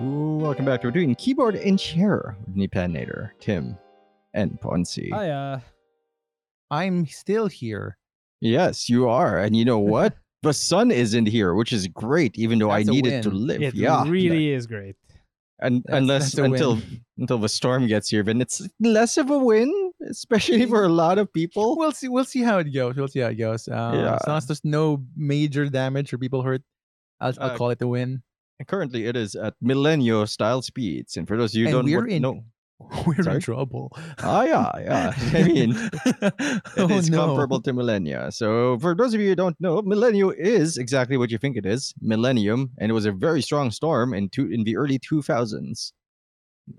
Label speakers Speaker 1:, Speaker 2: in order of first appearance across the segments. Speaker 1: welcome back to We're Doing Keyboard and Chair with Nipanator, Tim, and Ponzi.
Speaker 2: Hi, uh,
Speaker 3: I'm still here.
Speaker 1: Yes, you are. And you know what? the sun isn't here, which is great, even though
Speaker 3: That's
Speaker 1: I
Speaker 3: a
Speaker 1: needed to
Speaker 3: win.
Speaker 1: live.
Speaker 2: it
Speaker 1: yeah.
Speaker 2: really is great.
Speaker 1: And
Speaker 3: That's-
Speaker 1: unless
Speaker 3: that's a
Speaker 1: until
Speaker 3: win.
Speaker 1: until the storm gets here, then it's less of a win, especially for a lot of people.
Speaker 3: we'll see. We'll see how it goes. We'll see how it goes. Uh,
Speaker 1: Yeah.
Speaker 3: As long as there's no major damage or people hurt, I'll, I'll
Speaker 1: Uh,
Speaker 3: call it a win.
Speaker 1: And currently, it is at millennial style speeds. And for those of you who
Speaker 3: And
Speaker 1: don't
Speaker 3: we're
Speaker 1: wa-
Speaker 3: in-
Speaker 1: know,
Speaker 3: We're
Speaker 1: Sorry?
Speaker 3: in trouble. Oh,
Speaker 1: ah, yeah, yeah. I mean,
Speaker 3: it
Speaker 1: It is comparable to millennia. So, for those of you who don't know, millennial is exactly what you think it is, millennium, and it was a very strong storm in two in the early 2000s.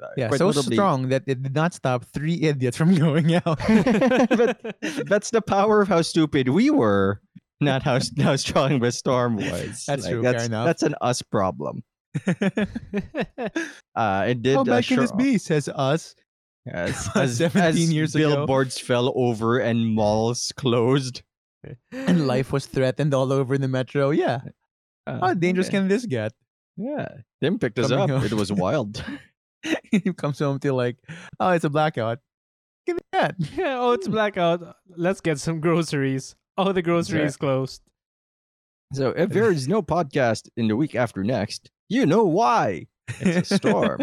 Speaker 1: Uh,
Speaker 3: Yeah,
Speaker 1: quite
Speaker 3: so
Speaker 1: notably-
Speaker 3: strong that it did not stop three idiots from going out.
Speaker 1: but that's the power of how stupid we were, not how s- how strong the storm was.
Speaker 3: That's true, fair
Speaker 1: That's,
Speaker 3: enough.
Speaker 1: that's an us problem. Uh, it did.
Speaker 3: How
Speaker 1: uh,
Speaker 3: bad can this
Speaker 1: sure-
Speaker 3: be? Says us.
Speaker 1: As,
Speaker 3: About
Speaker 1: as,
Speaker 3: 17
Speaker 1: as
Speaker 3: years ago.
Speaker 1: billboards fell over and malls closed.
Speaker 3: And life was threatened all over the metro. Yeah.
Speaker 1: Uh,
Speaker 3: How Ah, dangerous
Speaker 1: okay.
Speaker 3: can this get?
Speaker 1: Yeah, them picked us up.
Speaker 3: Coming
Speaker 1: It
Speaker 3: up.
Speaker 1: was wild.
Speaker 3: he comes home to like, oh, it's a blackout. Give me that.
Speaker 2: Yeah, oh, it's blackout. Let's get some groceries. Oh, the grocery
Speaker 1: right.
Speaker 2: is closed.
Speaker 1: So if there is no podcast in the week after next, you know why. It's a storm.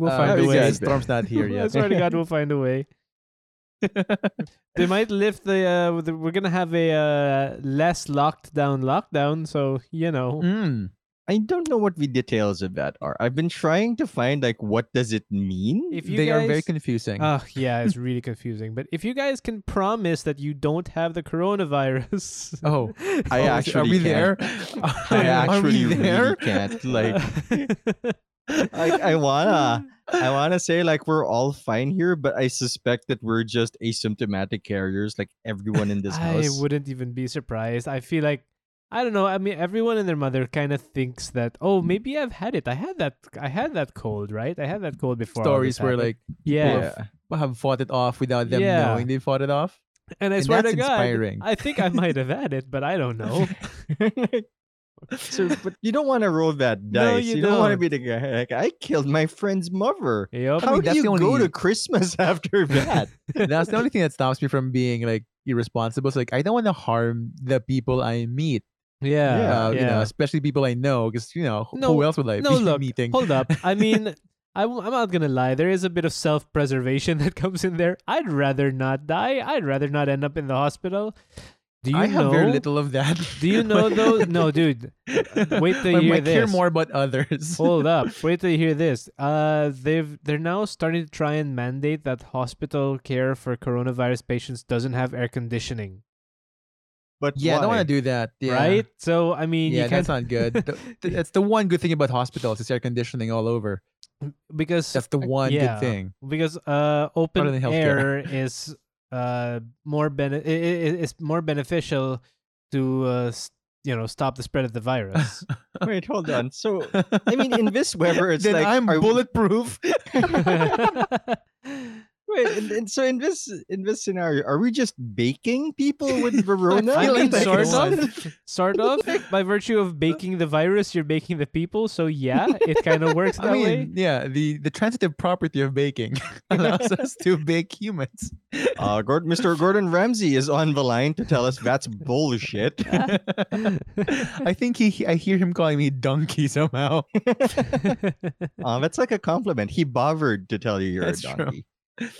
Speaker 2: We'll
Speaker 3: Uh,
Speaker 2: find
Speaker 1: you
Speaker 2: a
Speaker 3: it's-
Speaker 2: way.
Speaker 1: guys-
Speaker 3: Storm's not here
Speaker 2: I
Speaker 3: yet.
Speaker 2: swear to God, we'll find a way. they might lift the. Uh, the we're gonna have a uh, less locked down lockdown, so you know.
Speaker 3: Mm.
Speaker 1: I don't know what the details of that are. I've been trying to find like what does it mean?
Speaker 2: If you
Speaker 3: They
Speaker 2: guys,
Speaker 3: are very confusing.
Speaker 1: uh,
Speaker 2: Oh yeah, it's really confusing. But if you guys can promise that you don't have the coronavirus,
Speaker 3: oh,
Speaker 1: I
Speaker 3: oh, is-
Speaker 1: actually
Speaker 3: are we
Speaker 1: can't.
Speaker 3: there?
Speaker 1: I
Speaker 3: Are we
Speaker 1: actually really
Speaker 3: there?
Speaker 1: can't. Like I, I
Speaker 3: ah,
Speaker 1: wanna I wanna say like we're all fine here, but I suspect that we're just asymptomatic carriers, like everyone in this
Speaker 2: I
Speaker 1: house.
Speaker 2: wouldn't even be surprised. I feel like I don't know. I mean, everyone and their mother kind of thinks that.
Speaker 3: Mm.
Speaker 2: Oh, maybe I've had it. I had that. I had that cold, right? I had that cold before. all
Speaker 3: Stories
Speaker 2: this
Speaker 3: where
Speaker 2: happened."
Speaker 3: like
Speaker 2: yeah.
Speaker 3: people have- have fought it off without them
Speaker 2: Yeah.
Speaker 3: knowing they fought it off.
Speaker 2: and I
Speaker 3: and
Speaker 2: swear
Speaker 3: that's
Speaker 2: to God,
Speaker 3: inspiring.
Speaker 2: I think I might have had it, but I don't know.
Speaker 1: so, but you don't want to roll that dice.
Speaker 2: No, you
Speaker 1: you, don't want to
Speaker 2: don't.
Speaker 1: be the guy. Like, I killed my friend's mother.
Speaker 2: Yup.
Speaker 1: How
Speaker 3: mean,
Speaker 1: do
Speaker 3: that's
Speaker 1: you
Speaker 3: the
Speaker 1: go
Speaker 3: only-
Speaker 1: to Christmas after that?
Speaker 3: That's the only thing that stops me from being like irresponsible. So like I don't want to harm the people I meet.
Speaker 2: Yeah.
Speaker 1: Yeah,
Speaker 3: uh,
Speaker 2: yeah.
Speaker 3: You know, especially people I know, because you know who,
Speaker 2: No,
Speaker 3: who else would I
Speaker 2: no,
Speaker 3: be
Speaker 2: look,
Speaker 3: meeting?
Speaker 2: Hold up. I mean, I, am not going to lie. There is a bit of self preservation that comes in there. I'd rather not die. I'd rather not end up in the hospital. Do you
Speaker 3: I
Speaker 2: know?
Speaker 3: have very little of that.
Speaker 2: Do you know though? No, dude. Wait till you
Speaker 3: I
Speaker 2: hear
Speaker 3: might hear
Speaker 2: this.
Speaker 3: more about others.
Speaker 2: Hold up. Wait till you hear this. Uh, they've they're now starting to try and mandate that hospital care for coronavirus patients doesn't have air conditioning.
Speaker 1: But
Speaker 3: yeah, I don't want
Speaker 1: why?
Speaker 3: to do that. Yeah.
Speaker 2: Right. So I mean,
Speaker 3: Yeah,
Speaker 2: you can't
Speaker 3: that's not good. Th- th- That's the one good thing about hospitals is air conditioning all over.
Speaker 2: because
Speaker 3: That's the one
Speaker 2: Uh, yeah.
Speaker 3: good thing.
Speaker 2: because uh open
Speaker 3: than
Speaker 2: air
Speaker 3: healthcare.
Speaker 2: is uh more bene- i- i- is more beneficial to uh, s- you know stop the spread of the virus.
Speaker 1: Wait, hold on. So, I mean, in this weather, it's
Speaker 3: then
Speaker 1: like
Speaker 3: I'm
Speaker 1: are we-
Speaker 3: bulletproof.
Speaker 1: Wait, and, and so in this in this scenario, are we just baking people with Verona?
Speaker 2: I mean,
Speaker 1: Like,
Speaker 2: sort
Speaker 1: it's
Speaker 2: of.
Speaker 1: not-
Speaker 2: sort of by virtue of baking the virus, you're baking the people. So yeah, it kind of works that
Speaker 3: I mean,
Speaker 2: way.
Speaker 3: yeah, the the transitive property of baking allows us to bake humans.
Speaker 1: Uh, Gord- Mr. Gordon Ramsay is on the line to tell us that's bullshit.
Speaker 3: I think he, he- I hear him calling me donkey somehow.
Speaker 1: Uh, that's like a compliment. He bothered to tell you you're
Speaker 3: That's
Speaker 1: a
Speaker 3: true.
Speaker 1: donkey.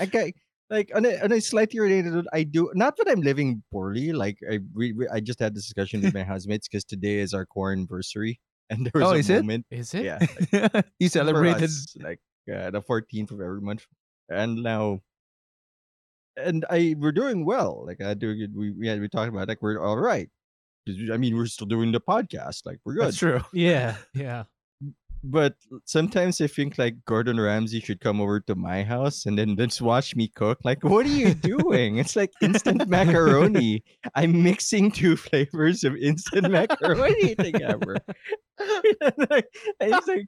Speaker 1: Okay. Like on a, on a slightly related note, I do not that I'm living poorly. Like I we, we- I just had this discussion with my housemates because today is our core anniversary, and there was
Speaker 3: Oh,
Speaker 1: a
Speaker 3: is it?
Speaker 1: moment.
Speaker 2: Is it?
Speaker 1: Yeah,
Speaker 3: he
Speaker 1: for
Speaker 3: celebrated.
Speaker 1: us, like uh, the 14th of every month, and now, and I we're doing well. Like I do, we we, yeah, we talked about like we're all right. 'Cause we- I mean, we're still doing the podcast. Like we're good
Speaker 3: That's true.
Speaker 2: Yeah. Yeah.
Speaker 1: but sometimes I think like Gordon Ramsay should come over to my house and then just watch me cook. Like, what are you doing? it's like instant macaroni. I'm mixing two flavors of instant macaroni together. like, I was like,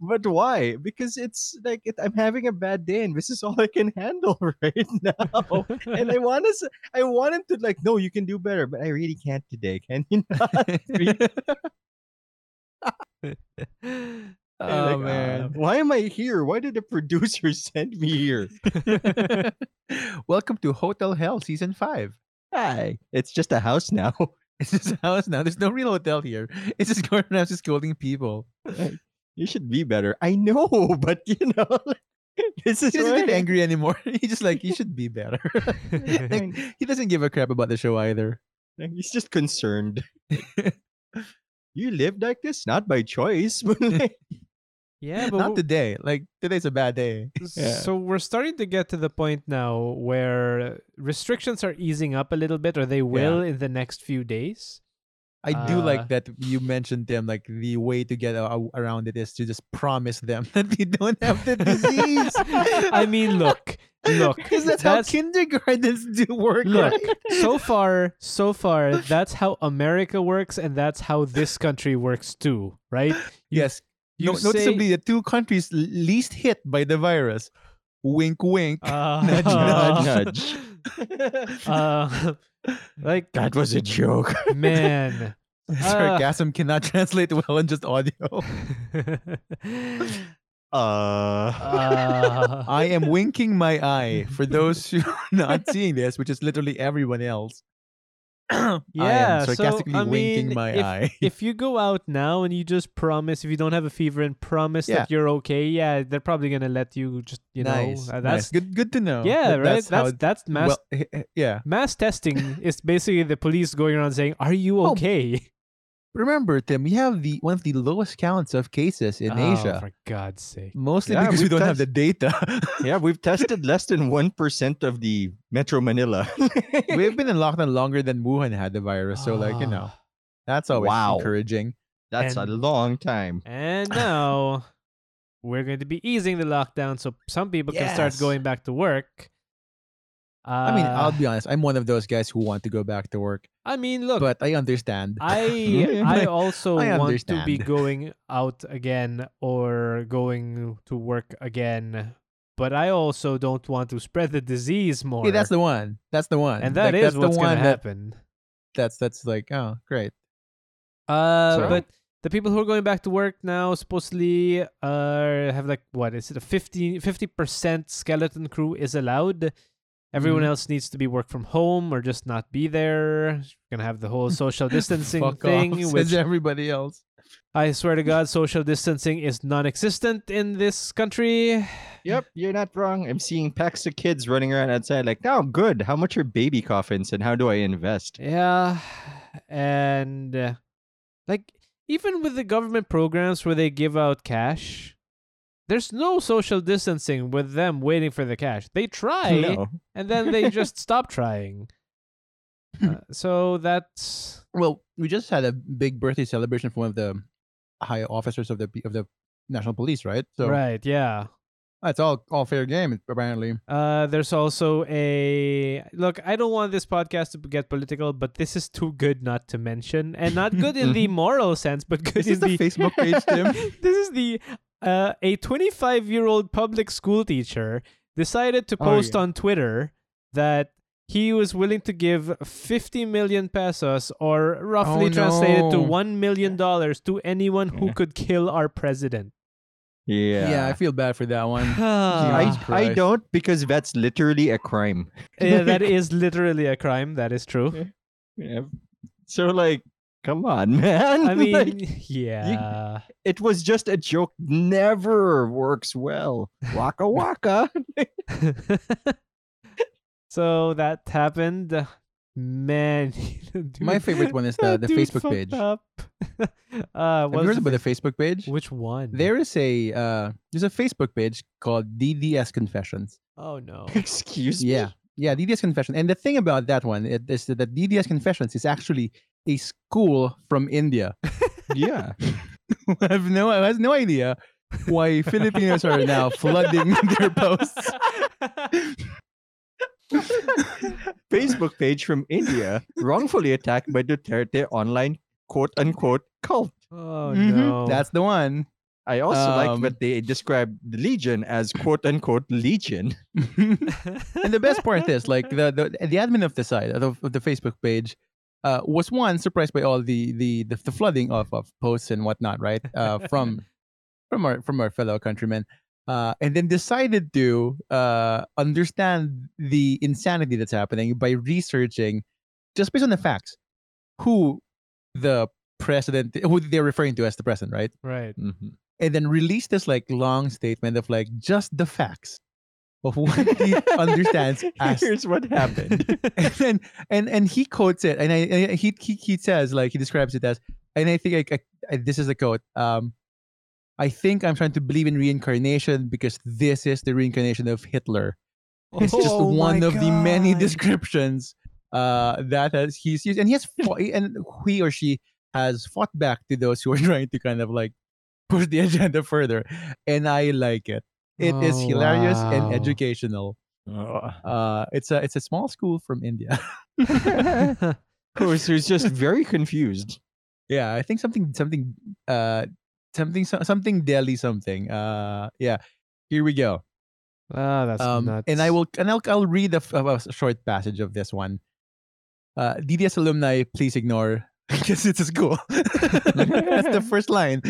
Speaker 1: but why? Because it's like it, I'm having a bad day and this is all I can handle right now. Oh, And I want us, I want him to like, no, you can do better, but I really can't today. Can you not? Like, uh,
Speaker 3: Oh, man.
Speaker 1: Why am I here? Why did the producer send me here?
Speaker 3: Welcome to Hotel Hell Season 5.
Speaker 1: Hi. It's just a house now.
Speaker 3: It's just a house now. There's no real hotel here. It's just Gordon Ramsay scolding people.
Speaker 1: You should be better. I know, but you know, this is
Speaker 3: He doesn't get
Speaker 1: why-
Speaker 3: angry anymore. He's just like, you should be better.
Speaker 1: I
Speaker 3: Like,
Speaker 1: mean,
Speaker 3: he doesn't give a crap about the show either.
Speaker 1: like, He's just concerned. you lived like this, not by choice. but like-
Speaker 2: yeah, but
Speaker 3: Not
Speaker 2: w-
Speaker 3: today. Like, today's a bad day.
Speaker 1: Yeah.
Speaker 2: so we're starting to get to the point now where restrictions are easing up a little bit, or they will in the next few days.
Speaker 3: I do
Speaker 2: Uh,
Speaker 3: like that you mentioned them. Like, the way to get a- a- around it is to just promise them that you don't have the disease.
Speaker 2: I mean, look, look,
Speaker 3: Because that's,
Speaker 2: that's-
Speaker 3: how kindergartens do work.
Speaker 2: Look,
Speaker 3: right?
Speaker 2: so far, so far, that's how America works, and that's how this country works too, right? you-
Speaker 3: yes.
Speaker 2: You
Speaker 3: No,
Speaker 2: say-
Speaker 3: noticeably, the two countries l- least hit by the virus. Wink, wink.
Speaker 2: Uh,
Speaker 3: Nudge,
Speaker 1: nudge,
Speaker 2: uh, like
Speaker 1: that was a joke.
Speaker 2: man, uh.
Speaker 3: Sarcasm cannot translate well in just audio.
Speaker 1: Uh,
Speaker 2: uh,
Speaker 3: I am winking my eye for those who are not seeing this, which is literally everyone else. I
Speaker 2: Yeah,
Speaker 3: am
Speaker 2: so,
Speaker 3: sarcastically
Speaker 2: I
Speaker 3: winking
Speaker 2: mean,
Speaker 3: my
Speaker 2: if-
Speaker 3: eye.
Speaker 2: if you go out now and you just promise, if you don't have a fever and promise
Speaker 3: Yeah.
Speaker 2: that you're okay, yeah, they're probably gonna let you just, you
Speaker 3: nice,
Speaker 2: know, uh,
Speaker 3: nice.
Speaker 2: that's
Speaker 3: good. Good to know.
Speaker 2: yeah,
Speaker 3: that
Speaker 2: right.
Speaker 3: That's,
Speaker 2: That's
Speaker 3: how
Speaker 2: that's, mass
Speaker 3: well, eh, eh, yeah.
Speaker 2: mass testing is basically the police going around saying, "Are you
Speaker 3: Oh,
Speaker 2: okay?"
Speaker 3: Remember, Tim, we have the one of the lowest counts of cases in
Speaker 2: Oh,
Speaker 3: Asia,
Speaker 2: for God's sake.
Speaker 3: mostly
Speaker 1: Yeah,
Speaker 3: because we
Speaker 1: we've
Speaker 3: don't have
Speaker 1: touched-
Speaker 3: the data.
Speaker 1: yeah, we've tested less than 1% of the Metro Manila.
Speaker 3: We've been in lockdown longer than Wuhan had the virus, so like you know,
Speaker 2: Ah.
Speaker 3: that's always
Speaker 1: Wow.
Speaker 3: encouraging.
Speaker 1: That's a
Speaker 2: And-
Speaker 1: long time.
Speaker 2: And now we're going to be easing the lockdown so some people can start
Speaker 3: Yes.
Speaker 2: going back to work. Uh,
Speaker 3: I mean, I'll be honest. I'm one of those guys who want to go back to work,
Speaker 2: I mean, look,
Speaker 3: but I understand.
Speaker 2: I I
Speaker 3: Like,
Speaker 2: also
Speaker 3: I
Speaker 2: want to be
Speaker 3: understand.
Speaker 2: going out again or going to work again, but I also don't want to spread the disease more.
Speaker 3: Yeah, that's the one. That's the one.
Speaker 2: and that
Speaker 3: Like,
Speaker 2: is
Speaker 3: that's
Speaker 2: what's
Speaker 3: the one
Speaker 2: going to
Speaker 3: that,
Speaker 2: happen.
Speaker 3: That's that's like oh great.
Speaker 2: Uh,
Speaker 1: So-
Speaker 2: but the people who are going back to work now supposedly uh have like what is it a 50 percent skeleton crew is allowed. Everyone
Speaker 3: Mhm.
Speaker 2: else needs to be work from home or just not be there. Gonna have the whole social distancing
Speaker 3: Fuck off,
Speaker 2: thing,
Speaker 3: says
Speaker 2: which
Speaker 3: everybody else.
Speaker 2: I swear to God, social distancing is non-existent in this country.
Speaker 1: Yep, you're not wrong. I'm seeing packs of kids running around outside, like, oh, good. How much are baby coffins and how do I invest?
Speaker 2: Yeah, and uh, like even with the government programs where they give out cash, there's no social distancing with them waiting for the cash. They try,
Speaker 1: No.
Speaker 2: and then they just stop trying. Uh, so that's
Speaker 3: Well, we just had a big birthday celebration for one of the high officers of the of the national police, right? So
Speaker 2: right, yeah.
Speaker 3: that's all all fair game apparently.
Speaker 2: Uh, there's also a look. I don't want this podcast to get political, but this is too good not to mention, and not good in the moral sense, but good
Speaker 3: This
Speaker 2: in
Speaker 3: is the
Speaker 2: the
Speaker 3: Facebook page, Tim.
Speaker 2: this is the uh, a 25 year old public school teacher decided to
Speaker 3: Oh,
Speaker 2: post
Speaker 3: yeah.
Speaker 2: on Twitter that he was willing to give 50 million pesos or roughly
Speaker 3: Oh,
Speaker 2: translated to
Speaker 3: no.
Speaker 2: 1 million dollars to anyone who
Speaker 1: Yeah.
Speaker 2: could kill our president.
Speaker 1: Yeah.
Speaker 3: yeah, I feel bad for that one.
Speaker 2: Ah.
Speaker 1: I,
Speaker 3: Jesus
Speaker 1: I
Speaker 3: Christ.
Speaker 1: don't because that's literally a crime.
Speaker 2: yeah, that is literally a crime. That is true.
Speaker 1: Yeah. So, like, come on, man.
Speaker 2: I
Speaker 1: Like,
Speaker 2: mean, yeah.
Speaker 1: it was just a joke. Never works well. Waka waka.
Speaker 2: so that happened. Man,
Speaker 3: My
Speaker 2: dude-
Speaker 3: favorite one is the,
Speaker 2: that
Speaker 3: the
Speaker 2: dude
Speaker 3: Facebook
Speaker 2: fucked
Speaker 3: page. Have
Speaker 2: Up. uh,
Speaker 3: you
Speaker 2: what
Speaker 3: heard
Speaker 2: was
Speaker 3: about the Facebook page?
Speaker 2: which one?
Speaker 3: There is a uh, there's a Facebook page called DDS Confessions.
Speaker 2: Oh no.
Speaker 1: Excuse me.
Speaker 3: Yeah, yeah, DDS Confession. And the thing about that one it, is that DDS Confessions is actually a school from India.
Speaker 1: Yeah.
Speaker 3: I have no, I have no idea why Filipinos are now flooding their posts.
Speaker 1: Facebook page from India wrongfully attacked by Duterte online quote unquote cult.
Speaker 2: Oh
Speaker 3: Mhm,
Speaker 2: no.
Speaker 3: That's the one.
Speaker 1: I also like
Speaker 3: Um,
Speaker 1: that they described the Legion as quote unquote Legion.
Speaker 3: and the best part is like the, the the admin of the site of, of the Facebook page uh, was one surprised by all the the the, the flooding of, of posts and whatnot, right? Uh, from from our from our fellow countrymen, uh, and then decided to uh, understand the insanity that's happening by researching just based on the facts who the president who they're referring to as the president, right?
Speaker 2: Right.
Speaker 1: Mhm.
Speaker 3: and then released this like long statement of like just the facts of what he understands as
Speaker 1: Here's what happened.
Speaker 3: and then, and and he quotes it and I, and he, he he says like he describes it as and I think I, I, I- this is the quote um I think I'm trying to believe in reincarnation because this is the reincarnation of Hitler it's just
Speaker 1: Oh my
Speaker 3: one of the many
Speaker 1: God.
Speaker 3: descriptions uh that has he's used and he has fought, and he or she has fought back to those who are trying to kind of like push the agenda further and i like it It is
Speaker 2: Oh,
Speaker 3: hilarious
Speaker 2: wow.
Speaker 3: and educational
Speaker 1: Ugh.
Speaker 3: uh it's a it's a small school from india
Speaker 1: course, who's just very confused.
Speaker 3: yeah i think something something uh something so- something delhi something uh yeah here we go
Speaker 2: Ah, that's
Speaker 3: Um,
Speaker 2: nuts.
Speaker 3: and I will and I'll, I'll read a, f- a- a short passage of this one. Uh, DDS alumni, please ignore because it's a school. That's the first line.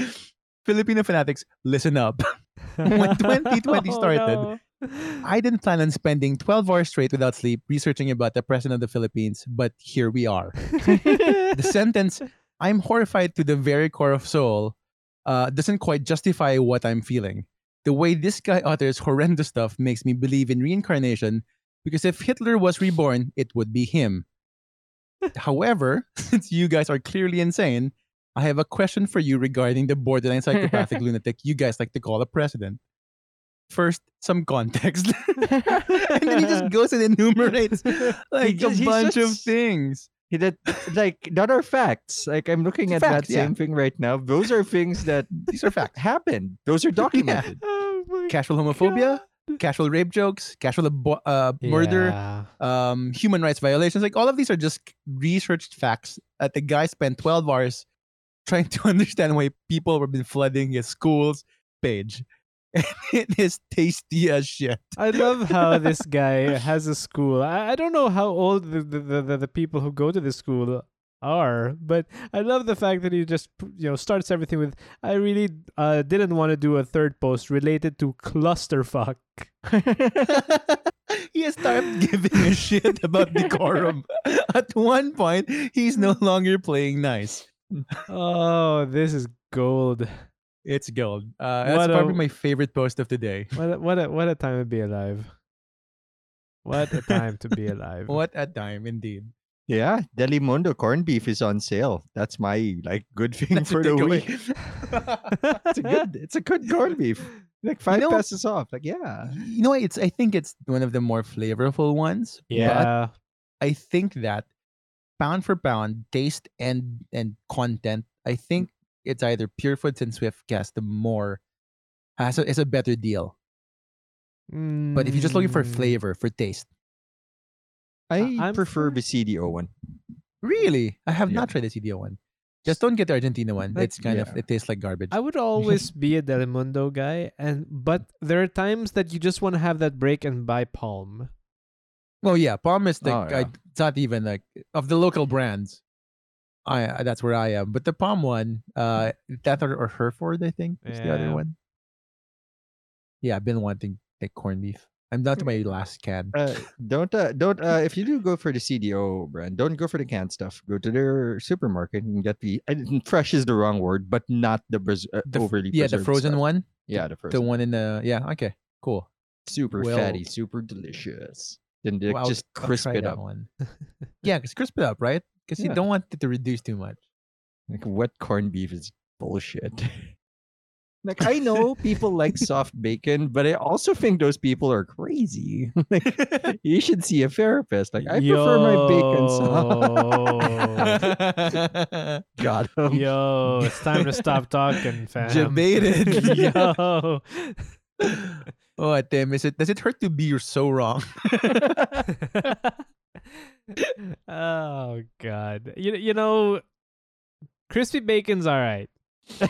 Speaker 3: Filipino fanatics, listen up. when
Speaker 2: Oh,
Speaker 3: 2020 started, I didn't plan on spending 12 hours straight without sleep researching about the president of the Philippines, but here we are. The sentence, I'm horrified to the very core of soul, uh, doesn't quite justify what I'm feeling. The way this guy utters horrendous stuff makes me believe in reincarnation because if Hitler was reborn, it would be him. However, since you guys are clearly insane, I have a question for you regarding the borderline psychopathic lunatic you guys like to call a president. First, some context. and then he just goes and enumerates like
Speaker 1: just-
Speaker 3: a
Speaker 1: he's
Speaker 3: bunch of
Speaker 1: just-
Speaker 3: things.
Speaker 1: He That like that are facts. Like I'm looking at
Speaker 3: Facts,
Speaker 1: that
Speaker 3: yeah.
Speaker 1: same thing right now. Those are things that
Speaker 3: These are facts.
Speaker 1: happened. Those are documented.
Speaker 2: Oh my
Speaker 3: Casual homophobia, casual rape jokes, casual abo- uh, murder,
Speaker 2: Yeah.
Speaker 3: um, human rights violations. Like all of these are just researched facts that the guy spent 12 hours trying to understand why people have been flooding his school's page. And it is tasty as shit.
Speaker 2: I love how this guy has a school. I, I don't know how old the, the, the- the, the people who go to this school are, but I love the fact that he just you know starts everything with I really uh, didn't want to do a third post related to clusterfuck.
Speaker 3: he started giving a shit about decorum. At one point, he's no longer playing nice.
Speaker 2: Oh, this is gold.
Speaker 3: It's gold. Uh, that's
Speaker 2: What a-
Speaker 3: probably my favorite post of the day.
Speaker 2: What a, what a, what a time to be alive. What a time to be alive.
Speaker 3: What a time, indeed.
Speaker 1: yeah, Delimondo corned beef is on sale. That's my like good thing
Speaker 3: That's a
Speaker 1: for the
Speaker 3: takeaway.
Speaker 1: week. It's a good. It's a good corned beef. Like five
Speaker 3: know-
Speaker 1: passes off. Like yeah.
Speaker 3: You know, it's. I think it's one of the more flavorful ones. but
Speaker 2: Yeah.
Speaker 3: I think that pound for pound, taste and and content. I think it's either Purefoods and Swiftcast. The more has a, is a better deal. But if you're just looking for
Speaker 2: Mm.
Speaker 3: flavor, for taste,
Speaker 1: I
Speaker 2: I'm
Speaker 1: prefer
Speaker 2: for-
Speaker 1: the CDO one.
Speaker 3: really, I have
Speaker 1: Yeah.
Speaker 3: not tried the CDO one. Just don't get the Argentina one.
Speaker 2: Like-
Speaker 3: it's kind of
Speaker 1: yeah.
Speaker 3: it tastes like garbage.
Speaker 2: I would always be a Delimundo guy, and but there are times that you just want to have that break and buy Palm.
Speaker 3: oh yeah, Palm is the
Speaker 1: Oh, yeah.
Speaker 3: I- it's not even like of the local brands. I that's where I am. But the Palm one, uh, that or, or Hereford, I think is the
Speaker 2: Yeah.
Speaker 3: other one. Yeah, I've been wanting like corned beef. I'm down to my last can.
Speaker 1: Uh, don't uh, don't uh, if you do go for the CDO brand, don't go for the canned stuff. Go to their supermarket and get the I didn't- fresh is the wrong word, but not the, bres- uh,
Speaker 3: The f-
Speaker 1: overly
Speaker 3: yeah, the
Speaker 1: preserved
Speaker 3: frozen
Speaker 1: stuff.
Speaker 3: one,
Speaker 1: Yeah, the
Speaker 3: the
Speaker 1: frozen
Speaker 3: one in the yeah. Okay, cool.
Speaker 1: super
Speaker 3: well-
Speaker 1: fatty, super delicious. Then they
Speaker 3: Well, I'll-
Speaker 1: just
Speaker 3: I'll
Speaker 1: crisp
Speaker 3: try
Speaker 1: it
Speaker 3: that
Speaker 1: up.
Speaker 3: One. yeah, because crisp it up, right? Because
Speaker 1: Yeah.
Speaker 3: you don't want it to reduce too much.
Speaker 1: Like wet corned beef is bullshit. like I know people like soft bacon, but I also think those people are crazy. Like, you should see a therapist. Like I prefer my bacon soft. Oh. Got him.
Speaker 2: Yo, it's time to stop talking, fam.
Speaker 3: Debated.
Speaker 2: Yo.
Speaker 3: oh, damn! Is it does it hurt to be you're so wrong?
Speaker 2: oh God. You you know, crispy bacon's all right.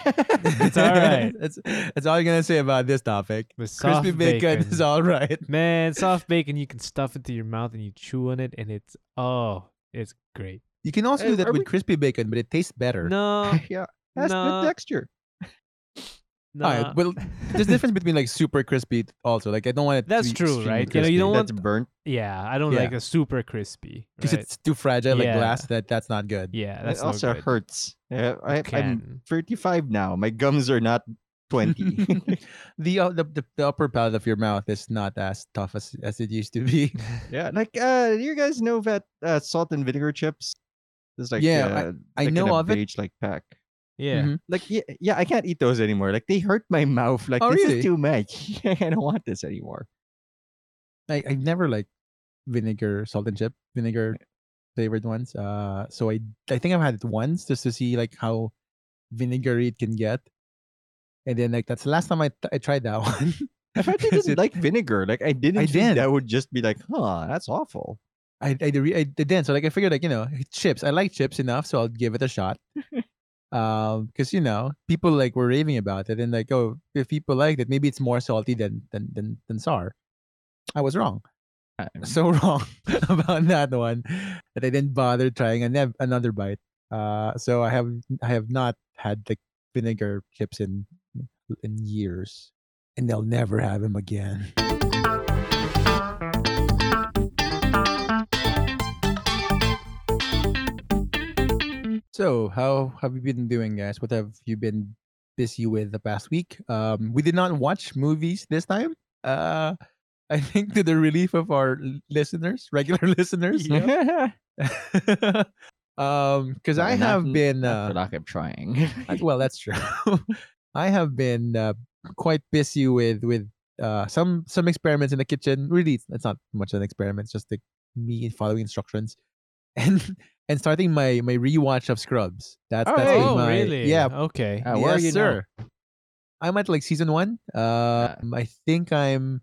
Speaker 2: It's all right.
Speaker 3: that's that's all you're gonna say about this topic.
Speaker 2: But soft
Speaker 3: Crispy bacon, is all right.
Speaker 2: Man, soft bacon, you can stuff into your mouth and you chew on it, and it's oh, it's great.
Speaker 3: You can also
Speaker 1: Hey,
Speaker 3: do that
Speaker 1: are
Speaker 3: with
Speaker 1: we-
Speaker 3: crispy bacon, but it tastes better.
Speaker 2: No,
Speaker 1: yeah, that's
Speaker 2: No.
Speaker 1: good texture.
Speaker 2: No.
Speaker 3: Alright, well, There's difference between like super crispy also. Like I don't want it. to
Speaker 2: That's
Speaker 3: be
Speaker 2: true,
Speaker 3: extremely
Speaker 2: right? You know, you
Speaker 3: crispy.
Speaker 2: don't want
Speaker 1: That's burnt.
Speaker 2: yeah, I don't
Speaker 3: Yeah.
Speaker 2: like the super crispy.
Speaker 3: because
Speaker 2: right?
Speaker 3: it's too fragile, like
Speaker 2: Yeah.
Speaker 3: glass. That that's not good.
Speaker 2: yeah,
Speaker 1: That
Speaker 2: that's no
Speaker 1: also
Speaker 2: good.
Speaker 1: hurts. Yeah, I, I'm
Speaker 2: Can.
Speaker 1: 35 now. My gums are not 20.
Speaker 3: the, uh, the the the upper palate of your mouth is not as tough as as it used to be.
Speaker 1: yeah, like uh, you guys know that uh, salt and vinegar chips. There's like
Speaker 3: Yeah,
Speaker 1: uh,
Speaker 3: I
Speaker 1: like in
Speaker 3: know
Speaker 1: a
Speaker 3: of it.
Speaker 1: beige, like pack.
Speaker 2: Yeah.
Speaker 3: Mhm.
Speaker 1: Like yeah, yeah, I can't eat those anymore. Like they hurt my mouth. Like
Speaker 3: Oh,
Speaker 1: this
Speaker 3: really?
Speaker 1: is too much. I don't want this anymore.
Speaker 3: I I've never like vinegar salt and chip vinegar flavored ones. Uh, so I I think I've had it once just to see like how vinegary it can get, and then like that's the last time I t- I tried that one.
Speaker 1: I thought you
Speaker 3: 'Cause
Speaker 1: didn't
Speaker 3: it-
Speaker 1: like vinegar. Like I didn't. think
Speaker 3: did.
Speaker 1: That would just be like, huh, that's awful.
Speaker 3: I I, re- I didn't. So like I figured like you know chips. I like chips enough, so I'll give it a shot. Um, because you know people like were raving about it, and like oh, if people liked it, maybe it's more salty than than than than sour. I was wrong,
Speaker 1: I-
Speaker 3: so wrong about that one that I didn't bother trying an- another bite. Uh, so I have I have not had the vinegar chips in in years, and I'll never have them again. So, how have you been doing, guys? What have you been busy with the past week? Um, we did not watch movies this time. Uh, I think to the relief of our l- listeners, regular listeners, because I
Speaker 1: Well, not
Speaker 3: have
Speaker 1: l-
Speaker 3: been
Speaker 1: Not for
Speaker 3: uh,
Speaker 1: lack of trying.
Speaker 3: I- well, that's true. I have been uh, quite busy with with uh, some some experiments in the kitchen. Really, it's- it's not much an experiment. It's just like me following instructions and and starting my my rewatch of Scrubs. That's
Speaker 1: Oh,
Speaker 3: that's
Speaker 1: hey.
Speaker 3: been
Speaker 2: Oh,
Speaker 3: my,
Speaker 2: really?
Speaker 3: Yeah,
Speaker 2: Okay.
Speaker 1: Uh, where are
Speaker 3: yes,
Speaker 1: you now?
Speaker 3: sir. I'm at like season one. Um, I think I'm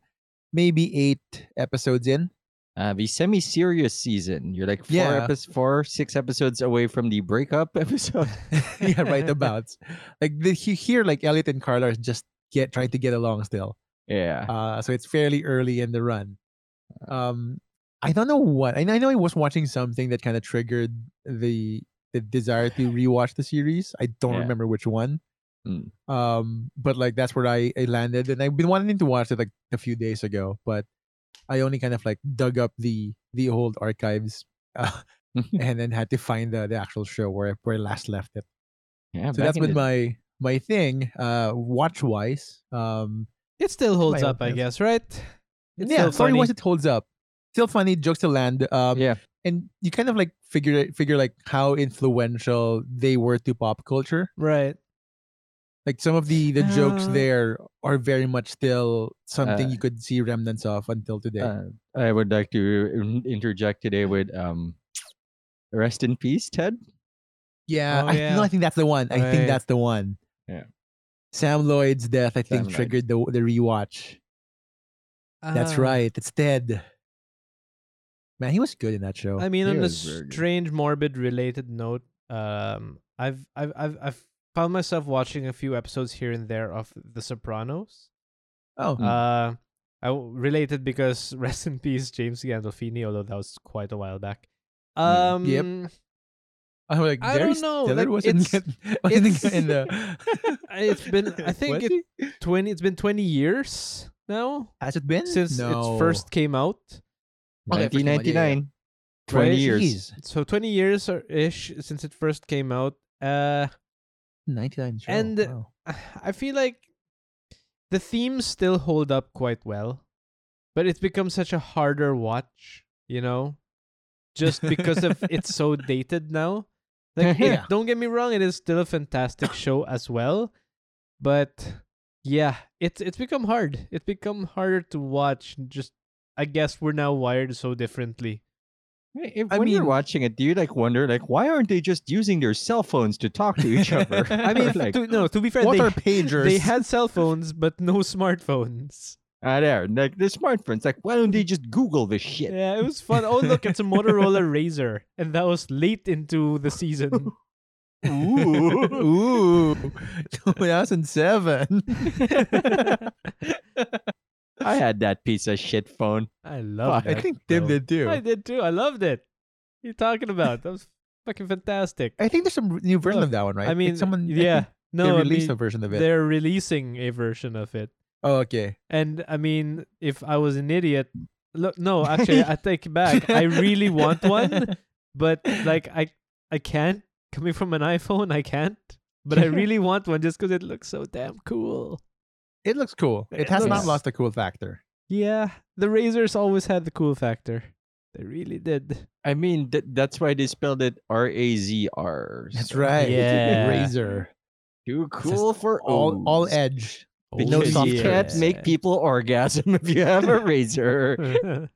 Speaker 3: maybe eight episodes in.
Speaker 1: Uh, the semi-serious season. You're like four,
Speaker 3: Yeah.
Speaker 1: epis four, six episodes away from the breakup episode.
Speaker 3: yeah, right about. Like the, he- here, like Elliot and Carla are just get trying to get along still.
Speaker 1: yeah.
Speaker 3: Uh, so it's fairly early in the run. Um, I don't know what. I know, I know I was watching something that kind of triggered the the desire to rewatch the series. I don't
Speaker 1: Yeah.
Speaker 3: remember which one.
Speaker 1: Mm.
Speaker 3: Um, but like that's where I, I landed, and I've been wanting to watch it like a few days ago, but I only kind of like dug up the the old archives. Uh, and then had to find the, the actual show where I, where I last left it
Speaker 1: yeah
Speaker 3: so that's been my my thing uh watch wise um
Speaker 2: It still holds
Speaker 3: My
Speaker 2: up, I
Speaker 3: opinion.
Speaker 2: guess, right? It's
Speaker 3: yeah
Speaker 2: still
Speaker 3: story wise
Speaker 2: funny.
Speaker 3: it holds up still funny jokes to land um
Speaker 1: Yeah.
Speaker 3: and you kind of like figure it- figure like how influential they were to pop culture
Speaker 2: Right.
Speaker 3: like some of the the
Speaker 2: Uh,
Speaker 3: jokes there are very much still something
Speaker 1: uh,
Speaker 3: you could see remnants of until today
Speaker 1: Uh, I would like to in- interject today with um, rest in peace, Ted.
Speaker 3: yeah
Speaker 2: oh,
Speaker 3: i
Speaker 2: yeah.
Speaker 3: no i think that's the one i think
Speaker 2: Right.
Speaker 3: that's the one
Speaker 1: Yeah.
Speaker 3: sam lloyd's death i
Speaker 1: Sam
Speaker 3: think
Speaker 1: Lloyd.
Speaker 3: triggered the the rewatch that's
Speaker 2: Ah.
Speaker 3: right it's ted man he was good in that show
Speaker 2: I mean,
Speaker 1: He
Speaker 2: on a
Speaker 1: was very good.
Speaker 2: strange, morbid related note, um, I've, I've, I've, I've found myself watching a few episodes here and there of The Sopranos.
Speaker 3: oh
Speaker 2: Uh, I w- related because rest in peace, James Gandolfini, although that was quite a while back. Um,
Speaker 3: Mm. Yep. I'm like,
Speaker 2: I
Speaker 3: Derek
Speaker 2: don't know,
Speaker 3: Stiller
Speaker 2: like, it's-
Speaker 3: wasn't, in- wasn't in-
Speaker 2: it's-
Speaker 3: in the.
Speaker 2: I- it's been- I think
Speaker 3: Was
Speaker 2: it-
Speaker 3: he?
Speaker 2: twenty. It's been twenty years now
Speaker 3: has it been
Speaker 2: since
Speaker 3: No.
Speaker 2: it first came out.
Speaker 3: Okay, first of all, Oh, yeah, yeah.
Speaker 1: 1999. 20
Speaker 2: Right?
Speaker 1: years.
Speaker 3: Jeez,
Speaker 2: So twenty years or ish since it first came out. Uh,
Speaker 3: 99 show.
Speaker 2: And-
Speaker 3: wow.
Speaker 2: I feel like the themes still hold up quite well, but it's become such a harder watch, you know, just because of it's so dated now. Like, it-
Speaker 3: Yeah.
Speaker 2: don't get me wrong, it is still a fantastic show as well, but yeah, it's it's become hard. It's become harder to watch. Just I guess we're now wired so differently.
Speaker 1: Hey, If,
Speaker 3: I
Speaker 1: when you're
Speaker 3: mean-
Speaker 1: watching it, do you like wonder like why aren't they just using their cell phones to talk to each other?
Speaker 2: I mean,
Speaker 1: like
Speaker 2: to, no, to be fair,
Speaker 3: what
Speaker 2: they,
Speaker 3: are pagers?
Speaker 2: they had cell phones but no smartphones.
Speaker 1: ah, there, like the smartphones. Like why don't they just Google this shit?
Speaker 2: Yeah, it was fun. Oh, look, it's a Motorola Razor, and that was late into the season.
Speaker 1: Ooh.
Speaker 3: Ooh, 2007.
Speaker 1: I had that piece of shit phone.
Speaker 2: I love
Speaker 3: I
Speaker 2: it.
Speaker 3: think Tim did too.
Speaker 2: I
Speaker 3: I,
Speaker 2: did too. I loved it. What are you talking about? That was fucking fantastic.
Speaker 3: think there's some new version
Speaker 2: Look,
Speaker 3: of that one, right?
Speaker 2: I
Speaker 3: Like
Speaker 2: mean,
Speaker 3: someone. I
Speaker 2: yeah,
Speaker 3: think they
Speaker 2: No, I
Speaker 3: released a
Speaker 2: mean,
Speaker 3: version of it.
Speaker 2: they're releasing a version of it.
Speaker 3: Oh, okay.
Speaker 2: And I mean, if I was an idiot, look, no, actually, I take it back. I really want one, but like, I I can't. Coming from an iPhone, I can't. But I really want one just because it looks so damn cool.
Speaker 3: It looks cool. It
Speaker 2: It
Speaker 3: has not
Speaker 1: looks-
Speaker 3: lost the cool factor.
Speaker 2: Yeah, the razors always had the cool factor. They really did.
Speaker 1: I mean, th- that's why they spelled it R A Z R.
Speaker 3: That's
Speaker 1: so
Speaker 3: right.
Speaker 2: Yeah.
Speaker 3: Razor.
Speaker 1: Too cool for
Speaker 3: All all
Speaker 1: O's.
Speaker 3: edge.
Speaker 2: Old
Speaker 3: no
Speaker 1: Because you
Speaker 3: software.
Speaker 1: can't make people orgasm if you have a razor.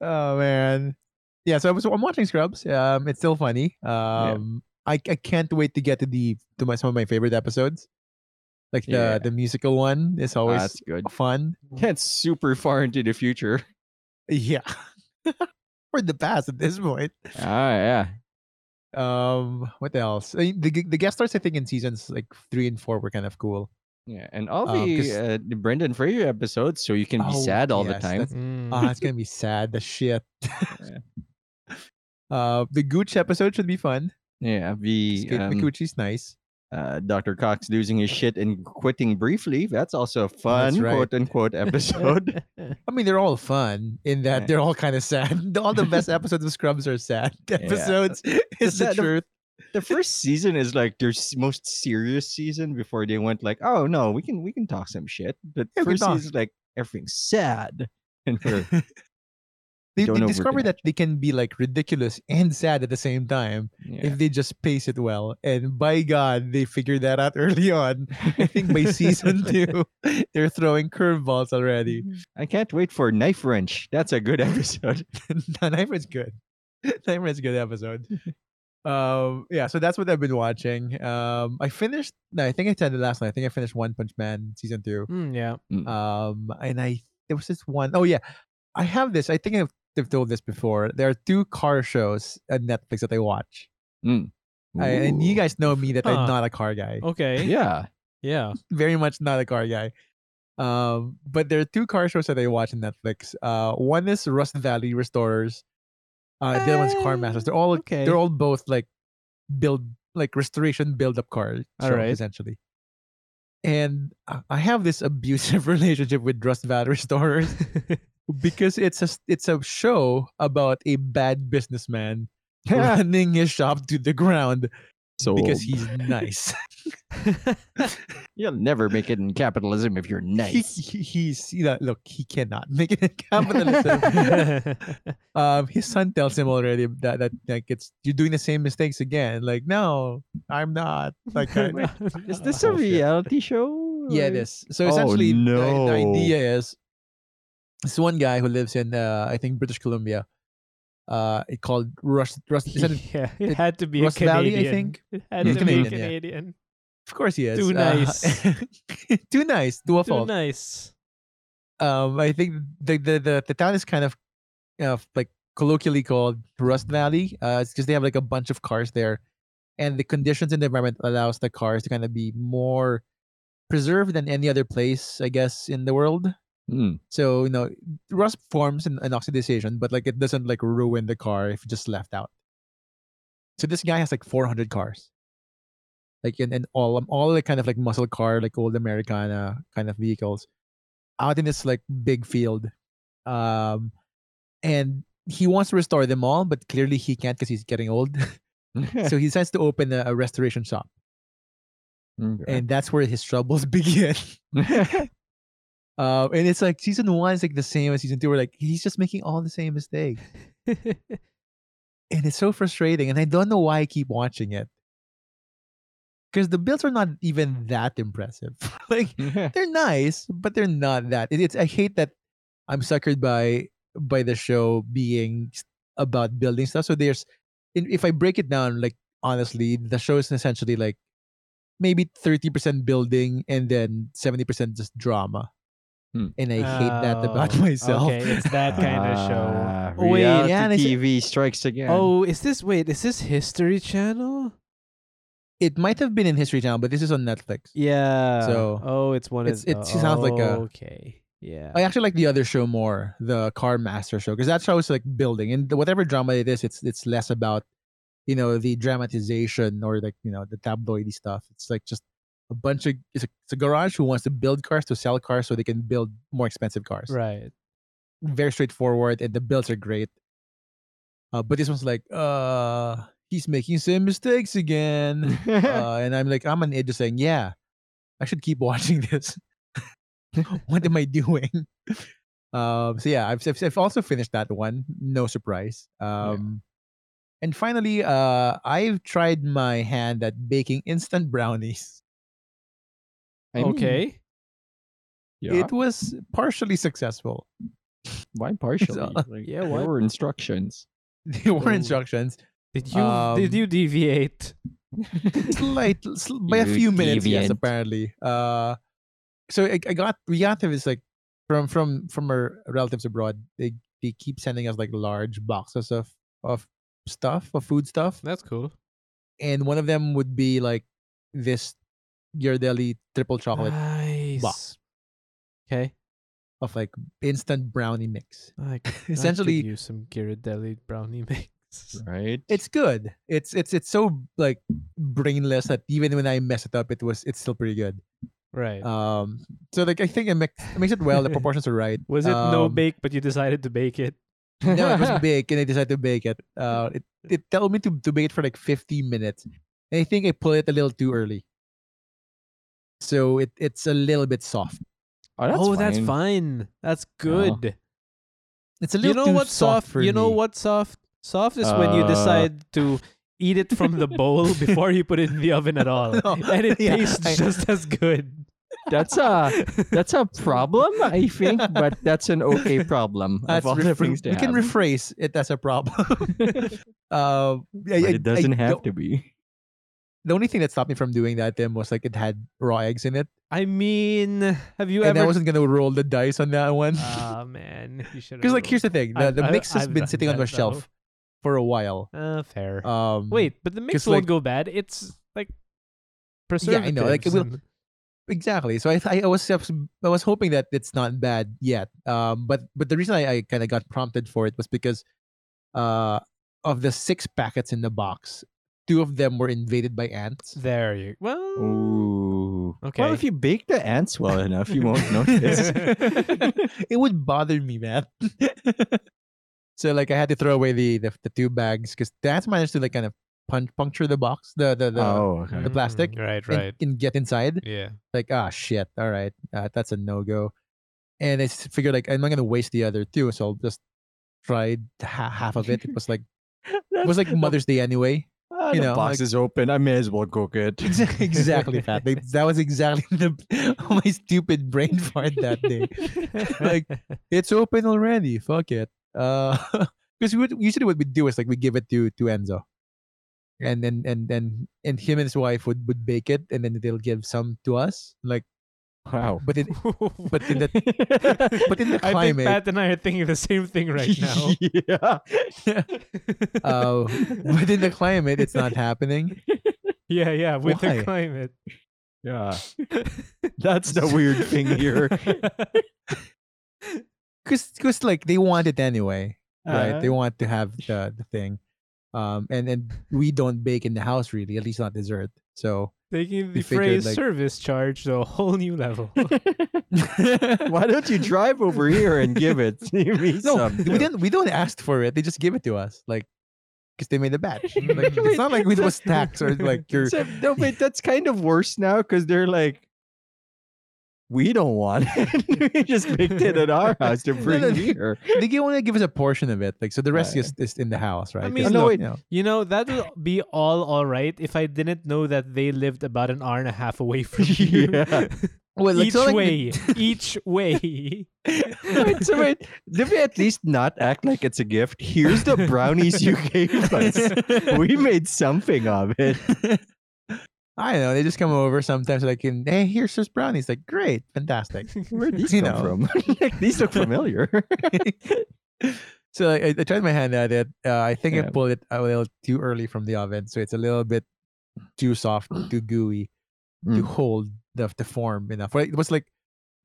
Speaker 3: Oh man. Yeah, so I was I'm watching Scrubs. Um it's still funny. Um I, I can't wait to get to the to my some of my favorite episodes. Like the
Speaker 1: Yeah. Oh,
Speaker 3: the musical one is always
Speaker 1: that's good.
Speaker 3: fun.
Speaker 1: That's super far into the future.
Speaker 3: Yeah. We're in the past at this point.
Speaker 1: Ah, yeah.
Speaker 3: Um what else? I- The the guest stars I think in seasons like 3 and 4 were kind of cool.
Speaker 1: Yeah, and all
Speaker 3: Um,
Speaker 1: the,
Speaker 3: 'cause-
Speaker 1: uh, the Brendan Fraser episodes, so you can be
Speaker 3: Oh,
Speaker 1: sad all the
Speaker 3: yes,
Speaker 1: time.
Speaker 3: that's-
Speaker 2: Mm.
Speaker 3: Ah, it's gonna be sad. The shit.
Speaker 1: Yeah.
Speaker 3: uh, the Gooch episode should be fun.
Speaker 1: Yeah, the
Speaker 3: Kate
Speaker 1: um,
Speaker 3: McCoochie's nice.
Speaker 1: uh, Dr. Cox losing his shit and quitting briefly. That's also a fun
Speaker 3: right.
Speaker 1: quote unquote episode.
Speaker 3: I mean, they're all fun in that
Speaker 1: Yeah.
Speaker 3: they're all kind of sad. All the best episodes of Scrubs are sad episodes. Is the
Speaker 1: sad of-
Speaker 3: truth.
Speaker 1: the first season is like their s- most serious season before they went like, oh no, we can we can talk some shit. But
Speaker 3: Yeah, we can
Speaker 1: first
Speaker 3: talk.
Speaker 1: season is like everything's sad. And we're,
Speaker 3: They,
Speaker 1: don't
Speaker 3: they
Speaker 1: overdo
Speaker 3: discover
Speaker 1: it.
Speaker 3: that they can be like ridiculous and sad at the same time
Speaker 1: yeah.
Speaker 3: if they just pace it well. And by God, they figured that out early on. I think by season two, they're throwing curveballs already.
Speaker 1: I can't wait for Knife Wrench. That's a good episode.
Speaker 3: Nightmare's good. Nightmare's a good episode. Um, yeah, so that's what I've been watching. Um, I finished. No, I think I said it last night. I think I finished One Punch Man season two.
Speaker 2: Mm, yeah.
Speaker 3: Um, and I there was this one oh yeah, I have this. I think I've, I've told this before. There are two car shows at Netflix that I watch. I, and you
Speaker 1: Ooh.
Speaker 3: guys eh? know me that
Speaker 2: Huh.
Speaker 3: I'm not a car guy.
Speaker 2: Okay.
Speaker 1: Yeah.
Speaker 2: Yeah.
Speaker 3: Very much not a car guy. Um, but there are two car shows that I watch on Netflix. Uh, one is Rust Valley Restorers. Uh, the other one's Car Masters. They're all
Speaker 2: Okay.
Speaker 3: they're all both like build like restoration build up cars
Speaker 2: All
Speaker 3: shows,
Speaker 2: right.
Speaker 3: essentially and I- i have this abusive relationship with rust valley restorers because it's a s- it's a show about a bad businessman running his shop to the ground
Speaker 1: so
Speaker 3: because he's nice
Speaker 1: you'll never make it in capitalism if you're
Speaker 3: he,
Speaker 1: nice.
Speaker 3: he- he's you know, look he cannot make it in capitalism um his son tells him already that, that like it's you're doing the same mistakes again like no i'm not like I,
Speaker 1: Is this a
Speaker 3: bullshit.
Speaker 1: reality show?
Speaker 3: Yeah, it
Speaker 1: or-
Speaker 3: is. So
Speaker 1: Oh,
Speaker 3: essentially, the- the,
Speaker 1: no.
Speaker 3: idea is this one guy who lives in, uh, I think, British Columbia. Uh, it called Rust. Rust. Is that a-
Speaker 2: yeah, it,
Speaker 3: it-
Speaker 2: had to be
Speaker 3: Rust
Speaker 2: a Canadian.
Speaker 3: Valley, I think.
Speaker 2: It had
Speaker 1: He's
Speaker 2: to be
Speaker 3: Canadian, yeah.
Speaker 2: Canadian.
Speaker 3: Of course, he is. Uh,
Speaker 2: Too nice.
Speaker 3: too nice. Too a
Speaker 2: Too
Speaker 3: fault.
Speaker 2: nice.
Speaker 3: Um, I think the the the, the town is kind of, uh, like colloquially called Rust Valley. Uh, it's because they have like a bunch of cars there, and the conditions in the environment allows the cars to kind of be more preserved than any other place, I guess, in the world.
Speaker 1: Hmm.
Speaker 3: So you know, rust forms an, an oxidation, but like it doesn't like ruin the car if just left out. So this guy has like 400 cars, like in, in all um, all the kind of like muscle car, like old Americana kind of vehicles, out in this like big field, um, and he wants to restore them all, but clearly he can't because he's getting old.
Speaker 1: Hmm.
Speaker 3: so he decides to open a, a restoration shop,
Speaker 1: Okay.
Speaker 3: and that's where his troubles begin. Uh, and it's like season one is like the same as season two. Where like he's just making all the same mistakes, and it's so frustrating. And I don't know why I keep watching it because the builds are not even that impressive. like they're nice, but they're not that. It, it's I hate that I'm suckered by by the show being s- about building stuff. So there's in- if I break it down, like honestly, the show is essentially like maybe thirty percent building and then seventy percent just drama.
Speaker 1: Hmm.
Speaker 3: And I hate that about
Speaker 2: Oh,
Speaker 3: myself.
Speaker 2: Okay, it's that kind of show.
Speaker 1: Ah,
Speaker 2: Oh, wait,
Speaker 1: reality
Speaker 3: yeah, and I see-
Speaker 1: TV strikes again.
Speaker 2: Oh, is this wait? Is this History Channel?
Speaker 3: It might have been in History Channel, but this is on Netflix.
Speaker 2: Yeah.
Speaker 3: So,
Speaker 2: oh, it's one.
Speaker 3: it's-
Speaker 2: of,
Speaker 3: it sounds like a-
Speaker 2: okay. Yeah.
Speaker 3: I actually like the other show more, the Car Master show, because that show is like building, and the- whatever drama it is, it's it's less about you know the dramatization or like you know the tabloidy stuff. It's like just a bunch of it's a, it's a garage who wants to build cars to sell cars so they can build more expensive cars.
Speaker 2: Right.
Speaker 3: Very straightforward, and the builds are great. Uh, but this one's like, uh, he's making same mistakes again, uh, and I'm like, I'm an idiot saying, yeah, I should keep watching this. what am I doing? Um, so yeah, I've, I've I've also finished that one. No surprise. Um, and finally, uh, I've tried my hand at baking instant brownies.
Speaker 1: I mean,
Speaker 2: okay.
Speaker 1: Yeah.
Speaker 3: It was partially successful.
Speaker 1: Why partially?
Speaker 3: uh,
Speaker 1: Like,
Speaker 2: Yeah,
Speaker 1: There
Speaker 2: what?
Speaker 1: were instructions.
Speaker 3: There were
Speaker 2: Oh.
Speaker 3: instructions,
Speaker 2: Did you did
Speaker 3: Um,
Speaker 2: you deviate?
Speaker 3: slight sl- by a
Speaker 1: You
Speaker 3: few minutes. Yes,
Speaker 1: deviant.
Speaker 3: apparently. Uh, so I, I got we got this like from from from our relatives abroad. They they keep sending us like large boxes of of stuff of food stuff.
Speaker 2: That's cool.
Speaker 3: and one of them would be like this Ghirardelli triple chocolate
Speaker 2: Nice. Okay.
Speaker 3: of like instant brownie mix.
Speaker 2: I, c- I could
Speaker 3: Essentially-
Speaker 2: use some Ghirardelli brownie mix.
Speaker 1: Right?
Speaker 3: It's good. It's it's it's so like brainless that even when I mess it up, it was it's still pretty good.
Speaker 2: Right.
Speaker 3: Um, so like I think it makes it makes it well. The proportions are right.
Speaker 2: was it no
Speaker 3: um,
Speaker 2: bake, but you decided to bake it?
Speaker 3: No, it was big, and I decided to bake it. Uh, it it told me to to bake it for like 15 minutes, and I think I pulled it a little too early. So it it's a little bit soft.
Speaker 1: oh, that's
Speaker 2: oh,
Speaker 1: fine.
Speaker 2: that's fine. That's good.
Speaker 3: It's a
Speaker 2: you
Speaker 3: little
Speaker 2: know
Speaker 3: too
Speaker 2: what
Speaker 3: soft,
Speaker 2: soft?
Speaker 3: for
Speaker 2: you know
Speaker 3: me.
Speaker 2: what soft? Soft is when you
Speaker 1: Uh,
Speaker 2: decide to eat it from the bowl before you put it in the oven at all,
Speaker 3: No,
Speaker 2: and it
Speaker 3: yeah,
Speaker 2: tastes
Speaker 3: I-
Speaker 2: just as good.
Speaker 1: That's a that's a problem, I think, but that's an okay problem.
Speaker 3: That's
Speaker 1: of all the
Speaker 3: rephr-
Speaker 1: things they
Speaker 3: we can
Speaker 1: have.
Speaker 3: rephrase it as a problem. uh,
Speaker 1: but it doesn't have to be.
Speaker 3: The only thing that stopped me from doing that then was like it had raw eggs in it,
Speaker 2: I mean, have you
Speaker 3: and I
Speaker 2: ever?
Speaker 3: wasn't gonna roll the dice on that one.
Speaker 2: Ah man, you should.
Speaker 3: Because like here's the thing, the,
Speaker 2: I've-
Speaker 3: the
Speaker 2: I've-
Speaker 3: mix has
Speaker 2: I've
Speaker 3: been
Speaker 2: done
Speaker 3: sitting on
Speaker 2: that,
Speaker 3: my
Speaker 2: though.
Speaker 3: shelf for a while.
Speaker 2: uh, fair.
Speaker 3: Um,
Speaker 2: Wait, but the mix
Speaker 3: 'cause,
Speaker 2: won't
Speaker 3: like-
Speaker 2: go bad. It's like
Speaker 3: Yeah,
Speaker 2: preservatives.
Speaker 3: I know, like, it will- exactly. So I, I I was I was hoping that it's not bad yet. Um, but but the reason I, I kind of got prompted for it was because, uh, of the six packets in the box, two of them were invaded by ants.
Speaker 2: and- there you. Well,
Speaker 1: Ooh.
Speaker 2: Okay.
Speaker 1: Well, if you bake the ants well enough, you won't notice.
Speaker 3: it would bother me, man. so like I had to throw away the the, the two bags because that's managed to like kind of punch, puncture the box, the the the,
Speaker 1: oh, okay.
Speaker 3: the plastic,
Speaker 2: Mm, Right,
Speaker 3: and,
Speaker 2: right.
Speaker 3: and get inside.
Speaker 2: yeah.
Speaker 3: Like ah shit, all right, uh, that's a no go. And I s- figured like I'm not gonna waste the other two, so I'll just try ha- half of it. It was like it was like Mother's Day anyway.
Speaker 1: Ah,
Speaker 3: you
Speaker 1: the
Speaker 3: know,
Speaker 1: box
Speaker 3: like-
Speaker 1: is open. I may as well cook it.
Speaker 3: Exa- exactly, Pat. Like, that was exactly the my stupid brain fart that day. like it's open already. Fuck it. Uh, because would usually what we do is like we give it to to Enzo, and then and then and him and his wife would would bake it, and then they'll give some to us. Like,
Speaker 1: Wow.
Speaker 3: but it but in the but in the
Speaker 2: I think
Speaker 3: climate-
Speaker 2: Pat and I are thinking the same thing right now.
Speaker 1: yeah.
Speaker 3: uh, but in the climate, it's not happening.
Speaker 2: yeah, yeah, with
Speaker 3: Why?
Speaker 2: the climate.
Speaker 1: Yeah. That's the weird thing here.
Speaker 3: Cause, cause like they want it anyway, right? They
Speaker 1: Uh-huh.
Speaker 3: want to have the the thing, um, and and we don't bake in the house really, at least not dessert. So
Speaker 2: Taking the
Speaker 3: We figured,
Speaker 2: phrase
Speaker 3: like-
Speaker 2: service charge to a whole new level.
Speaker 1: Why don't you drive over here and give it to me
Speaker 3: No,
Speaker 1: some?
Speaker 3: we didn't. We don't ask for it. They just give it to us, like because they made a batch.
Speaker 2: Wait,
Speaker 3: Like, it's not like it was tax or like you're.
Speaker 1: Except, no, but that's kind of worse now because they're like, we don't want it. we just picked it at our house to bring
Speaker 3: no, no.
Speaker 1: here.
Speaker 3: They gi- only give us a portion of it, like so. The rest
Speaker 1: Right.
Speaker 3: is, is in the house, right? 'Cause,
Speaker 2: mean,
Speaker 1: no,
Speaker 3: look,
Speaker 1: it-
Speaker 3: you know,
Speaker 2: You know, that would be all all right if I didn't know that they lived about an hour and a half away from you.
Speaker 1: Yeah.
Speaker 3: well,
Speaker 2: each
Speaker 3: like, it's not like we-
Speaker 2: way. each way.
Speaker 1: Wait, so wait, did we at least not act like it's a gift? Here's the brownies you gave us. We made something of it.
Speaker 3: I don't know. They just come over sometimes, like, and hey, here's just brownies. Like, great, fantastic.
Speaker 1: Where'd these
Speaker 3: You
Speaker 1: come from? Like, these look familiar.
Speaker 3: so like, I, I tried my hand at it. Uh, I think I
Speaker 1: Yeah.
Speaker 3: pulled it a little too early from the oven, so it's a little bit too soft, too gooey
Speaker 1: Mm.
Speaker 3: to hold the the form enough. Right? It was like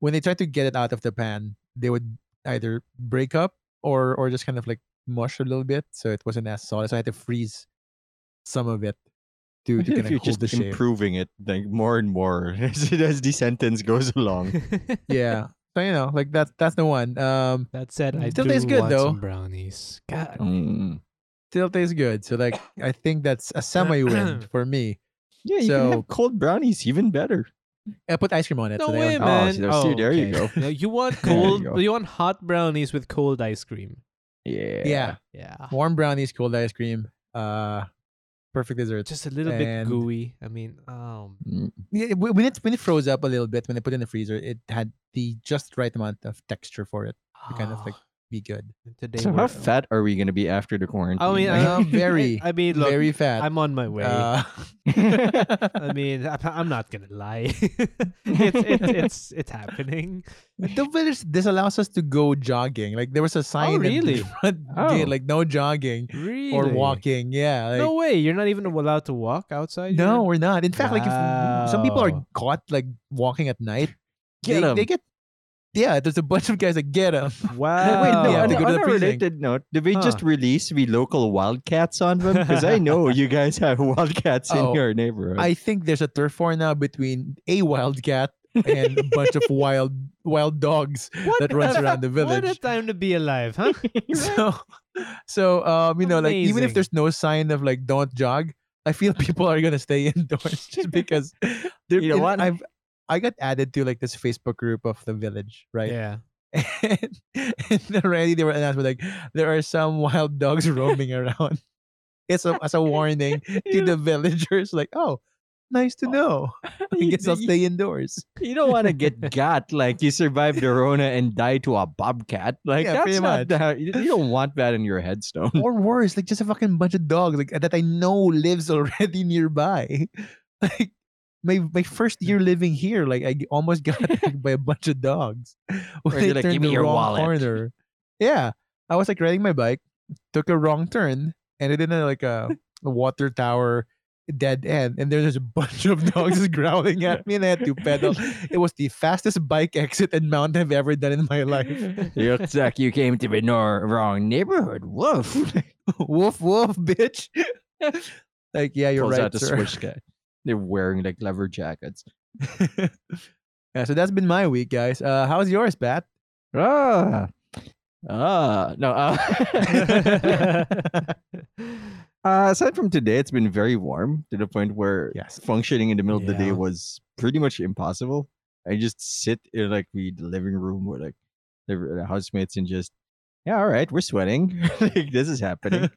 Speaker 3: when they tried to get it out of the pan, they would either break up or or just kind of like mush a little bit, so it wasn't as solid. So I had to freeze some of it to, to
Speaker 1: Imagine
Speaker 3: kind
Speaker 1: if
Speaker 3: of
Speaker 1: you're
Speaker 3: hold
Speaker 1: just
Speaker 3: the shape.
Speaker 1: improving it like more and more as, as the sentence goes along.
Speaker 3: yeah. So you know, like that's that's the one. Um,
Speaker 2: that said, I
Speaker 3: Still
Speaker 2: do
Speaker 3: tastes good,
Speaker 2: want
Speaker 3: though.
Speaker 2: some brownies. God,
Speaker 1: Mm.
Speaker 3: still tastes good. So like, I think that's a semi win for me.
Speaker 1: Yeah, you can
Speaker 3: So-
Speaker 1: have cold brownies, even better.
Speaker 3: I put ice cream on it.
Speaker 2: no
Speaker 3: so
Speaker 2: way,
Speaker 3: they don't-
Speaker 1: Oh,
Speaker 2: man.
Speaker 1: see, there- see, there you go.
Speaker 2: okay. No, you want
Speaker 1: There you
Speaker 2: cold?
Speaker 1: go.
Speaker 2: you want hot brownies with cold ice cream?
Speaker 1: Yeah.
Speaker 3: yeah,
Speaker 2: Yeah,
Speaker 3: warm brownies, cold ice cream. Uh, perfect dessert.
Speaker 2: just a little bit
Speaker 3: And-
Speaker 2: gooey. I mean, um,
Speaker 1: Mm.
Speaker 3: Yeah, wh- when it when it froze up a little bit, when I put it in the freezer, it had the just right amount of texture for it to kind of like be good.
Speaker 2: today.
Speaker 1: So
Speaker 2: we're-
Speaker 1: how fat are we gonna be after the quarantine?
Speaker 2: I mean,
Speaker 1: Like,
Speaker 3: I'm
Speaker 2: um,
Speaker 3: very,
Speaker 2: I mean, look,
Speaker 3: Very fat.
Speaker 2: I'm on my way.
Speaker 3: Uh,
Speaker 1: um,
Speaker 2: I mean, I, I'm not gonna lie. it's it's it's it's happening.
Speaker 3: the this, this allows us to go jogging. Like there was a sign in the
Speaker 2: Oh, really?
Speaker 3: front
Speaker 1: Oh.
Speaker 3: gate, like no jogging
Speaker 2: Really?
Speaker 3: or walking. Yeah. Like,
Speaker 2: no way. You're not even allowed to walk outside. here?
Speaker 3: No, we're not. In fact, like if some people are
Speaker 2: Wow.
Speaker 3: caught like walking at night,
Speaker 1: Get
Speaker 3: they,
Speaker 1: 'em.
Speaker 3: they get yeah. There's a bunch of guys that get them.
Speaker 2: Wow.
Speaker 3: Wait,
Speaker 1: No,
Speaker 3: Yeah,
Speaker 1: on,
Speaker 3: to go to
Speaker 1: on
Speaker 3: the
Speaker 1: a
Speaker 3: precinct.
Speaker 1: related note, did we just release the local wildcats on them? Because I know you guys have wildcats in
Speaker 3: Oh,
Speaker 1: your neighborhood.
Speaker 3: I think there's a turf war now between a wildcat and a bunch of wild wild dogs
Speaker 2: What
Speaker 3: that runs
Speaker 2: the-
Speaker 3: around the
Speaker 2: What a
Speaker 3: village.
Speaker 2: time to be alive, huh?
Speaker 3: So, so um, you know, like even
Speaker 2: Amazing.
Speaker 3: if there's no sign of like don't jog, I feel people are gonna stay indoors just because they're.
Speaker 1: You know
Speaker 3: and
Speaker 1: what?
Speaker 3: I've I got added to like this Facebook group of the village, right?
Speaker 2: Yeah.
Speaker 3: and, and already they were announced like there are some wild dogs roaming around. It's a, as a warning to the villagers, like, oh, nice to know. I
Speaker 1: You-
Speaker 3: guess I'll
Speaker 1: you-
Speaker 3: stay indoors.
Speaker 1: You don't want to get got like you survived the Rona and die to a bobcat. Like
Speaker 3: Yeah,
Speaker 1: that's
Speaker 3: pretty
Speaker 1: not
Speaker 3: much.
Speaker 1: how- you you don't want that in your headstone.
Speaker 3: Or worse, like just a fucking bunch of dogs like that I know lives already nearby. Like my my first
Speaker 1: Mm.
Speaker 3: year living here, like I almost got attacked by a bunch of dogs. When
Speaker 1: they're like, "Give me your wallet."
Speaker 3: corner. Yeah. I was like riding my bike, took a wrong turn, and it in a like a, a water tower dead end. And there's a bunch of dogs just growling at me and I had to pedal. It was the fastest bike exit and mount I've ever done in my life.
Speaker 1: Looks like you came to the nor- wrong neighborhood. Woof.
Speaker 3: woof woof, bitch. like, yeah, you're
Speaker 1: Pulls
Speaker 3: right.
Speaker 1: out the
Speaker 3: sir.
Speaker 1: Swiss guy. They're wearing like leather jackets.
Speaker 3: yeah, so that's been my week, guys. Uh, how's yours, Pat?
Speaker 1: Ah. Ah. No. Uh, uh, aside from today, it's been very warm to the point where
Speaker 3: Yes.
Speaker 1: functioning in the middle of the day
Speaker 2: Yeah.
Speaker 1: was pretty much impossible. I just sit in like the living room with like the, the housemates and just, yeah, all right, we're sweating. like this is happening.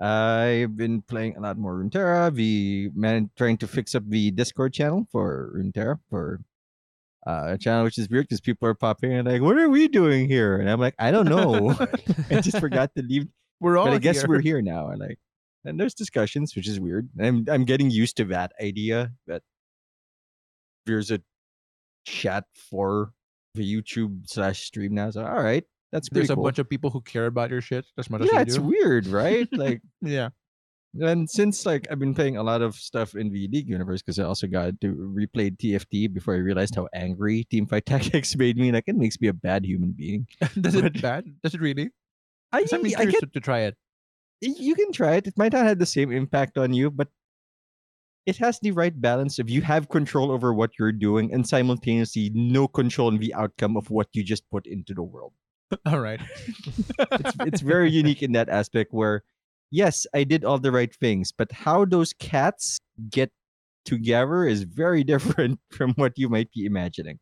Speaker 1: I've been playing a lot more Runeterra. The man trying to fix up the Discord channel for Runeterra for uh, a channel which is weird because people are popping in like, "What are we doing here?" And I'm like, "I don't know. I just forgot to leave."
Speaker 3: We're all
Speaker 1: But I guess
Speaker 3: here.
Speaker 1: we're here now. And like, and there's discussions, which is weird. I'm I'm getting used to that idea that there's a chat for the YouTube slash stream now. So all right, that's pretty
Speaker 3: There's a
Speaker 1: cool.
Speaker 3: bunch of people who care about your shit as much as
Speaker 1: yeah,
Speaker 3: you
Speaker 1: it's
Speaker 3: do.
Speaker 1: weird, right? Like.
Speaker 3: Yeah.
Speaker 1: And since like I've been playing a lot of stuff in the League universe because I also got to replay TFT before I realized how angry Teamfight Tactics made me. Like it makes me a bad human being.
Speaker 3: Does it
Speaker 1: But-
Speaker 3: bad? Does it really?
Speaker 1: I,
Speaker 3: I'm
Speaker 1: I
Speaker 3: curious
Speaker 1: get
Speaker 3: to, to try it.
Speaker 1: you can try it. It might not have the same impact on you, but it has the right balance of you have control over what you're doing and simultaneously no control in the outcome of what you just put into the world.
Speaker 3: All right.
Speaker 1: it's it's very unique in that aspect where yes i did all the right things but how those cats get together is very different from what you might be imagining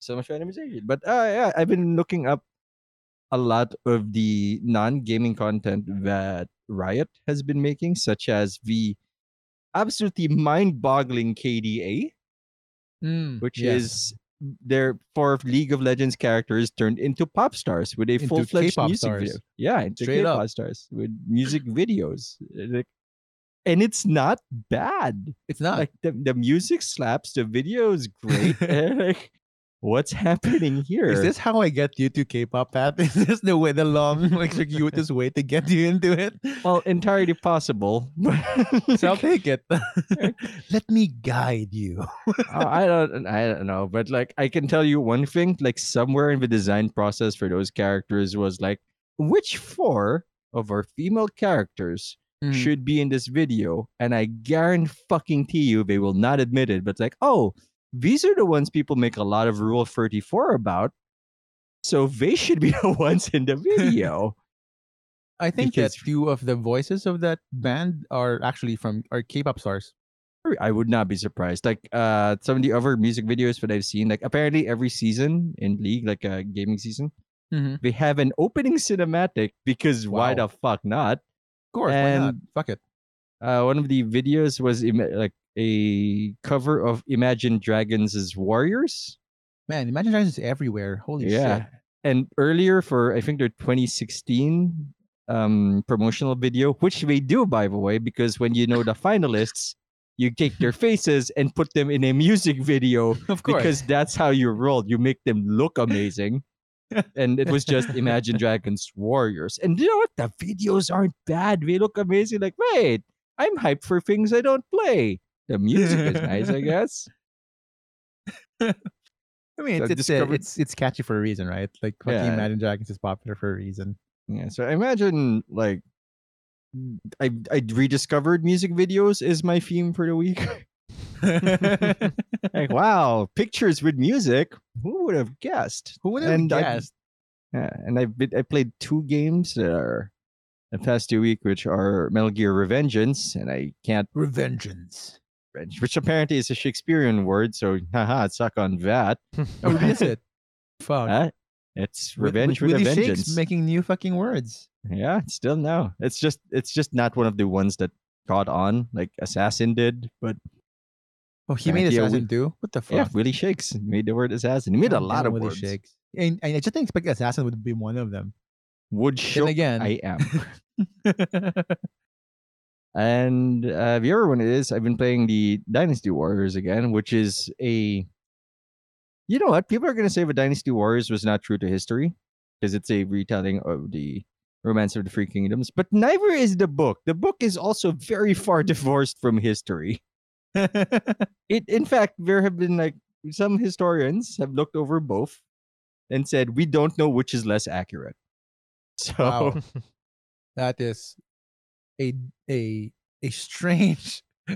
Speaker 1: so much randomization but uh, yeah i've been looking up a lot of the non-gaming content that riot has been making such as the absolutely mind-boggling kda
Speaker 3: Mm,
Speaker 1: which
Speaker 3: yes.
Speaker 1: is their four of League of Legends characters turned into pop stars with a
Speaker 3: Into
Speaker 1: full fledged
Speaker 3: K-pop
Speaker 1: music video.
Speaker 3: stars.
Speaker 1: Yeah, into
Speaker 3: Straight up.
Speaker 1: K-pop stars with music videos. eh, Like, and it's not bad.
Speaker 3: it's not.
Speaker 1: Like the, the music slaps, the video is great. and, like, what's happening here?
Speaker 3: is this how I get you to K-pop, Pat? Is this the way, the long, like, circuitous way to get you into it?
Speaker 1: well entirely possible? but,
Speaker 3: So I'll take it. Let me guide you.
Speaker 1: Uh, I don't I don't know, but like I can tell you one thing, like somewhere in the design process for those characters was like which four of our female characters
Speaker 3: Mhm.
Speaker 1: should be in this video, and I guarantee fucking to you they will not admit it. But it's like, oh, these are the ones people make a lot of Rule Thirty Four about, so they should be the ones in the video.
Speaker 3: I think
Speaker 1: Because-
Speaker 3: that few of the voices of that band are actually from are K-pop stars.
Speaker 1: I would not be surprised. Like uh, some of the other music videos that I've seen, like apparently every season in League, like a gaming season,
Speaker 3: Mhm.
Speaker 1: they have an opening cinematic because why
Speaker 3: Wow.
Speaker 1: the fuck not?
Speaker 3: Of course, why not?
Speaker 1: And-
Speaker 3: Fuck it.
Speaker 1: uh, one of the videos was ima- like a cover of Imagine Dragons' Warriors.
Speaker 3: Man, Imagine Dragons is everywhere. Holy shit.
Speaker 1: And earlier for I think their 2016 um, promotional video, which they do by the way, because when you know the finalists, you take their faces and put them in a music video
Speaker 3: Of course.
Speaker 1: because that's how you roll. You make them look amazing. and it was just Imagine Dragons Warriors. And you know what? The videos aren't bad. They look amazing. Like, wait, I'm hyped for things I don't play. The music is nice, I guess.
Speaker 3: I mean,
Speaker 1: I've
Speaker 3: it's it's, uh,
Speaker 1: discovered-
Speaker 3: it's it's catchy for a reason, right? Like fucking
Speaker 1: Yeah.
Speaker 3: Imagine Dragons is popular for a reason.
Speaker 1: Yeah. So I imagine like I I rediscovered music videos is my theme for the week.
Speaker 3: Who
Speaker 1: like, wow, pictures with music. Who would have guessed?
Speaker 3: would have
Speaker 1: And I-
Speaker 3: guessed?
Speaker 1: Yeah, and I've been, I played two games that are the past two week, which are Metal Gear Revengeance, and I can't
Speaker 3: Revengeance.
Speaker 1: French, which apparently is a Shakespearean word, so haha, suck on that.
Speaker 3: Oh, is it? Fuck.
Speaker 1: Huh? It's
Speaker 3: Oh, Wi-
Speaker 1: revenge
Speaker 3: Wi-
Speaker 1: with, a
Speaker 3: Willy Shakes
Speaker 1: vengeance.
Speaker 3: making new fucking words.
Speaker 1: yeah, still no. It's just it's just not one of the ones that caught on like Assassin did, but
Speaker 3: Oh, he
Speaker 1: Yeah,
Speaker 3: made
Speaker 1: yeah,
Speaker 3: Assassin
Speaker 1: Wi-
Speaker 3: too. What the fuck?
Speaker 1: yeah, Willie Shakes made the word assassin. He made a
Speaker 3: God
Speaker 1: lot
Speaker 3: damn
Speaker 1: of
Speaker 3: Willy
Speaker 1: words.
Speaker 3: Shakes. And, and I just didn't expect Assassin would be one of them.
Speaker 1: Wood
Speaker 3: Then
Speaker 1: shook
Speaker 3: again,
Speaker 1: I am. And uh, the other one is I've been playing the Dynasty Warriors again, which is a. You know what? People are going to say the Dynasty Warriors was not true to history because it's a retelling of the Romance of the Three Kingdoms, but neither is the book. The book is also very far divorced from history. It, in fact, there have been like some historians have looked over both and said we don't know which is less accurate. So
Speaker 3: Wow. that is a a a strange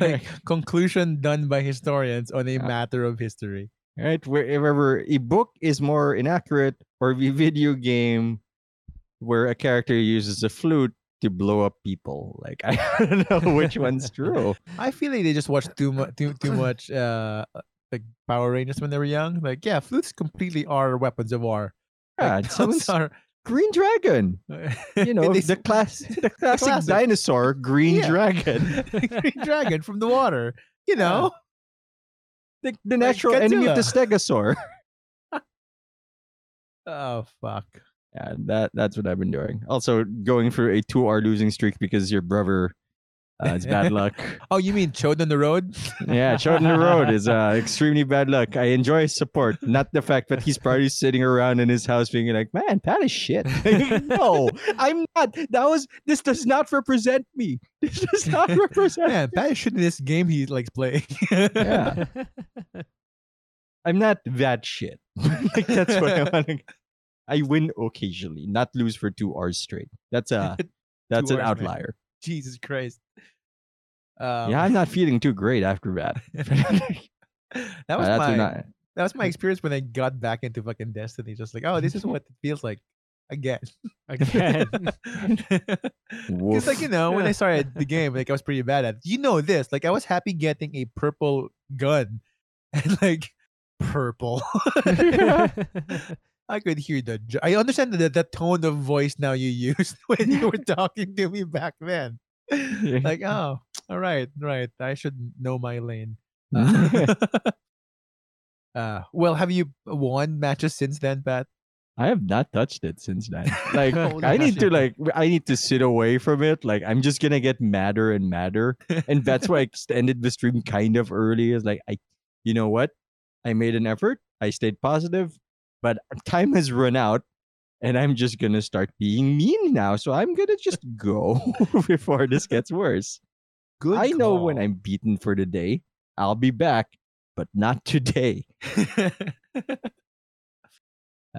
Speaker 3: like conclusion done by historians on a
Speaker 1: Yeah.
Speaker 3: matter of history.
Speaker 1: right? Wherever a book is more inaccurate, or the video game where a character uses a flute to blow up people. Like I don't know which one's true.
Speaker 3: I feel like they just watched too much too too much uh like Power Rangers when they were young. Like yeah, flutes completely are weapons of war.
Speaker 1: Yeah,
Speaker 3: Like,
Speaker 1: it
Speaker 3: those
Speaker 1: sounds-
Speaker 3: are
Speaker 1: Green Dragon. You know
Speaker 3: they
Speaker 1: the
Speaker 3: s-
Speaker 1: class, the classic
Speaker 3: classic.
Speaker 1: dinosaur, Green
Speaker 3: Yeah.
Speaker 1: Dragon,
Speaker 3: green dragon from the water. You know,
Speaker 1: the, the natural enemy of the Stegosaur.
Speaker 3: oh fuck.
Speaker 1: Yeah, that that's what I've been doing. Also, going through a two-hour losing streak because your brother. Uh, it's bad luck.
Speaker 3: Oh, you mean chode on the road?
Speaker 1: Yeah, Jordan the Road is uh, extremely bad luck. I enjoy his support, not the fact that he's probably sitting around in his house being like, man, Pat is shit. no, I'm not. That was, this does not represent me. This does not represent
Speaker 3: Man, that shit in this game he likes playing.
Speaker 1: Yeah. I'm not that shit. like, that's what I want to. I win occasionally, not lose for two hours straight. That's a, that's
Speaker 3: Two
Speaker 1: an
Speaker 3: hours, man.
Speaker 1: outlier.
Speaker 3: Jesus Christ. Um,
Speaker 1: yeah, I'm not feeling too great after that.
Speaker 3: that was
Speaker 1: That's
Speaker 3: my
Speaker 1: not-
Speaker 3: that was my experience when I got back into fucking Destiny. Just like, oh, this is what it feels like again.
Speaker 2: Again.
Speaker 1: woof.
Speaker 3: It's like you know when I
Speaker 2: Yeah.
Speaker 3: started the game, like I was pretty bad at. it. You know this, like I was happy getting a purple gun, and like purple. I could hear the. jo- I understand the, the tone of voice now you used when you were talking to me back then. Like, oh, all right, right. I should know my lane. Uh, uh, well, have you won matches since then, Pat?
Speaker 1: I have not touched it since then. Like
Speaker 3: Holy
Speaker 1: I need to
Speaker 3: shit.
Speaker 1: like I need to sit away from it. Like I'm just gonna get madder and madder, and that's why I ended the stream kind of early. Is like I, you know what? I made an effort. I stayed positive, but time has run out, and I'm just gonna start being mean now. So I'm gonna just go before this gets worse.
Speaker 3: Good.
Speaker 1: I know when
Speaker 3: call.
Speaker 1: I'm beaten for the day. I'll be back, but not today.
Speaker 2: Ah.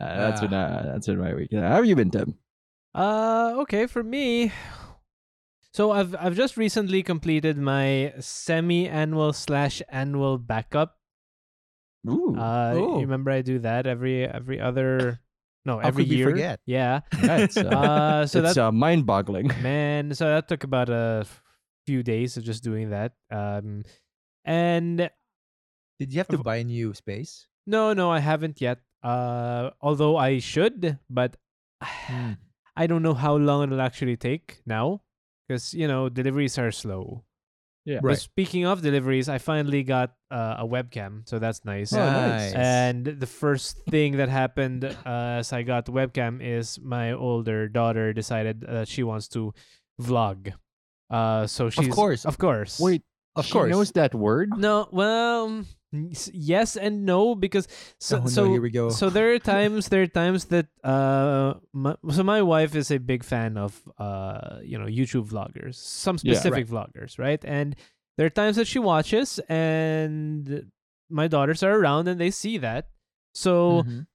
Speaker 1: Uh, that's when uh, that's when my week. How have you been, Tim?
Speaker 2: Uh, okay, for me. So I've I've just recently completed my semi-annual slash annual backup.
Speaker 1: Ooh.
Speaker 2: Uh, you
Speaker 3: Oh.
Speaker 2: remember I do that every every other no
Speaker 3: How
Speaker 2: every
Speaker 3: could we
Speaker 2: year.
Speaker 3: forget?
Speaker 2: Yeah.
Speaker 1: that's, uh,
Speaker 2: Uh, so
Speaker 1: it's
Speaker 2: that's
Speaker 1: uh, mind-boggling.
Speaker 2: man. So that took about a few days of just doing that. Um, and
Speaker 3: Did you have to buy new space?
Speaker 2: no, no, I haven't yet. Uh, although I should, but I don't know how long it'll actually take now, because you know deliveries are slow.
Speaker 1: Yeah.
Speaker 2: But
Speaker 3: Right.
Speaker 2: speaking of deliveries, I finally got uh, a webcam, so that's nice.
Speaker 1: Oh, nice.
Speaker 2: And the first thing that happened uh, as I got the webcam is my older daughter decided that she wants to vlog. Uh, so she's
Speaker 3: course.
Speaker 2: of course.
Speaker 1: Wait,
Speaker 3: of
Speaker 1: she
Speaker 3: course.
Speaker 1: knows that word.
Speaker 2: no, well, mm, s- yes and no because so
Speaker 3: Oh, no,
Speaker 2: so
Speaker 3: here we go.
Speaker 2: so there are times there are times that uh my, so my wife is a big fan of uh you know YouTube vloggers, some
Speaker 1: Yeah.
Speaker 2: specific vloggers, right? And there are times that she watches and my daughters are around and they see that. So,
Speaker 3: Mhm.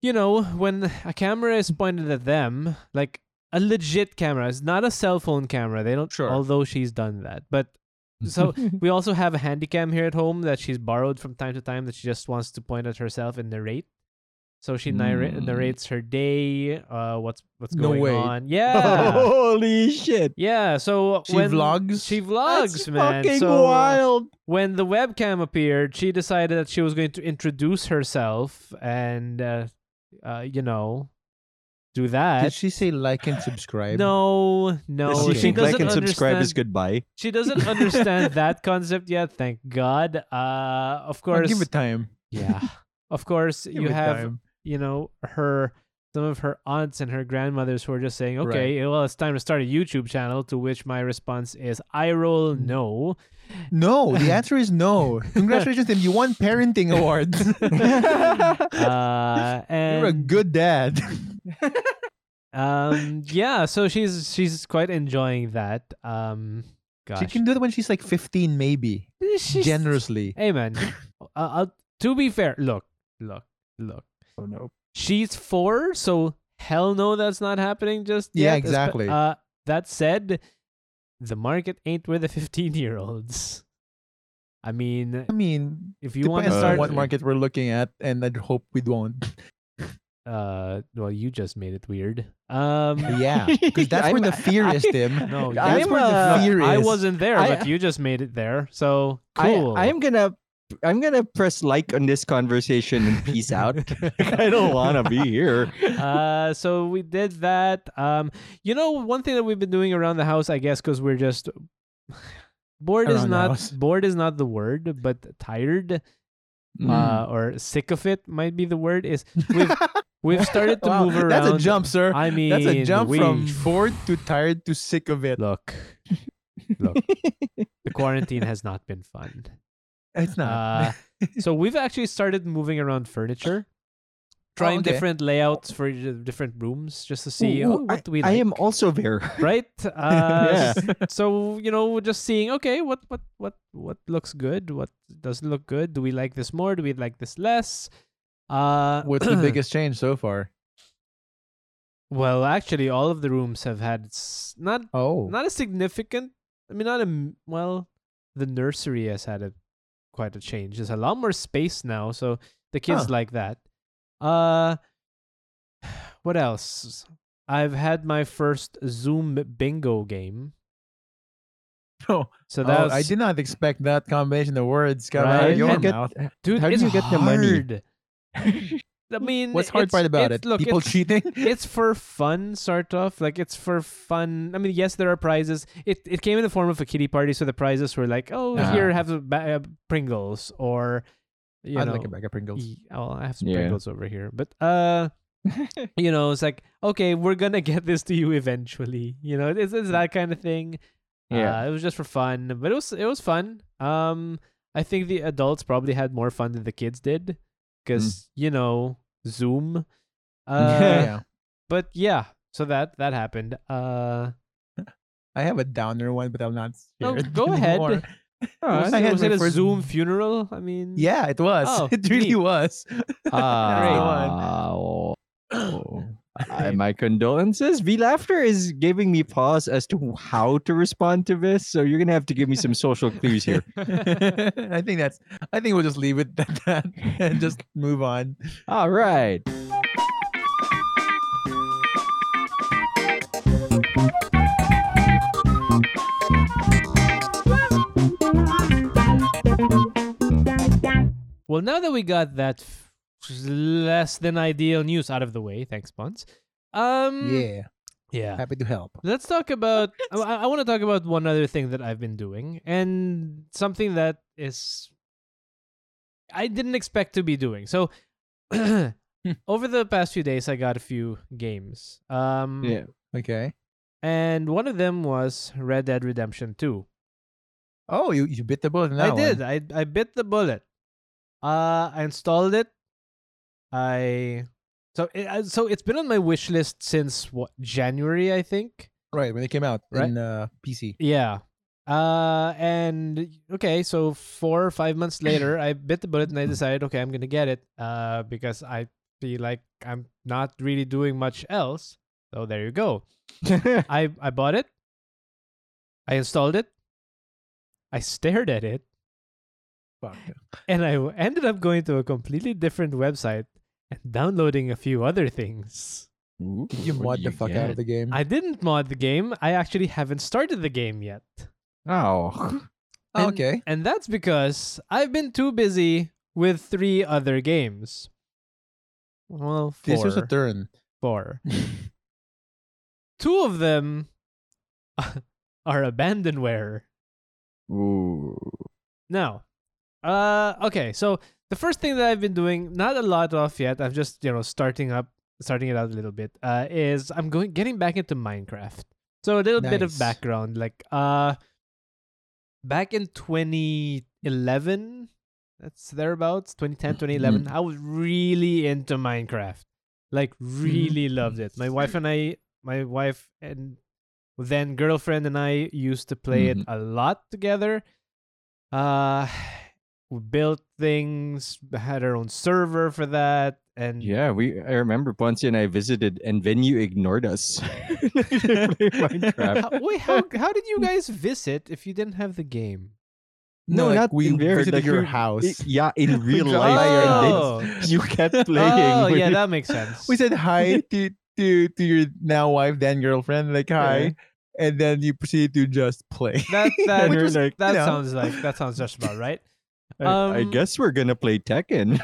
Speaker 2: you know, when a camera is pointed at them, like a legit camera, it's not a cell phone camera. They don't
Speaker 3: Sure.
Speaker 2: although she's done that. But so we also have a handycam here at home that she's borrowed from time to time that she just wants to point at herself and narrate. So she narra-
Speaker 1: Mm.
Speaker 2: narrates her day, uh, what's what's
Speaker 3: No
Speaker 2: going
Speaker 3: way.
Speaker 2: on. Yeah.
Speaker 1: Holy shit!
Speaker 2: yeah. So
Speaker 3: She
Speaker 2: when
Speaker 3: vlogs?
Speaker 2: She vlogs,
Speaker 1: That's
Speaker 2: man.
Speaker 1: fucking
Speaker 2: so uh,
Speaker 1: wild.
Speaker 2: when the webcam appeared, she decided that she was going to introduce herself and uh, uh, you know, do that.
Speaker 3: Did she say like and subscribe?
Speaker 2: no, no.
Speaker 1: Does
Speaker 3: Does
Speaker 1: she
Speaker 3: she
Speaker 1: think like
Speaker 2: doesn't
Speaker 1: and subscribe
Speaker 2: understand-
Speaker 1: is goodbye?
Speaker 2: She doesn't understand that concept yet. Thank God. Uh, of
Speaker 3: I'll
Speaker 2: course.
Speaker 3: give it time.
Speaker 2: yeah. Of course,
Speaker 3: Give
Speaker 2: you
Speaker 3: it
Speaker 2: have
Speaker 3: time.
Speaker 2: you know her some of her aunts and her grandmothers who are just saying,
Speaker 3: Right.
Speaker 2: "Okay, well, it's time to start a YouTube channel." To which my response is, "I
Speaker 3: Mm.
Speaker 2: roll no."
Speaker 3: No, the answer is no. Congratulations, Tim. You won parenting award.
Speaker 2: Uh, and
Speaker 3: You're a good dad.
Speaker 2: um, yeah. So she's she's quite enjoying that. Um, gosh,
Speaker 3: She can do that when she's like 15, maybe.
Speaker 2: She's-
Speaker 3: Generously.
Speaker 2: Hey man, uh, uh, to be fair, look, look, look.
Speaker 1: Oh no!
Speaker 2: She's four, so hell no, that's not happening just
Speaker 3: Yeah,
Speaker 2: yet. Espe-
Speaker 3: exactly.
Speaker 2: Uh, that said, the market ain't where the 15 year olds. I mean,
Speaker 3: I mean,
Speaker 2: if you want to
Speaker 3: depends
Speaker 2: start,
Speaker 3: on what
Speaker 1: Uh,
Speaker 3: market we're looking at, and I'd hope we won't.
Speaker 2: uh, well, you just made it weird. Um,
Speaker 3: Yeah, because that's where
Speaker 1: I'm-
Speaker 3: the fear is,
Speaker 1: I-
Speaker 3: Tim.
Speaker 2: no,
Speaker 1: I'm,
Speaker 3: that's where
Speaker 1: uh,
Speaker 3: the fear is.
Speaker 2: I wasn't there,
Speaker 1: I-
Speaker 2: but you just made it there. So cool.
Speaker 1: I, I'm gonna, I'm gonna press like on this conversation and peace out. I don't want to be here.
Speaker 2: uh, so we did that. Um, you know, one thing that we've been doing around the house, I guess, because we're just bored is
Speaker 3: Around the
Speaker 2: not
Speaker 3: house.
Speaker 2: bored is not the word, but tired
Speaker 3: Mm.
Speaker 2: uh, or sick of it might be the word. Is we've we've started to
Speaker 3: Wow,
Speaker 2: move around.
Speaker 3: That's a jump, sir.
Speaker 2: I mean,
Speaker 3: that's a jump
Speaker 2: we,
Speaker 3: from bored to tired to sick of it.
Speaker 2: look, look. the quarantine has not been fun.
Speaker 3: It's not.
Speaker 2: Uh, so we've actually started moving around furniture, trying
Speaker 3: Oh, okay.
Speaker 2: different layouts for the different rooms just to see
Speaker 1: Ooh, ooh,
Speaker 2: oh, what do we
Speaker 1: I
Speaker 2: like.
Speaker 1: am also there.
Speaker 2: right?
Speaker 1: Yeah.
Speaker 2: Uh, s- So you know, we're just seeing okay, what what what what looks good, what doesn't look good. Do we like this more? Do we like this less? Uh,
Speaker 3: What's the biggest change so far?
Speaker 2: Well, actually, all of the rooms have had s- not
Speaker 3: Oh,
Speaker 2: not a significant. I mean, not a m- well. The nursery has had a quite a change. There's a lot more space now, so the kids
Speaker 3: Huh.
Speaker 2: like that. Uh, what else? I've had my first Zoom bingo game.
Speaker 3: no.
Speaker 2: So
Speaker 3: Oh,
Speaker 2: that's
Speaker 3: I did not expect that combination of words coming out
Speaker 2: Right?
Speaker 3: of your
Speaker 2: And-
Speaker 3: mouth.
Speaker 2: Dude,
Speaker 1: How do
Speaker 2: it's
Speaker 1: you get the money?
Speaker 2: hard. I mean,
Speaker 3: What's hard
Speaker 2: it's-
Speaker 3: part about
Speaker 2: it's-
Speaker 3: it?
Speaker 2: Look,
Speaker 3: People
Speaker 2: it's,
Speaker 3: cheating?
Speaker 2: it's for fun, sort of. Like it's for fun. I mean, yes, there are prizes. It it came in the form of a kiddie party, so the prizes were like, oh,
Speaker 3: Uh-huh.
Speaker 1: Ah.
Speaker 2: here have a ba- uh, Pringles or you
Speaker 3: I'd
Speaker 2: know,
Speaker 3: like a bag of Pringles.
Speaker 2: e- oh, I have some
Speaker 1: Yeah.
Speaker 2: Pringles over here, but uh. you know, it's like, okay, we're gonna get this to you eventually. You know, it's, it's that kind of thing.
Speaker 1: Yeah.
Speaker 2: Uh, it was just for fun, but it was it was fun. Um, I think the adults probably had more fun than the kids did,
Speaker 3: Mm.
Speaker 2: because you know Zoom. Uh,
Speaker 3: yeah.
Speaker 2: But yeah, so that that happened. Uh,
Speaker 3: I have a downer one, but I'm not.
Speaker 2: No,
Speaker 3: scared
Speaker 2: go ahead.
Speaker 3: anymore.
Speaker 2: was
Speaker 3: I
Speaker 2: it,
Speaker 3: had
Speaker 2: was
Speaker 3: my
Speaker 2: it a
Speaker 3: first-
Speaker 2: Zoom funeral? I mean,
Speaker 3: Yeah, it was.
Speaker 2: Oh,
Speaker 3: it really
Speaker 2: neat.
Speaker 3: was.
Speaker 1: Ah,
Speaker 3: Great one.
Speaker 1: oh, I
Speaker 3: fine.
Speaker 1: my condolences. V Laughter is giving me pause as to how to respond to this, so you're gonna have to give me some social clues here.
Speaker 3: I think that's. I think we'll just leave it at that and just move on.
Speaker 1: All right.
Speaker 2: Well, now that we got that f- less than ideal news out of the way, thanks, Buns. Um,
Speaker 3: Yeah,
Speaker 2: yeah.
Speaker 3: happy to help.
Speaker 2: Let's talk about. I, I want to talk about one other thing that I've been doing, and something that is I didn't expect to be doing. So, over the past few days, I got a few games. Um,
Speaker 1: Yeah.
Speaker 3: Okay.
Speaker 2: and one of them was Red Dead Redemption Two.
Speaker 3: Oh, you, you bit the bullet. on
Speaker 2: I
Speaker 3: that
Speaker 2: did.
Speaker 3: one.
Speaker 2: I I bit the bullet. Uh, I installed it. I so it, uh, so it's been on my wish list since what January I think.
Speaker 3: Right when it came out
Speaker 2: Right.
Speaker 3: in uh, PC.
Speaker 2: Yeah. Uh, and okay, so four or five months later, I bit the bullet and I decided, okay, I'm gonna get it. Uh, because I feel like I'm not really doing much else. So there you go. I I bought it. I installed it. I stared at it,
Speaker 3: Fuck.
Speaker 2: and I w- ended up going to a completely different website and downloading a few other things.
Speaker 1: Ooh,
Speaker 3: Did you
Speaker 1: what
Speaker 3: mod
Speaker 1: do
Speaker 3: the fuck out
Speaker 1: get?
Speaker 3: of the game?
Speaker 2: I didn't mod the game. I actually haven't started the game yet.
Speaker 1: Oh.
Speaker 3: Oh,
Speaker 2: and-
Speaker 3: okay.
Speaker 2: And that's because I've been too busy with three other games. Well, four.
Speaker 3: This was a turn.
Speaker 2: four. Two of them are abandonware.
Speaker 1: Ooh.
Speaker 2: Now, uh, okay. So the first thing that I've been doing, not a lot of yet. I've just you know starting up, starting it out a little bit. Uh, is I'm going getting back into Minecraft. So a little bit of
Speaker 3: Nice.
Speaker 2: background, like uh, back in 2011, that's thereabouts, 2010, 2011. I was really into Minecraft, like really loved it. My wife and I, my wife and then girlfriend and I used to play it
Speaker 1: Mhm.
Speaker 2: a lot together. Uh, we built things, had our own server for that, and
Speaker 1: Yeah, we. I remember Ponce and I visited, and then you ignored us. Minecraft.
Speaker 2: How- wait, how how did you guys visit if you didn't have the game?
Speaker 1: No,
Speaker 3: like,
Speaker 1: not
Speaker 3: we
Speaker 1: in there,
Speaker 3: visited
Speaker 1: like,
Speaker 3: your
Speaker 1: we-
Speaker 3: house.
Speaker 1: I- yeah, in
Speaker 3: We
Speaker 1: real
Speaker 3: dropped by
Speaker 1: life,
Speaker 3: your
Speaker 1: and
Speaker 2: house.
Speaker 1: then you kept playing.
Speaker 2: oh,
Speaker 1: when
Speaker 2: yeah,
Speaker 1: you-
Speaker 2: that makes sense.
Speaker 3: we said hi to to to your now wife then girlfriend like hi and then you proceeded to just play
Speaker 2: that that,
Speaker 1: Which was,
Speaker 2: that
Speaker 3: you know.
Speaker 2: sounds like that sounds just about right.
Speaker 1: I, I
Speaker 2: um,
Speaker 1: guess we're gonna play Tekken.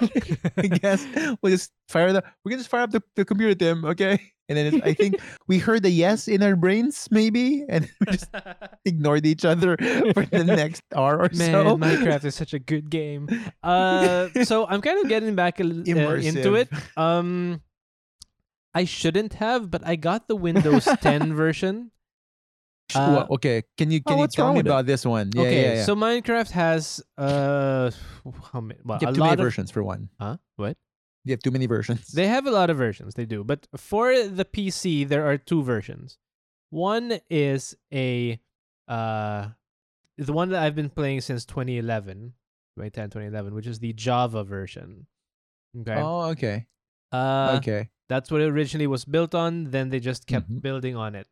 Speaker 3: i guess we'll just fire the we can just fire up the, the computer tim okay and then it, i think we heard the yes in our brains maybe and we just ignored each other for the next hour or
Speaker 2: Man,
Speaker 3: so
Speaker 2: Minecraft is such a good game. Uh, so I'm kind of getting back a, l- uh, into
Speaker 3: Immersive.
Speaker 2: it. Um, I shouldn't have, but I got the Windows 10 version.
Speaker 3: Sure,
Speaker 2: Uh,
Speaker 3: okay can you
Speaker 1: oh,
Speaker 3: can you
Speaker 1: what's
Speaker 3: tell
Speaker 1: wrong
Speaker 3: me
Speaker 1: with it?
Speaker 3: about this one yeah
Speaker 2: okay,
Speaker 3: yeah, yeah.
Speaker 2: so Minecraft has uh, how many? Well,
Speaker 3: you
Speaker 2: a
Speaker 3: have too many
Speaker 2: lot of
Speaker 3: versions for one
Speaker 2: huh? What?
Speaker 3: you have too many versions
Speaker 2: They have a lot of versions, they do. But for the PC, there are two versions. One is a uh the one that I've been playing since 2011, 2010, 2011, which is the Java version. Okay.
Speaker 3: oh okay
Speaker 2: uh,
Speaker 3: okay
Speaker 2: That's what it originally was built on, then they just kept
Speaker 3: Mhm.
Speaker 2: building on it.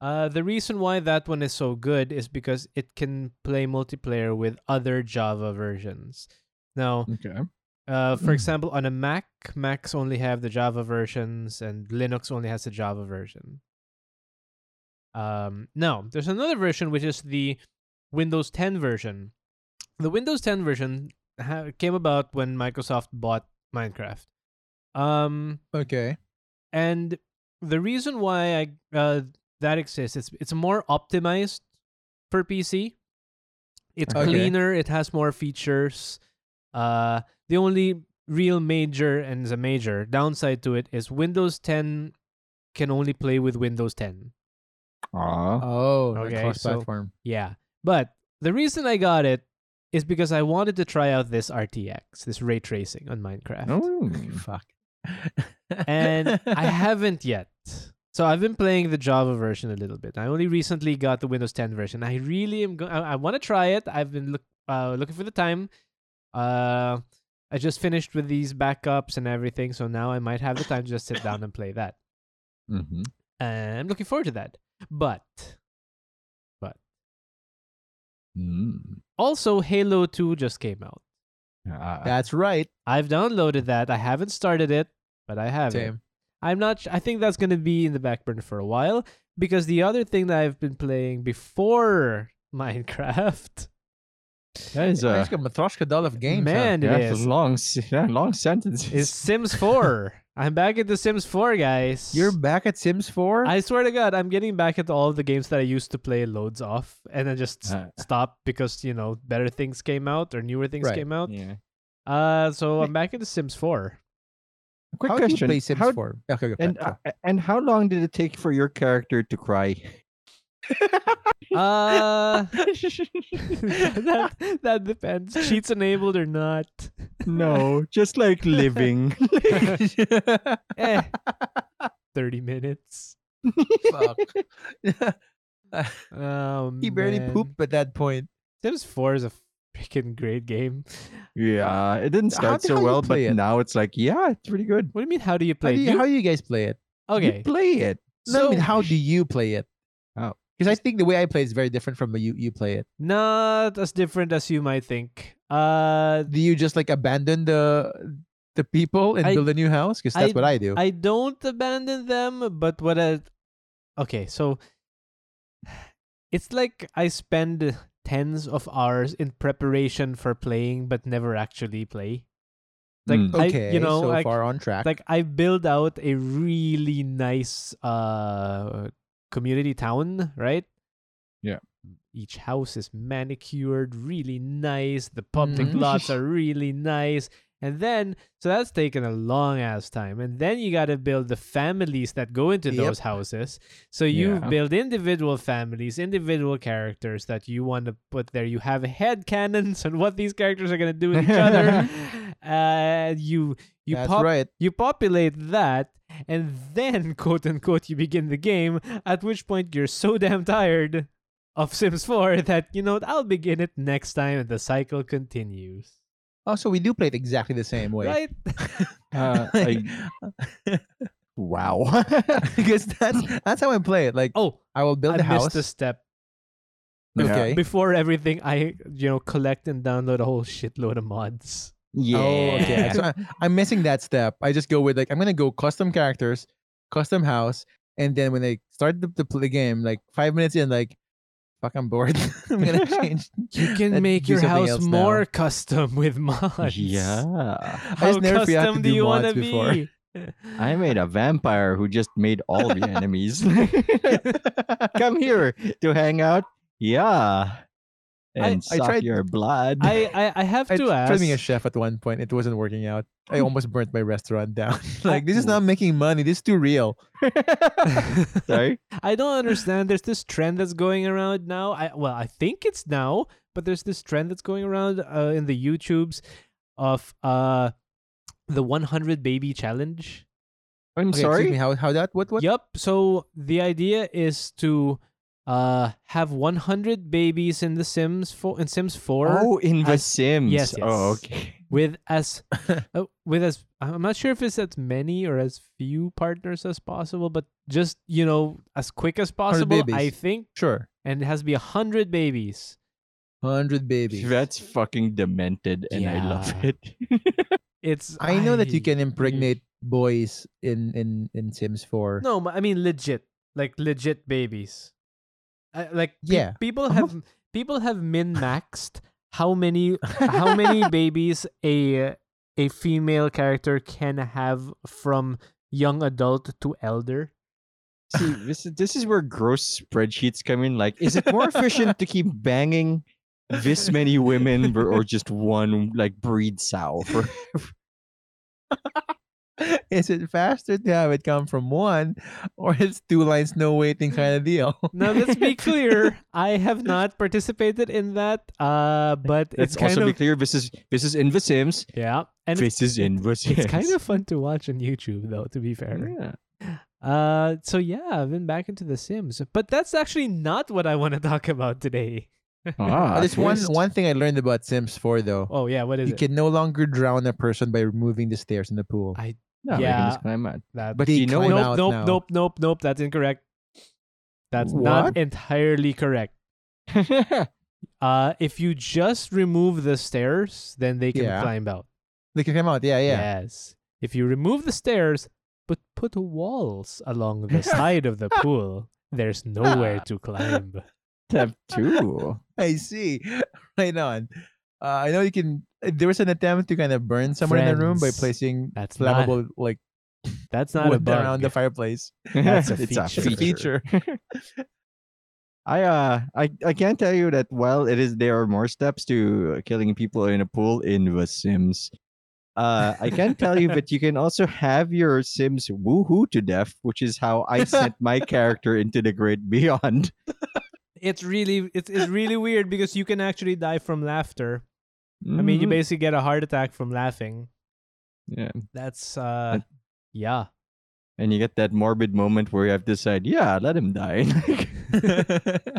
Speaker 2: Uh, the reason why that one is so good is because it can play multiplayer with other Java versions. Now,
Speaker 1: okay.
Speaker 2: uh, for
Speaker 3: Mm.
Speaker 2: example, on a Mac, Macs only have the Java versions, and Linux only has the Java version. Um, now, there's another version which is the Windows 10 version. The Windows 10 version ha- came about when Microsoft bought Minecraft. Um,
Speaker 3: okay
Speaker 2: and the reason why I uh, that exists is it's more optimized for PC. It's
Speaker 3: Okay.
Speaker 2: cleaner. It has more features. Uh, the only real major and is a major downside to it is Windows 10 can only play with Windows 10.
Speaker 1: Aw.
Speaker 3: oh
Speaker 2: Okay, so-
Speaker 3: cross platform
Speaker 2: Yeah, but the reason I got it is because I wanted to try out this RTX, this ray tracing on Minecraft.
Speaker 1: Mm.
Speaker 3: Fuck.
Speaker 2: and I haven't yet. So I've been playing the Java version a little bit. I only recently got the Windows 10 version. I really am. Go- I, I want to try it. I've been look uh, looking for the time. Uh, I just finished with these backups and everything, so now I might have the time to just sit down and play that.
Speaker 1: Mm-hmm.
Speaker 2: And I'm looking forward to that. But
Speaker 3: Mm-hmm.
Speaker 1: Mm.
Speaker 2: also, Halo 2 just came out.
Speaker 1: Ah,
Speaker 3: That's right.
Speaker 2: I've downloaded that. I haven't started it, but I have it.
Speaker 3: Same.
Speaker 2: I'm not. s- I think that's gonna be in the back burner for a while because the other thing that I've been playing before Minecraft,
Speaker 1: that is a,
Speaker 3: Nice got Matryoshka doll of games. huh?
Speaker 2: uh, man, it
Speaker 1: that's a
Speaker 2: is,
Speaker 1: long, se- yeah, long sentence.
Speaker 2: is Sims 4. I'm back at the Sims 4, guys.
Speaker 3: You're back at Sims 4?
Speaker 2: I swear to God, I'm getting back at all the games that I used to play loads off, and then just s-
Speaker 1: Uh.
Speaker 2: stopped because you know better things came out or newer things
Speaker 3: Right.
Speaker 2: came out.
Speaker 1: yeah.
Speaker 2: Uh, so I'm back at the Sims 4.
Speaker 1: Quick
Speaker 3: how do you
Speaker 1: question.
Speaker 3: play Sims
Speaker 1: how,
Speaker 3: 4? Okay, okay.
Speaker 1: And
Speaker 3: go.
Speaker 1: uh, and how long did it take for your character to cry?
Speaker 2: Uh, that that depends. Cheats enabled or not.
Speaker 1: no, just like living.
Speaker 2: Eh. 30 minutes.
Speaker 3: Fuck.
Speaker 2: Um,
Speaker 3: he barely pooped at that point.
Speaker 2: Sims 4 is a freaking great game.
Speaker 1: yeah, it didn't
Speaker 3: How
Speaker 1: start
Speaker 3: the
Speaker 1: so
Speaker 3: hell you
Speaker 1: well, but
Speaker 3: play it?
Speaker 1: now it's like, yeah, it's pretty good.
Speaker 2: What do you mean? How do you
Speaker 3: How
Speaker 2: play?
Speaker 3: do, you,
Speaker 2: You-
Speaker 3: how do you guys play it?
Speaker 2: okay.
Speaker 1: You play it.
Speaker 3: no, I
Speaker 2: so,
Speaker 3: mean, how do you play it?
Speaker 1: Oh.
Speaker 3: Because I think the way I play is very different from the you, you play it.
Speaker 2: not as different as you might think. Uh,
Speaker 3: Do you just like abandon the the people and
Speaker 2: I-
Speaker 3: build a new house? Because that's
Speaker 2: I-
Speaker 3: what I do.
Speaker 2: I don't abandon them, but what I. Okay, so it's like I spend tens of hours in preparation for playing, but never actually play. Like,
Speaker 1: Mm.
Speaker 2: I-
Speaker 3: okay,
Speaker 2: you know,
Speaker 3: so
Speaker 2: like,
Speaker 3: far on track.
Speaker 2: like I build out a really nice uh community town, right?
Speaker 1: Yeah.
Speaker 2: Each house is manicured, really nice. The public
Speaker 3: Mhm.
Speaker 2: lots are really nice. And then so that's taken a long ass time. And then you gotta build the families that go into
Speaker 3: Yep.
Speaker 2: those houses. So you
Speaker 1: Yeah.
Speaker 2: build individual families, individual characters that you want to put there. You have head cannons on what these characters are gonna do with each other. uh, you you
Speaker 3: that's
Speaker 2: pop
Speaker 3: right.
Speaker 2: you populate that, and then, quote unquote, you begin the game, at which point you're so damn tired of Sims 4 that, you know, what, I'll begin it next time, and the cycle continues.
Speaker 3: Oh, so we do play it exactly the same way.
Speaker 2: Right?
Speaker 1: Uh, I- wow.
Speaker 3: because that's that's how I play it. Like
Speaker 2: Oh,
Speaker 3: I will build
Speaker 2: I
Speaker 3: a house.
Speaker 2: missed a step.
Speaker 1: Yeah.
Speaker 3: Okay.
Speaker 2: Before everything, I, you know, collect and download a whole shitload of mods.
Speaker 1: Yeah.
Speaker 3: Oh, okay. So I, I'm missing that step. I just go with like I'm gonna go custom characters, custom house, and then when they start the, the, the game, like five minutes in, like fuck, I'm bored. I'm gonna change.
Speaker 2: You can
Speaker 3: Let's
Speaker 2: make
Speaker 3: do
Speaker 2: your
Speaker 3: something
Speaker 2: house
Speaker 3: else now.
Speaker 2: more custom with mods.
Speaker 1: Yeah.
Speaker 3: I
Speaker 2: How
Speaker 3: just never figured out
Speaker 2: custom
Speaker 3: to
Speaker 2: do
Speaker 3: do
Speaker 2: you want to
Speaker 3: mods before.
Speaker 2: be?
Speaker 1: I made a vampire who just made all the enemies come here to hang out. Yeah. And
Speaker 3: I
Speaker 1: suck
Speaker 3: tried-
Speaker 1: your blood.
Speaker 2: I, I, I have
Speaker 3: I
Speaker 2: to ask.
Speaker 3: tried being a chef at one point. It wasn't working out. I
Speaker 2: Mm.
Speaker 3: almost burnt my restaurant down. like this is not making money. This is too real.
Speaker 1: Sorry.
Speaker 2: I don't understand. There's this trend that's going around now. I well, I think it's now, but there's this trend that's going around uh, in the YouTubes of uh the 100 baby challenge.
Speaker 1: I'm
Speaker 3: Okay, excuse
Speaker 1: sorry.
Speaker 3: me, how how that? What what?
Speaker 2: Yep. So the idea is to uh have 100 babies in the Sims for in Sims 4
Speaker 1: Oh, in The
Speaker 2: as-
Speaker 1: Sims.
Speaker 2: yes,
Speaker 1: Oh,
Speaker 2: yes.
Speaker 1: okay.
Speaker 2: with as uh, with as I'm not sure if it's as many or as few partners as possible, but just you know as quick as possible. I
Speaker 3: babies.
Speaker 2: think,
Speaker 3: Sure.
Speaker 2: and it has to be 100 babies.
Speaker 3: Hundred babies.
Speaker 1: That's fucking demented, and I love
Speaker 2: Yeah.
Speaker 1: it.
Speaker 2: It's Mm-hmm.
Speaker 3: I know that you
Speaker 2: ay,
Speaker 3: can impregnate boys in in in Sims 4.
Speaker 2: No, but I mean legit, like legit babies. I, like pe-
Speaker 3: Yeah.
Speaker 2: people
Speaker 3: Uh-huh.
Speaker 2: have people have min maxed how many how many babies a a female character can have from young adult to elder.
Speaker 1: See, this is this is where gross spreadsheets come in. Like, is it more efficient to keep banging this many women ver- or just one like breed sow? For-
Speaker 3: Is it faster to have it come from one, or it's two lines no waiting kind of deal?
Speaker 2: Now let's be clear, I have not participated in that. Uh, but
Speaker 1: Let's
Speaker 2: it's kind
Speaker 1: also be
Speaker 2: of
Speaker 1: clear. This is this is in The Sims.
Speaker 2: yeah, and it's,
Speaker 1: This is in The Sims.
Speaker 2: it's kind of fun to watch on YouTube though. To be fair.
Speaker 1: Yeah.
Speaker 2: Uh, so yeah, I've been back into The Sims, but that's actually not what I want to talk about today.
Speaker 1: Ah,
Speaker 3: Uh, There's one
Speaker 1: twist.
Speaker 3: one thing I learned about Sims 4 though.
Speaker 2: Oh yeah, what is
Speaker 3: you
Speaker 2: it?
Speaker 3: can no longer drown a person by removing the stairs in the pool.
Speaker 2: I
Speaker 1: No,
Speaker 2: Yeah.
Speaker 1: Reagan's climb out.
Speaker 2: That
Speaker 3: But
Speaker 1: you
Speaker 3: he
Speaker 1: know
Speaker 3: came
Speaker 1: what-
Speaker 2: nope,
Speaker 3: out
Speaker 2: nope,
Speaker 3: now.
Speaker 2: nope, nope, nope. That's incorrect. That's
Speaker 1: What?
Speaker 2: not entirely correct.
Speaker 1: That's
Speaker 2: Uh, if you just remove the stairs, then they can
Speaker 3: Yeah.
Speaker 2: climb out.
Speaker 3: They can come out. Yeah, yeah.
Speaker 2: Yes. If you remove the stairs, but put walls along the side of the pool, there's nowhere to climb.
Speaker 1: Tab two.
Speaker 3: I see. Right on. Uh, I know you can. There was an attempt to kind of burn someone in the room by
Speaker 2: Friends.
Speaker 3: placing
Speaker 2: That's not-
Speaker 3: flammable like
Speaker 2: That's not a
Speaker 3: wood
Speaker 2: bug.
Speaker 3: around the fireplace.
Speaker 2: That's a
Speaker 1: it's
Speaker 2: feature.
Speaker 1: a
Speaker 3: It's a
Speaker 1: feature. I uh I, I can tell you that while it is there are more steps to killing people in a pool in the Sims. Uh, I can tell you that you can also have your Sims woohoo to death, which is how I sent my character into the great beyond.
Speaker 2: it's really it's, it's really weird because you can actually die from laughter. I mean, you
Speaker 1: Mhm.
Speaker 2: basically get a heart attack from laughing.
Speaker 1: yeah,
Speaker 2: That's uh yeah.
Speaker 1: and you get that morbid moment where you have to decide, yeah, let him die.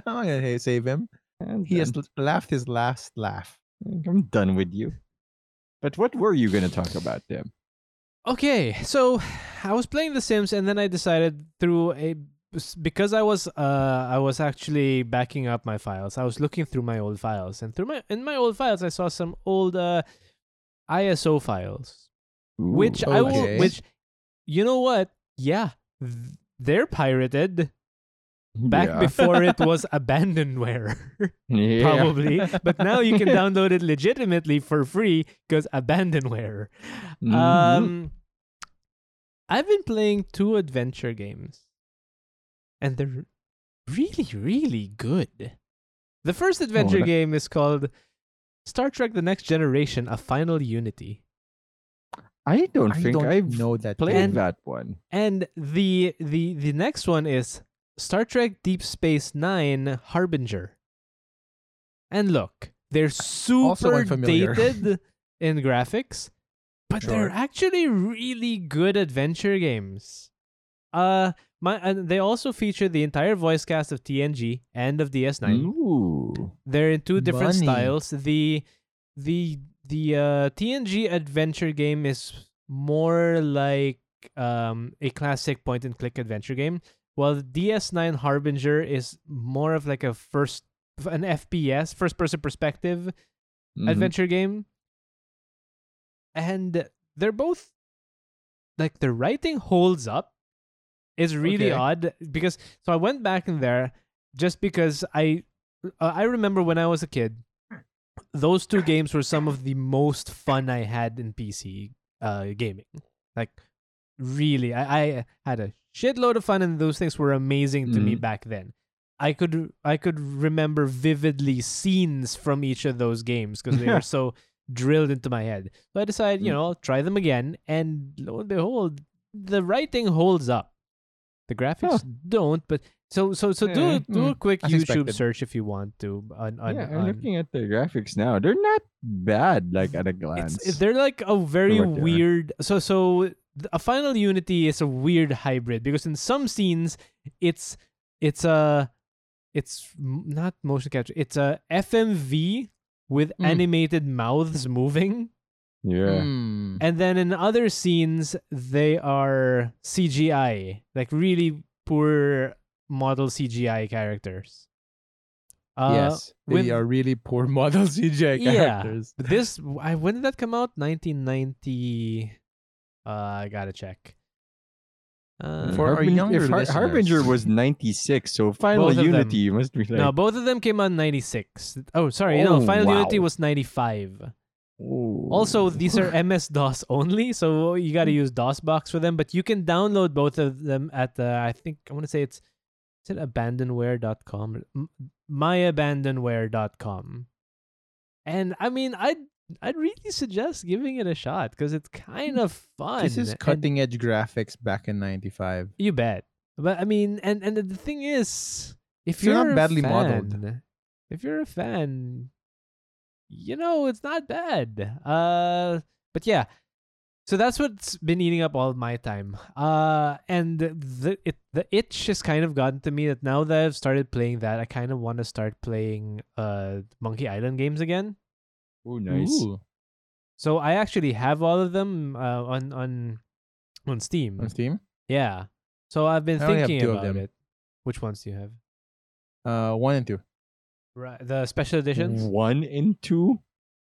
Speaker 3: I'm gonna ha- save him.
Speaker 1: And
Speaker 3: He
Speaker 1: then-
Speaker 3: has l- laughed his last laugh.
Speaker 1: I'm done with you. But what were you going to talk about, Deb?
Speaker 2: Okay, so I was playing The Sims and then I decided through a because I was uh I was actually backing up my files. I was looking through my old files and through my in my old files I saw some old uh ISO files which I
Speaker 3: okay.
Speaker 2: will which you know what? Yeah, th- they're pirated back
Speaker 1: yeah.
Speaker 2: before it was abandonware.
Speaker 1: Yeah.
Speaker 2: probably. But now you can download it legitimately for free because abandonware.
Speaker 1: Mhm.
Speaker 2: Um, I've been playing two adventure games, and they're really, really good. The first adventure
Speaker 1: that-
Speaker 2: game is called Star Trek: The Next Generation: A Final Unity,
Speaker 1: I don't think
Speaker 3: I
Speaker 1: I've
Speaker 3: don't know that.
Speaker 1: played
Speaker 3: game.
Speaker 1: that one.
Speaker 2: and the the the next one is Star Trek: Deep Space Nine: Harbinger. And look, they're super
Speaker 3: unfamiliar.
Speaker 2: dated in graphics, but
Speaker 3: Sure.
Speaker 2: they're actually really good adventure games. Uh, my and they also feature the entire voice cast of TNG and of DS9.
Speaker 1: Ooh.
Speaker 2: They're in two different
Speaker 3: Bunny.
Speaker 2: styles. The the the uh, TNG adventure game is more like um, a classic point and click adventure game, while DS9 Harbinger is more of like a first an FPS first person perspective
Speaker 1: Mhm.
Speaker 2: adventure game. And they're both like the writing holds up. It's really
Speaker 3: Okay.
Speaker 2: odd because so I went back in there just because I uh, I remember when I was a kid those two games were some of the most fun I had in PC uh gaming. Like really I, I had a shitload of fun and those things were amazing to me
Speaker 1: Mhm.
Speaker 2: back then. I could I could remember vividly scenes from each of those games because they were so drilled into my head. So I decided, you
Speaker 1: Mm.
Speaker 2: know, I'll try them again, and lo and behold, the writing holds up. The graphics don't, but so so so do
Speaker 1: Yeah. mm.
Speaker 2: do a quick
Speaker 3: As
Speaker 2: YouTube
Speaker 3: expected.
Speaker 2: search if you want to on on,
Speaker 1: yeah, I'm
Speaker 2: on
Speaker 1: looking at the graphics now. They're not bad, like at a glance.
Speaker 2: it's, they're like a very
Speaker 1: what they are.
Speaker 2: weird. So so th- a final unity is a weird hybrid because in some scenes it's it's a it's m- not motion capture. It's a FMV with
Speaker 3: Mm.
Speaker 2: animated mouths moving, mm,
Speaker 1: yeah.
Speaker 3: Hmm.
Speaker 2: and then in other scenes they are CGI, like really poor model CGI characters. Uh,
Speaker 3: yes, they
Speaker 2: with-
Speaker 3: are really poor model CGI
Speaker 2: Yeah.
Speaker 3: characters.
Speaker 2: But this I when did that come out? 1990. Uh, I gotta check. Uh,
Speaker 3: For our
Speaker 1: Harbin- Mm, if
Speaker 3: younger
Speaker 1: Har-
Speaker 3: listeners.
Speaker 1: Harbinger was 96, so Final
Speaker 2: Both of them.
Speaker 1: Unity must be like.
Speaker 2: no, both of them came out in 96. Oh, sorry,
Speaker 1: Oh,
Speaker 2: no, Final
Speaker 1: wow.
Speaker 2: Unity was 95.
Speaker 1: Ooh.
Speaker 2: Also, these are MS DOS only, so you gotta use DOSBox for them. But you can download both of them at uh, I think I want to say it's is it abandonware.com, M- myabandonware.com. And I mean, I'd I'd really suggest giving it a shot because it's kind of fun.
Speaker 3: This is
Speaker 2: and-
Speaker 3: cutting edge graphics back in '95.
Speaker 2: You bet. But I mean, and and the thing is, if
Speaker 3: They're
Speaker 2: you're
Speaker 3: not
Speaker 2: a
Speaker 3: badly
Speaker 2: fan,
Speaker 3: modeled.
Speaker 2: if you're a fan, you know it's not bad. Uh, but yeah, so that's what's been eating up all of my time. Uh, and the it the itch has kind of gotten to me that now that I've started playing that, I kind of want to start playing uh Monkey Island games again.
Speaker 1: Ooh, nice.
Speaker 3: Ooh.
Speaker 2: So I actually have all of them uh, on on on Steam.
Speaker 3: on Steam.
Speaker 2: Yeah. So I've been
Speaker 3: I only have
Speaker 2: thinking
Speaker 3: two of
Speaker 2: about
Speaker 3: them.
Speaker 2: it. Which ones do you have?
Speaker 3: Uh, one and two.
Speaker 2: Right, the special editions.
Speaker 1: One and two.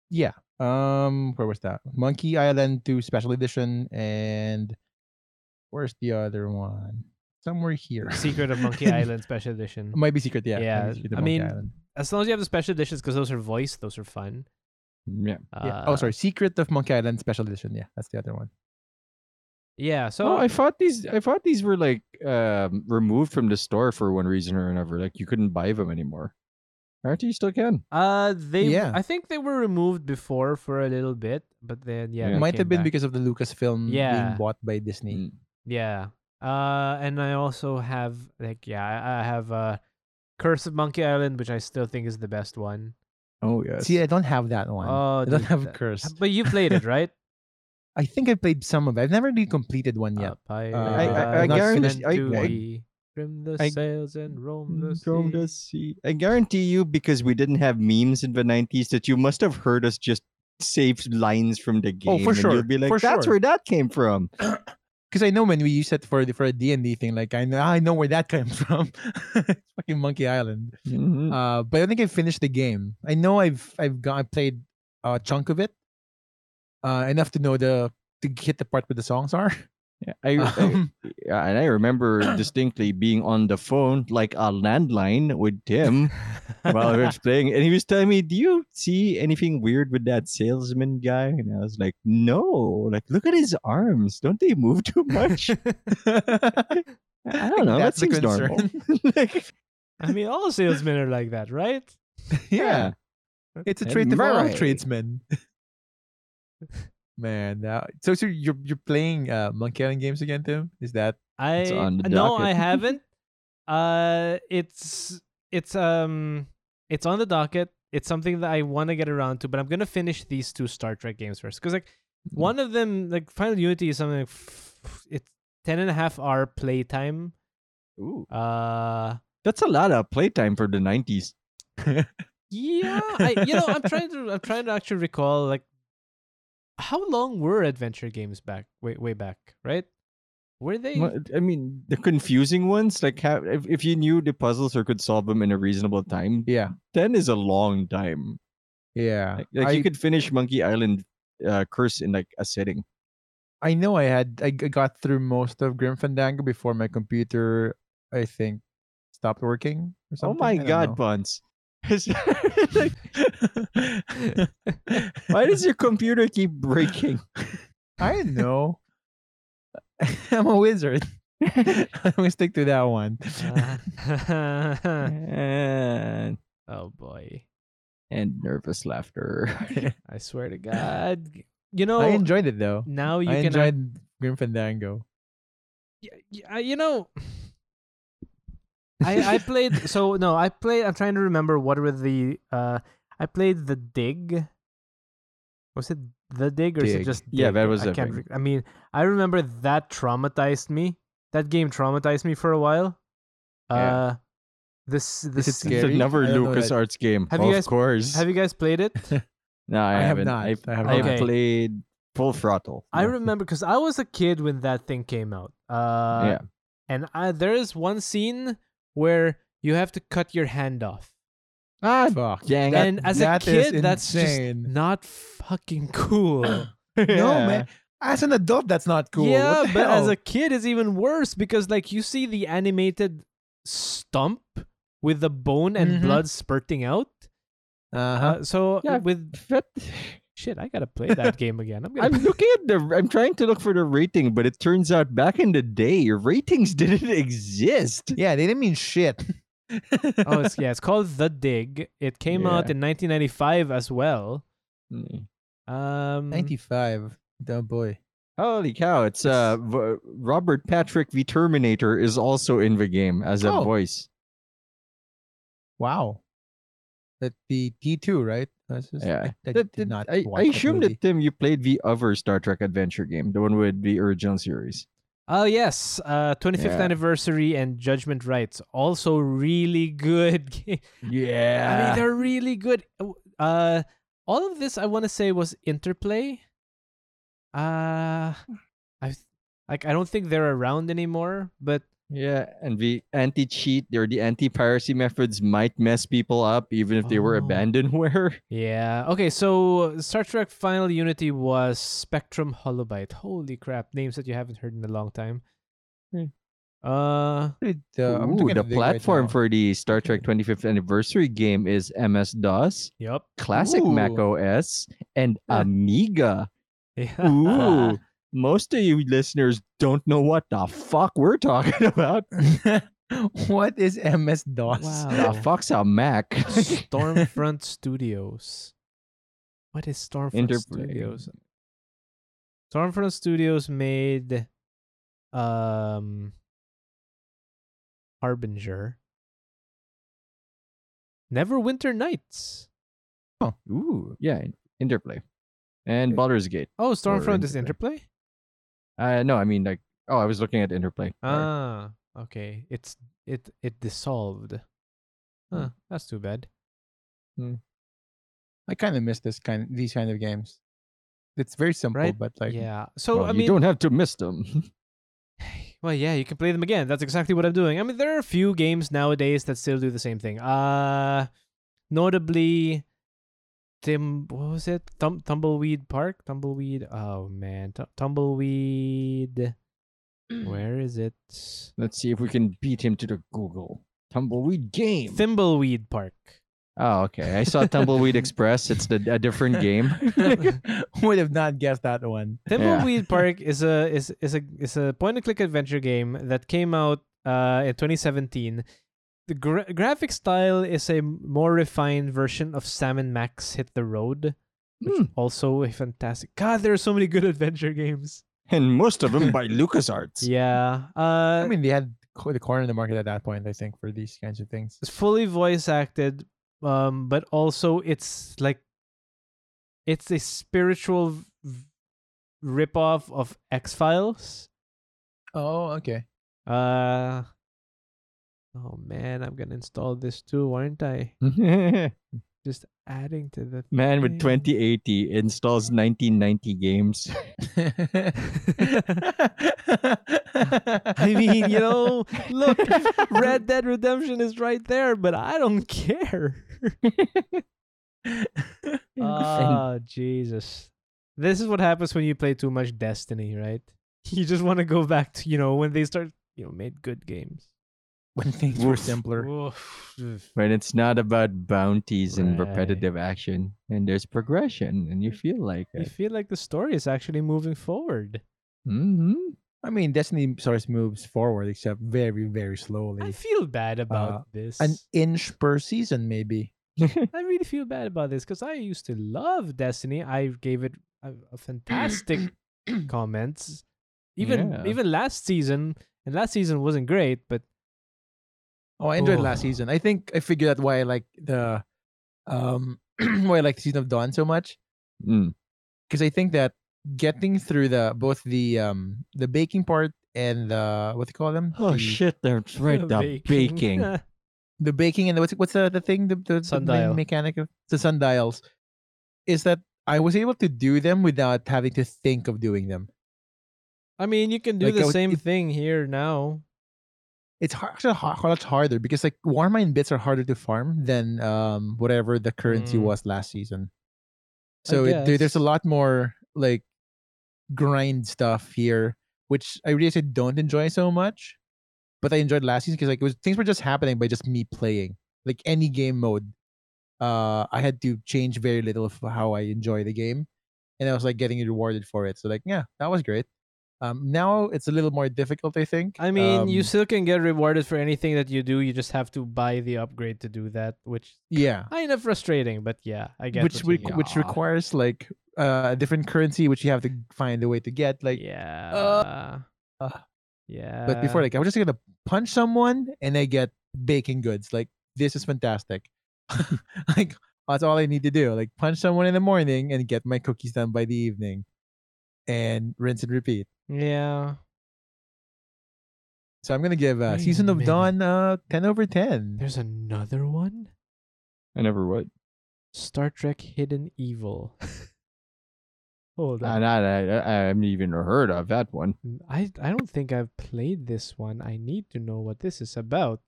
Speaker 3: Yeah. Um, where was that? Monkey Island 2 Special Edition and where's the other one? Somewhere here.
Speaker 2: Secret of Monkey Island special edition.
Speaker 3: Might be secret, yeah. might be
Speaker 2: Yeah,
Speaker 3: Secret of
Speaker 2: I
Speaker 3: Monkey
Speaker 2: mean,
Speaker 3: Island.
Speaker 2: As long as you have the special editions, because those are voiced, those are fun.
Speaker 1: Yeah.
Speaker 3: yeah.
Speaker 2: Uh,
Speaker 3: oh, sorry, Secret of Monkey Island Special Edition. Yeah, that's the other one.
Speaker 2: Yeah. So
Speaker 1: oh, I thought these. I thought these were like um, removed from the store for one reason or another. Like you couldn't buy them anymore. Aren't you still can?
Speaker 2: Uh, they.
Speaker 3: Yeah.
Speaker 2: I think they were removed before for a little bit, but then yeah,
Speaker 1: Yeah.
Speaker 2: they
Speaker 3: Might have
Speaker 2: came
Speaker 3: been
Speaker 2: back.
Speaker 3: because of the Lucasfilm
Speaker 2: Yeah.
Speaker 3: being bought by Disney.
Speaker 1: Mm.
Speaker 2: yeah. Uh, and I also have like yeah, I I have uh, Curse of Monkey Island, which I still think is the best one.
Speaker 1: Oh yes.
Speaker 3: See, I don't have that one.
Speaker 2: Mm, Oh,
Speaker 3: I don't
Speaker 2: dude,
Speaker 3: have
Speaker 2: that-
Speaker 3: Curse.
Speaker 2: But you played it, right?
Speaker 3: I think I played some of it. I've never really completed one yet.
Speaker 2: Up I,
Speaker 3: I- I- I
Speaker 2: rise
Speaker 1: guarantee-
Speaker 2: and
Speaker 1: Uh, I-
Speaker 2: do
Speaker 1: I-
Speaker 2: we Trim the
Speaker 1: I-
Speaker 2: sails and roam the
Speaker 1: Mm, From
Speaker 2: sea.
Speaker 1: the sea. I guarantee you, because we didn't have memes in the '90s, that you must have heard us just save lines from the game.
Speaker 3: Oh, for
Speaker 1: and
Speaker 3: sure,
Speaker 1: You'll be like,
Speaker 3: for
Speaker 1: "That's
Speaker 3: sure."
Speaker 1: where that came from."
Speaker 3: Because I know when we use it for the, for a D and D thing, like I know I know where that came from. it's fucking Monkey Island.
Speaker 1: Mhm.
Speaker 3: Uh, but I think I finished the game. I know I've I've got I played a chunk of it, uh, enough to know the to hit the part where the songs are.
Speaker 1: Yeah, I, I-
Speaker 3: Um,
Speaker 1: Yeah, and I remember distinctly being on the phone, like a landline, with Tim while we were playing, and he was telling me, "Do you see anything weird with that salesman guy?" And I was like, "No, like look at his arms. Don't they move too much?" I don't know. That
Speaker 3: That's a
Speaker 1: seems normal. like,
Speaker 2: I mean, all salesmen are like that, right?
Speaker 3: yeah, it's a
Speaker 1: And
Speaker 3: trait of all
Speaker 1: Murray.
Speaker 3: tradesmen. Man, uh, so so you're you're playing uh, Monkey Island games again, Tim? Is that
Speaker 2: I
Speaker 1: on the
Speaker 2: no, I
Speaker 1: docket.
Speaker 2: haven't. Uh, it's it's um, it's on the docket. It's something that I want to get around to, but I'm gonna finish these two Star Trek games first, because like
Speaker 1: Mm.
Speaker 2: one of them, like Final Unity, is something like f- it's ten and a half hour playtime.
Speaker 1: Ooh,
Speaker 2: Uh,
Speaker 1: that's a lot of playtime for the '90s.
Speaker 2: yeah, I, you know, I'm trying to I'm trying to actually recall like how long were adventure games back way way back, right? Were they?
Speaker 1: Well, I mean, the confusing ones, like how, if, if you knew the puzzles or could solve them in a reasonable time,
Speaker 3: yeah
Speaker 1: ten is a long time.
Speaker 3: yeah?
Speaker 1: Like, like
Speaker 3: I-
Speaker 1: you could finish Monkey Island uh, Curse in like a sitting.
Speaker 3: I know I had I g- got through most of Grim Fandango before my computer I think stopped working or
Speaker 1: Oh
Speaker 3: something.
Speaker 1: my
Speaker 3: I don't
Speaker 1: god,
Speaker 3: know.
Speaker 1: Buns. It's like, why does your computer keep breaking?
Speaker 3: I don't know. I'm a wizard. I'm gonna stick to that one.
Speaker 2: Uh,
Speaker 1: and,
Speaker 2: oh boy.
Speaker 1: and nervous laughter.
Speaker 2: I swear to God. You know,
Speaker 3: I enjoyed it though.
Speaker 2: now you
Speaker 3: I
Speaker 2: can.
Speaker 3: enjoyed Grim Fandango.
Speaker 2: y- y- I- you know, I I played. So no, I played. I'm trying to remember what were the. Uh, I played the dig. Was it the dig or is it
Speaker 3: Dig.
Speaker 2: just?
Speaker 1: Yeah,
Speaker 2: Dig?
Speaker 1: that was
Speaker 2: I
Speaker 1: the
Speaker 2: can't.
Speaker 1: Dig.
Speaker 2: rec- I mean, I remember that traumatized me. That game traumatized me for a while.
Speaker 3: Yeah.
Speaker 2: Uh, this this
Speaker 3: it
Speaker 1: It's
Speaker 3: Scary?
Speaker 1: another
Speaker 3: I don't know that-
Speaker 1: LucasArts game.
Speaker 2: Have
Speaker 1: of
Speaker 2: you guys-
Speaker 1: course.
Speaker 2: Have you guys played it?
Speaker 1: no, I,
Speaker 3: I have
Speaker 1: haven't.
Speaker 3: not.
Speaker 1: I've,
Speaker 3: I have
Speaker 1: I've
Speaker 2: not. Okay.
Speaker 1: played Full Throttle.
Speaker 2: I
Speaker 3: Yeah.
Speaker 2: remember because I was a kid when that thing came out. Uh,
Speaker 1: Yeah.
Speaker 2: And I, there is one scene where you have to cut your hand off.
Speaker 3: Ah, fuck.
Speaker 1: Dang
Speaker 3: That-
Speaker 2: and as
Speaker 3: that
Speaker 2: a
Speaker 3: is
Speaker 2: kid, that's just
Speaker 3: insane.
Speaker 2: not fucking cool.
Speaker 1: it.
Speaker 3: No
Speaker 1: Yeah.
Speaker 3: man. As an adult, that's not cool. What
Speaker 2: Yeah,
Speaker 3: the
Speaker 2: but as
Speaker 3: hell?
Speaker 2: a kid, it's even worse because like you see the animated stump with the bone and
Speaker 3: Mhm.
Speaker 2: blood spurting out.
Speaker 3: uh-huh.
Speaker 2: Uh, so
Speaker 1: Yeah.
Speaker 2: with
Speaker 1: That-
Speaker 2: shit, I gotta play that game again. I'm gonna.
Speaker 1: I'm looking at the. I'm trying to look for the rating, but it turns out back in the day, ratings didn't exist.
Speaker 3: yeah, they didn't mean shit.
Speaker 2: oh, it's, yeah, it's called The Dig. It came
Speaker 1: Yeah.
Speaker 2: out in 1995 as well.
Speaker 1: Mm.
Speaker 2: Um,
Speaker 3: 95. Oh boy.
Speaker 1: Holy cow! It's uh, v- Robert Patrick the Terminator is also in the game as a
Speaker 3: Oh.
Speaker 1: voice.
Speaker 3: Wow. That the T2, right? That's just-
Speaker 1: Yeah.
Speaker 3: I, I
Speaker 1: That-
Speaker 3: did
Speaker 1: that-
Speaker 3: not
Speaker 1: I,
Speaker 3: watch
Speaker 1: I
Speaker 3: that
Speaker 1: assume
Speaker 3: movie.
Speaker 1: that Tim, you played the other Star Trek adventure game, the one with the original series.
Speaker 2: Oh yes, uh, 25th
Speaker 1: Yeah.
Speaker 2: anniversary and Judgment Rights also really good. ga- I mean,
Speaker 1: Yeah.
Speaker 2: they're really good. Uh, Uh, all of this I want to say was Interplay. Uh, I Like I don't think they're around anymore, but
Speaker 1: Yeah, and the anti-cheat or the anti-piracy methods might mess people up, even if they were
Speaker 2: Oh.
Speaker 1: abandonware.
Speaker 2: yeah. Okay, so Star Trek Final Unity was Spectrum Holobyte. Holy crap, names that you haven't heard in a long time.
Speaker 3: Hmm.
Speaker 2: Uh
Speaker 3: Wait, uh, I'm
Speaker 1: Ooh,
Speaker 3: looking
Speaker 1: the
Speaker 3: at it
Speaker 1: platform
Speaker 3: right now.
Speaker 1: for the Star Trek 25th anniversary game is MS-DOS,
Speaker 2: yep.
Speaker 1: classic Mac
Speaker 3: Ooh.
Speaker 1: OS, and
Speaker 3: Huh.
Speaker 1: Amiga.
Speaker 2: Yeah.
Speaker 1: Ooh, most of you listeners don't know what the fuck we're talking about.
Speaker 3: what is MS DOS?
Speaker 2: Wow.
Speaker 1: The fuck's a Mac?
Speaker 2: Stormfront Studios. What is Stormfront
Speaker 1: Interplay.
Speaker 2: Studios? Stormfront Studios made um Harbinger. Neverwinter Nights.
Speaker 1: Ooh, yeah, Interplay, and
Speaker 3: Okay.
Speaker 1: Baldur's Gate.
Speaker 2: Oh, Stormfront is
Speaker 1: Interplay.
Speaker 2: Interplay?
Speaker 1: Uh, no, I mean like, oh, I was looking at Interplay.
Speaker 3: Uh,
Speaker 1: Sorry.
Speaker 2: Ah, okay. It's it it dissolved.
Speaker 1: Hmm.
Speaker 2: Huh, that's too bad.
Speaker 3: I kind of miss this kind, these kind of games. It's very simple,
Speaker 2: Right?
Speaker 3: but like
Speaker 2: yeah. So
Speaker 1: Well,
Speaker 2: I
Speaker 1: you
Speaker 2: mean
Speaker 1: don't have to miss them.
Speaker 2: Well, yeah, you can play them again. That's exactly what I'm doing. I mean, there are a few games nowadays that still do the same thing. Uh notably Tim what was it? Tum- Tumbleweed Park? Tumbleweed. Oh man, Tu- Tumbleweed. Where is it?
Speaker 1: Let's see if we can beat him to the Google Tumbleweed game.
Speaker 2: Thimbleweed Park.
Speaker 1: oh, okay. I saw Tumbleweed Express. It's the, a different game.
Speaker 3: would have not guessed that one.
Speaker 2: Thimbleweed Park is a is is a is a point and click adventure game that came out uh in 2017. The gra- graphic style is a more refined version of Salmon Max Hit the Road, which
Speaker 1: Hmm.
Speaker 2: also a fantastic. God, there are so many good adventure games.
Speaker 1: And most of them by LucasArts.
Speaker 2: Yeah. Uh
Speaker 3: I mean, they had co- the corner of the market at that point, I think, for these kinds of things.
Speaker 2: it's fully voice acted um but also it's like it's a spiritual v- v- rip-off of x-files
Speaker 3: Oh, okay.
Speaker 2: uh oh man i'm gonna install this too aren't i just adding to the
Speaker 1: Man with
Speaker 2: thing.
Speaker 1: 2080 installs 1990 games.
Speaker 2: i
Speaker 3: I
Speaker 2: mean you know look red dead redemption is right there but i don't care oh jesus this is what happens when you play too much destiny right you just want to go back to you know when they start you know made good games
Speaker 3: when things were
Speaker 1: Oof.
Speaker 3: simpler.
Speaker 2: Oof.
Speaker 1: When it's not about bounties and
Speaker 2: Right.
Speaker 1: repetitive action, and there's progression, and you feel like
Speaker 2: you
Speaker 1: it.
Speaker 2: feel like the story is actually moving forward
Speaker 1: hmm
Speaker 3: I mean, Destiny sort of moves forward, except very, very
Speaker 2: i
Speaker 3: slowly.
Speaker 2: feel bad about
Speaker 3: Uh,
Speaker 2: this
Speaker 3: An inch per season, maybe.
Speaker 2: I really feel bad about this because I used to love Destiny. I gave it a, a fantastic comments. Even
Speaker 1: Yeah.
Speaker 2: even last season, and last season wasn't great, but
Speaker 3: Oh, I enjoyed
Speaker 2: Oh.
Speaker 3: last season. I think I figured out why I like the, um, why I like the season of Dawn so much.
Speaker 1: Mm.
Speaker 3: because I think that getting through the both the um the baking part and the what do you call them?
Speaker 1: Oh,
Speaker 3: the,
Speaker 1: shit. That's right. The baking.
Speaker 3: The baking and the, what's what's the, the thing the, the- the main
Speaker 2: Sundial.
Speaker 3: mechanic of the sundials is that I was able to do them without having to think of doing them.
Speaker 2: I mean, you can do
Speaker 3: Like, I
Speaker 2: the
Speaker 3: would-
Speaker 2: same
Speaker 3: it-
Speaker 2: thing here now.
Speaker 3: It's hard, actually hard, much harder because like war mine bits are harder to farm than um whatever the currency
Speaker 2: Mm.
Speaker 3: was last season.
Speaker 2: I
Speaker 3: So it, there, there's a
Speaker 2: guess.
Speaker 3: lot more like grind stuff here, which I really I don't enjoy so much. But I enjoyed last season because like it was things were just happening by just me playing. Like any game mode, uh, I had to change very little of how I enjoy the game, and I was like getting rewarded for it. So like yeah, that was great. Um, now it's a little more difficult, I think.
Speaker 2: I mean, you
Speaker 3: Um,
Speaker 2: still can get rewarded for anything that you do. You just have to buy the upgrade to do that, which
Speaker 3: yeah,
Speaker 2: kind of frustrating. But yeah, I get
Speaker 3: which
Speaker 2: what you
Speaker 3: requ-
Speaker 2: mean.
Speaker 3: which
Speaker 1: Yeah.
Speaker 3: requires like uh, a different currency, which you have to find a way to get. Like
Speaker 2: yeah,
Speaker 3: uh,
Speaker 2: yeah.
Speaker 3: But before, like, I was just gonna punch someone and I get bacon goods. Like, this is fantastic. like, that's all I need to do. Like, punch someone in the morning and get my cookies done by the evening, and rinse and repeat.
Speaker 2: yeah.
Speaker 3: So I'm gonna give uh,
Speaker 2: Wait a
Speaker 3: Season of
Speaker 2: minute.
Speaker 3: Dawn uh, ten over ten.
Speaker 2: There's another one?
Speaker 1: I never would.
Speaker 2: Star Trek Hidden Evil. Hold
Speaker 1: Nah,
Speaker 2: on. Mm,
Speaker 1: nah, nah, nah, I haven't even heard of that one.
Speaker 2: I I don't think I've played this one. I need to know what this is about.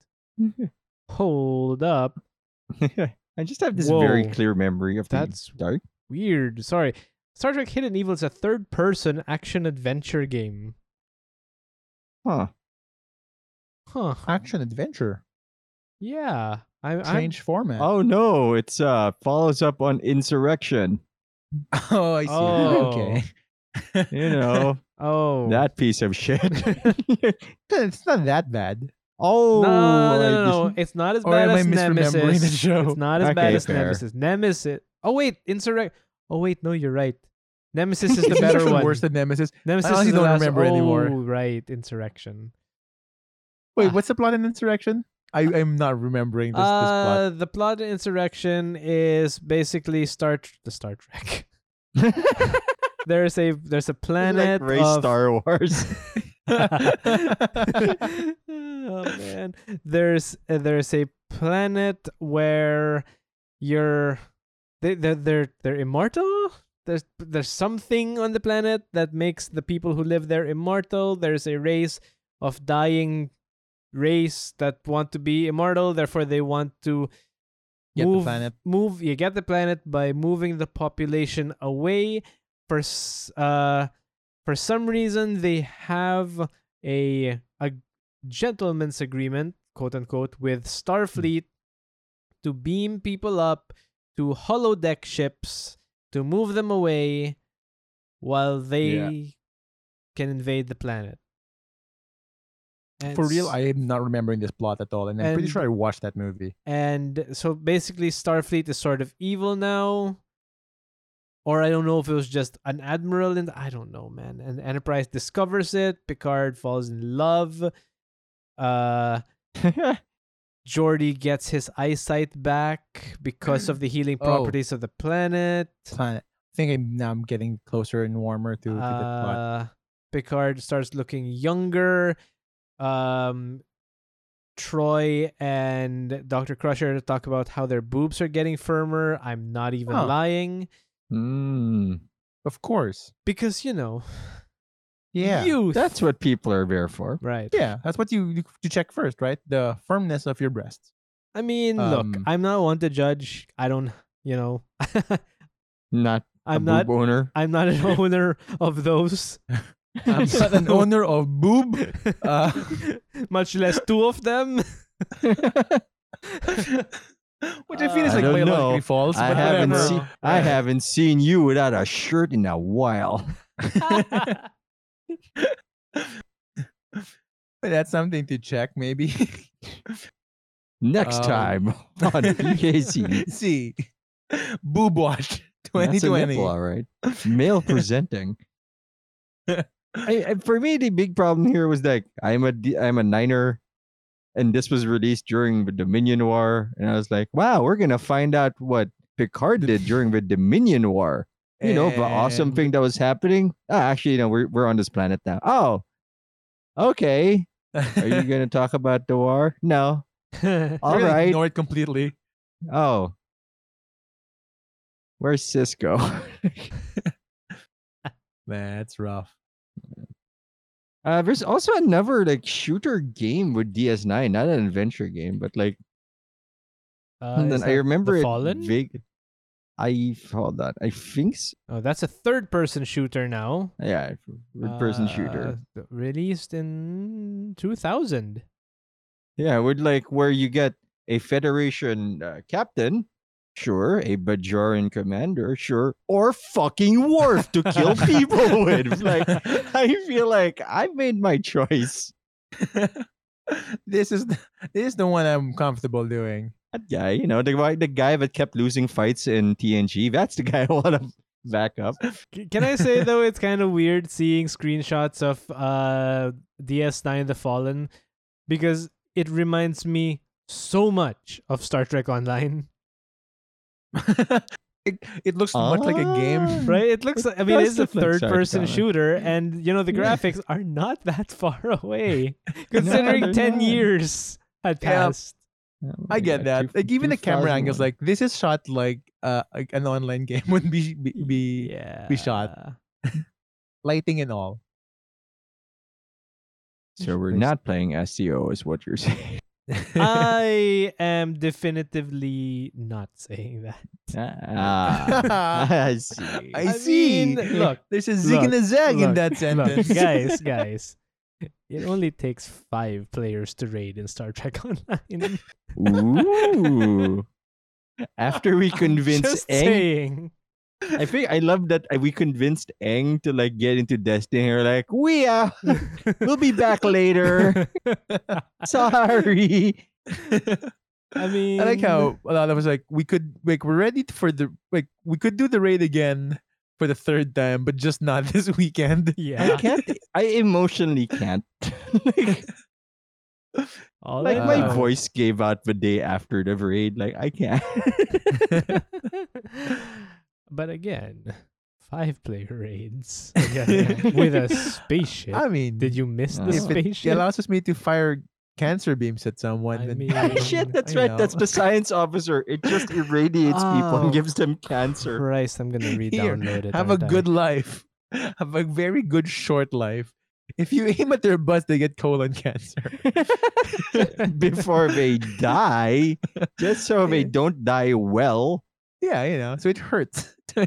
Speaker 2: Hold
Speaker 3: Hmm,
Speaker 2: up.
Speaker 1: I just have this very
Speaker 2: Whoa.
Speaker 1: clear memory of that's
Speaker 2: That's-
Speaker 1: dark.
Speaker 2: Weird. Sorry. Star Trek Hidden Evil is a third person action adventure game.
Speaker 1: Huh.
Speaker 2: Huh.
Speaker 3: Action adventure.
Speaker 2: Yeah. I, I'm
Speaker 3: Change format.
Speaker 1: Oh no, it's uh follows up on insurrection.
Speaker 3: Oh, I see. Okay.
Speaker 1: You know,
Speaker 2: oh
Speaker 1: that piece of shit.
Speaker 3: it's not that bad.
Speaker 1: oh
Speaker 2: No, no,
Speaker 1: I
Speaker 2: no, no,
Speaker 1: just-
Speaker 2: no. It's not as
Speaker 3: Or
Speaker 2: bad
Speaker 3: am I
Speaker 2: as
Speaker 3: misremembering
Speaker 2: Nemesis.
Speaker 3: the show?
Speaker 2: It's not as bad
Speaker 1: Okay,
Speaker 2: as
Speaker 1: fair.
Speaker 2: Nemesis. Nemesis. Oh wait, Insurrect. Oh wait, no, you're right. Nemesis is
Speaker 3: It's
Speaker 2: the better
Speaker 3: actually
Speaker 2: one.
Speaker 3: worse than Nemesis.
Speaker 2: Nemesis
Speaker 3: honestly
Speaker 2: is the
Speaker 3: don't
Speaker 2: last-
Speaker 3: remember anymore.
Speaker 2: Oh, right, Insurrection.
Speaker 3: Wait,
Speaker 2: Ah.
Speaker 3: what's the plot in Insurrection? I, I'm not remembering this, this plot.
Speaker 2: Uh, the plot of insurrection is basically Star Tr- the Star Trek. there's a there's a planet
Speaker 1: like race
Speaker 2: of
Speaker 1: Star Wars.
Speaker 2: oh man, there's uh, there's a planet where you're they they're they're, they're immortal. There's there's something on the planet that makes the people who live there immortal. There's a race of dying race that want to be immortal. Therefore, they want to
Speaker 3: Get the
Speaker 2: move
Speaker 3: planet.
Speaker 2: move you get the planet by moving the population away. For s- uh, for some reason, they have a a gentleman's agreement, quote unquote, with Starfleet to beam people up to holodeck ships to move them away while they can invade the planet. And
Speaker 3: For real,
Speaker 2: s-
Speaker 3: I am not remembering this plot at all, and I'm pretty
Speaker 2: And-
Speaker 3: sure I watched that movie.
Speaker 2: and so basically, Starfleet is sort of evil now. Or I don't know if it was just an admiral, and I don't know, man. And Enterprise discovers it. Picard falls in love. Uh, Geordi gets his eyesight back because of the healing
Speaker 3: Oh.
Speaker 2: properties of the planet.
Speaker 3: Planet. I think I'm now I'm getting closer and warmer to, to the plot.
Speaker 2: Uh, Picard starts looking younger. Um, Troy and Dr. Crusher talk about how their boobs are getting firmer. I'm not even
Speaker 3: Huh.
Speaker 2: lying.
Speaker 1: Mm,
Speaker 3: Of course.
Speaker 2: Because, you know,
Speaker 3: Yeah.
Speaker 2: youth.
Speaker 1: that's what people are there for.
Speaker 2: right.
Speaker 3: yeah, that's what you you- you check first, right? The firmness of your breasts.
Speaker 2: I mean, look,
Speaker 3: Um,
Speaker 2: I'm not one to judge. I don't, you know,
Speaker 1: Not
Speaker 2: I'm
Speaker 1: a
Speaker 2: not.
Speaker 1: boob owner.
Speaker 2: I'm not an owner of those.
Speaker 3: I'm not an owner of boob. Uh,
Speaker 2: much less two of them.
Speaker 3: Which I feel is
Speaker 1: I
Speaker 3: like
Speaker 1: don't know.
Speaker 3: biologically false.
Speaker 1: I
Speaker 3: but
Speaker 1: haven't
Speaker 3: whatever.
Speaker 1: seen I haven't seen you without a shirt in a while.
Speaker 2: Uh,
Speaker 3: But That's something to check, maybe.
Speaker 1: Next
Speaker 2: Oh.
Speaker 3: Um,
Speaker 1: time on BKC.
Speaker 3: See, boob watch
Speaker 1: That's a
Speaker 3: 2020.
Speaker 1: nipple, all right. Male presenting. I, I- for me, the big problem here was like I'm a D- I'm a Niner, and this was released during the Dominion War, and I was like, wow, we're gonna find out what Picard did during the Dominion War. You know, the awesome
Speaker 3: And-
Speaker 1: thing that was happening. Ah, actually, you know, we're we're on this planet now. Oh, okay. Are you gonna talk about the war? No.
Speaker 3: We're
Speaker 1: All
Speaker 3: gonna
Speaker 1: right.
Speaker 3: Ignore it completely.
Speaker 1: Oh. Where's Cisco?
Speaker 3: That's rough.
Speaker 1: Uh, there's also another like shooter game with DS9, not an adventure game, but like
Speaker 2: Uh,
Speaker 1: and
Speaker 2: is
Speaker 1: then
Speaker 2: that
Speaker 1: I remember
Speaker 2: the
Speaker 1: it
Speaker 2: Fallen.
Speaker 1: vague- I hold on. I think s
Speaker 2: oh, that's a third-person shooter now.
Speaker 1: yeah, third person shooter.
Speaker 2: Uh, th- Released in 2000.
Speaker 1: Yeah, with like where you get a Federation uh, captain, sure, a Bajoran commander, sure, or fucking Worf to kill people with. Like I feel like I made my choice.
Speaker 3: this is the, this is the one I'm comfortable doing.
Speaker 1: That guy, you know, the guy, the guy that kept losing fights in TNG. That's the guy I want to back up.
Speaker 2: C- Can I say though, it's kind of weird seeing screenshots of uh, DS9: The Fallen because it reminds me so much of Star Trek Online.
Speaker 3: it, it looks much like a game.
Speaker 2: Right? It looks. like, I mean,
Speaker 1: does
Speaker 2: it's a
Speaker 1: look like Star Trek
Speaker 2: third-person
Speaker 1: Online.
Speaker 2: shooter, and you know the
Speaker 1: Yeah.
Speaker 2: graphics are not that far away, considering
Speaker 1: they're
Speaker 2: ten
Speaker 1: not.
Speaker 2: years had
Speaker 3: Yeah.
Speaker 2: passed.
Speaker 3: I get that. like even the camera angles,
Speaker 1: 2001.
Speaker 3: like this is shot like uh like an online game would be be, be
Speaker 2: yeah.
Speaker 3: shot. lighting and all.
Speaker 1: So we're
Speaker 3: Nice.
Speaker 1: not playing SEO, is what you're saying.
Speaker 2: Uh, I am definitively not saying that.
Speaker 1: Ah, I see.
Speaker 3: I
Speaker 2: I
Speaker 3: see.
Speaker 2: mean, look,
Speaker 3: there's a zig and a zag in that sentence.
Speaker 2: Look, guys, guys. It only takes five players to raid in Star Trek Online.
Speaker 1: Ooh. After we convince
Speaker 2: Just
Speaker 3: eh?
Speaker 1: Eng,
Speaker 2: saying.
Speaker 1: I think I love that uh, we convinced Eng to like get into Destiny. We're like, we are, we'll be back later. Sorry.
Speaker 2: I mean,
Speaker 3: I like
Speaker 2: Mm.
Speaker 3: how a lot of us like we could like we're ready for the like we could do the raid again for the third time, but just not this weekend.
Speaker 1: I
Speaker 2: Yeah.
Speaker 1: can't. I emotionally can't. like,
Speaker 2: All
Speaker 1: like
Speaker 2: I
Speaker 1: my Uh,
Speaker 2: know-
Speaker 1: voice gave out the day after the raid. Like I can't.
Speaker 2: but again, five player raids again, with a spaceship.
Speaker 3: I mean,
Speaker 2: Did you miss the
Speaker 1: Uh,
Speaker 3: if it
Speaker 2: spaceship?
Speaker 3: allows me to fire cancer beams at someone,
Speaker 2: I
Speaker 3: then
Speaker 2: mean-
Speaker 1: Shit, that's
Speaker 3: I
Speaker 1: right.
Speaker 3: know.
Speaker 1: That's the science officer. It just irradiates people
Speaker 2: Oh.
Speaker 1: and gives them cancer.
Speaker 2: Christ, I'm gonna
Speaker 3: Here,
Speaker 2: re-download it.
Speaker 3: have a
Speaker 2: aren't I?
Speaker 3: good life. Have a very good short life. If you aim at their butts, they get colon cancer.
Speaker 1: before they die, just so they
Speaker 3: Yeah.
Speaker 1: don't die well.
Speaker 3: Yeah, you know, so it hurts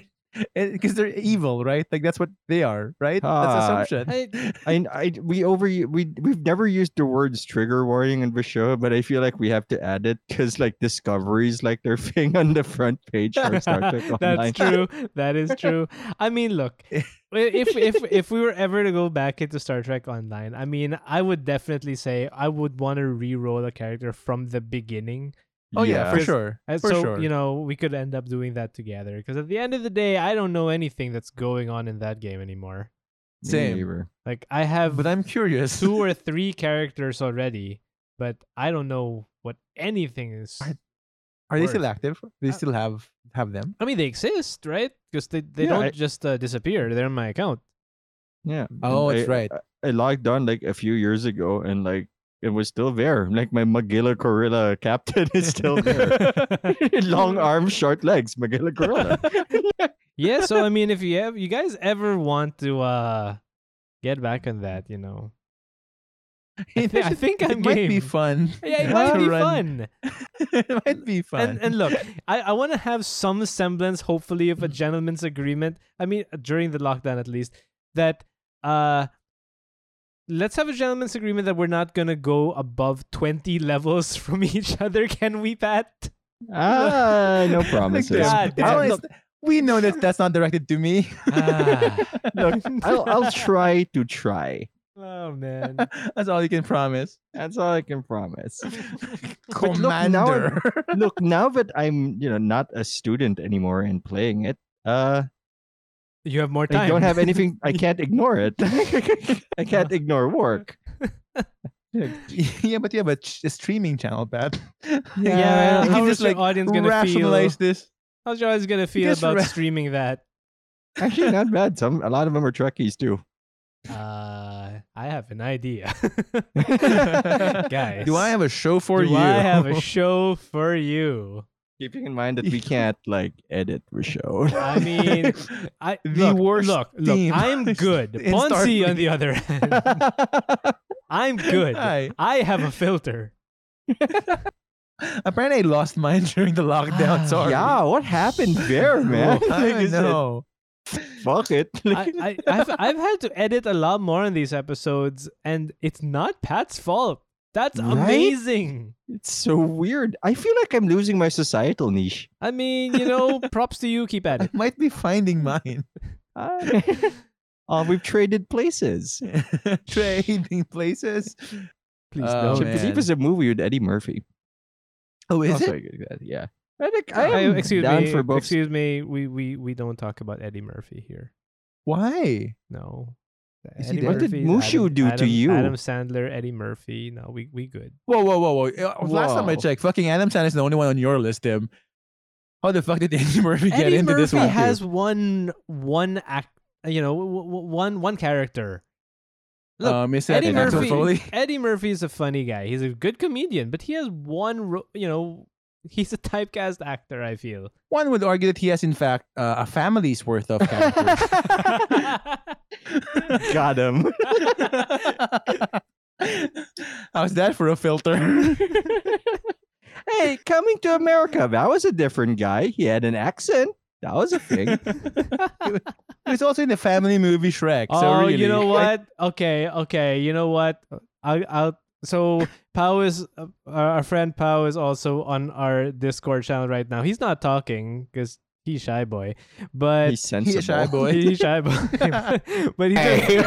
Speaker 3: because they're evil, right? Like that's what they are, right?
Speaker 1: Ah,
Speaker 3: that's assumption.
Speaker 2: I-
Speaker 1: I, I we over we we've never used the words trigger warning in the show, but I feel like we have to add it because like discoveries like their thing on the front page for Star Trek Online.
Speaker 2: That's true. That is true. I mean, look, i- if if if we were ever to go back into Star Trek Online, I mean, I would definitely say I would want to re-roll a character from the beginning.
Speaker 3: oh yeah, for
Speaker 2: Because-
Speaker 3: sure.
Speaker 2: And
Speaker 3: For
Speaker 2: so
Speaker 3: sure.
Speaker 2: you know, we could end up doing that together. Because at the end of the day, I don't know anything that's going on in that game anymore.
Speaker 1: Me
Speaker 3: Same.
Speaker 1: neither.
Speaker 2: Like I have
Speaker 3: But I'm curious.
Speaker 2: two or three characters already, but I don't know what anything is.
Speaker 3: I- Are they still
Speaker 2: worse.
Speaker 3: active? They still have have them.
Speaker 2: I mean, they exist, right? Because they, they
Speaker 1: Yeah,
Speaker 2: don't
Speaker 1: I-
Speaker 2: just uh, disappear. They're in my account.
Speaker 1: Yeah. and
Speaker 3: Oh,
Speaker 1: I,
Speaker 3: that's right.
Speaker 1: I logged on like a few years ago and like it was still there. Like my Magilla Gorilla captain is still there. Long arms, short legs, Magilla Gorilla.
Speaker 2: yeah, so I mean, if you have, you guys ever want to uh get back on that, you know, I, thi- I think
Speaker 3: it
Speaker 2: I'm
Speaker 3: might
Speaker 2: game.
Speaker 3: be fun.
Speaker 2: Yeah, it
Speaker 3: to
Speaker 2: might be
Speaker 3: run.
Speaker 2: fun.
Speaker 3: it might be fun.
Speaker 2: And and look, I, I want to have some semblance, hopefully, of a gentleman's agreement. I mean, during the lockdown at least, that uh, let's have a gentleman's agreement that we're not gonna go above twenty levels from each other. Can we, Pat?
Speaker 1: ah, no
Speaker 3: Like,
Speaker 1: promises.
Speaker 2: God
Speaker 3: damn, how
Speaker 2: damn.
Speaker 3: is
Speaker 2: Look-
Speaker 3: th- we know that that's not directed to me.
Speaker 2: Ah.
Speaker 1: Look, I'll, I'll try to try.
Speaker 2: oh man.
Speaker 3: that's all you can promise.
Speaker 1: That's all I can promise. But look, now I'm-
Speaker 3: Commander.
Speaker 1: Look, now that I'm, you know, not a student anymore and playing it, uh,
Speaker 2: You have more time.
Speaker 1: I don't have anything. I can't ignore it. I can't ignore work.
Speaker 3: yeah, but yeah, but ch- a streaming channel, Pat.
Speaker 2: Yeah,
Speaker 3: you
Speaker 2: how is
Speaker 3: can uh, just
Speaker 2: your
Speaker 3: like
Speaker 2: audience gonna feel?
Speaker 3: rationalize this.
Speaker 2: How's your audience gonna feel
Speaker 3: Just
Speaker 2: about
Speaker 3: ra-
Speaker 2: streaming that?
Speaker 1: Actually, not bad. Some a lot of them are Trekkies too.
Speaker 2: Uh, I have an idea, guys.
Speaker 3: Do I have a show for
Speaker 2: do
Speaker 3: you?
Speaker 2: I have a show for you?
Speaker 1: Keeping in mind that we can't like edit the show.
Speaker 2: I mean, I
Speaker 3: The
Speaker 2: look,
Speaker 3: worst
Speaker 2: Look,
Speaker 3: team
Speaker 2: look, I'm good.
Speaker 3: in Starfleet.
Speaker 2: Ponzi, on the other hand, I'm good.
Speaker 3: Hi.
Speaker 2: I have a filter.
Speaker 3: Apparently, I lost mine during the lockdown.
Speaker 2: Ah.
Speaker 3: Sorry.
Speaker 1: yeah, what happened there, man?
Speaker 3: I
Speaker 1: Like,
Speaker 3: don't
Speaker 1: is it-
Speaker 3: know.
Speaker 1: Fuck it.
Speaker 2: I, I, I've, I've had to edit a lot more on these episodes, and it's not Pat's fault. That's
Speaker 1: Right?
Speaker 2: amazing.
Speaker 1: It's so weird. I feel like I'm losing my societal niche.
Speaker 2: I mean, you know, props to you. Keep at
Speaker 3: I
Speaker 2: it.
Speaker 3: might be finding mine.
Speaker 1: I- Ah, Uh, we've traded places.
Speaker 3: Trading places.
Speaker 2: Please
Speaker 1: Which
Speaker 3: Oh,
Speaker 1: I
Speaker 2: don't.
Speaker 1: believe
Speaker 3: man.
Speaker 1: is a movie with Eddie Murphy.
Speaker 3: Oh, is
Speaker 1: Also
Speaker 3: it?
Speaker 1: a good guy, Yeah. I think
Speaker 2: I-
Speaker 1: I am
Speaker 2: excuse
Speaker 1: down
Speaker 2: me.
Speaker 1: for both.
Speaker 2: Excuse me. We, we we don't talk about Eddie Murphy here.
Speaker 3: Why?
Speaker 2: No.
Speaker 3: Is he
Speaker 2: Eddie
Speaker 3: dead? What
Speaker 1: did
Speaker 2: Murphy,
Speaker 1: Mushu
Speaker 2: Adam-
Speaker 1: do to
Speaker 2: Adam-
Speaker 1: you?
Speaker 2: Adam Sandler, Eddie Murphy. No, we we good.
Speaker 3: Whoa, whoa, whoa, whoa. Uh, Last time I
Speaker 1: Whoa.
Speaker 3: checked, fucking Adam Sandler is the only one on your list, Tim. How the fuck did Eddie Murphy get
Speaker 2: Eddie
Speaker 3: into
Speaker 2: Murphy
Speaker 3: this one? Uh, too?
Speaker 2: has one one act. You know, w- w- one one character. Look,
Speaker 3: uh, Miss
Speaker 2: Eddie
Speaker 1: Eddie Axel
Speaker 2: Murphy. Eddie Murphy is a funny guy. He's a good comedian, but he has one. Ro- you know, he's a typecast actor. I feel.
Speaker 3: One would argue that he has, in fact, uh, a family's worth of characters.
Speaker 1: Got him.
Speaker 3: How's that for a filter?
Speaker 1: hey, coming to America, that was a different guy. He had an accent. That was a thing.
Speaker 3: He was also in the family movie Shrek.
Speaker 2: oh,
Speaker 3: so really,
Speaker 2: you know
Speaker 3: I-
Speaker 2: what? Okay, okay. You know what? I, I'll. So Pau is uh, our friend. Pau is also on our Discord channel right now. He's not talking because he's shy boy, but
Speaker 1: He's sensible.
Speaker 3: He's a shy boy.
Speaker 2: He's shy boy. but he's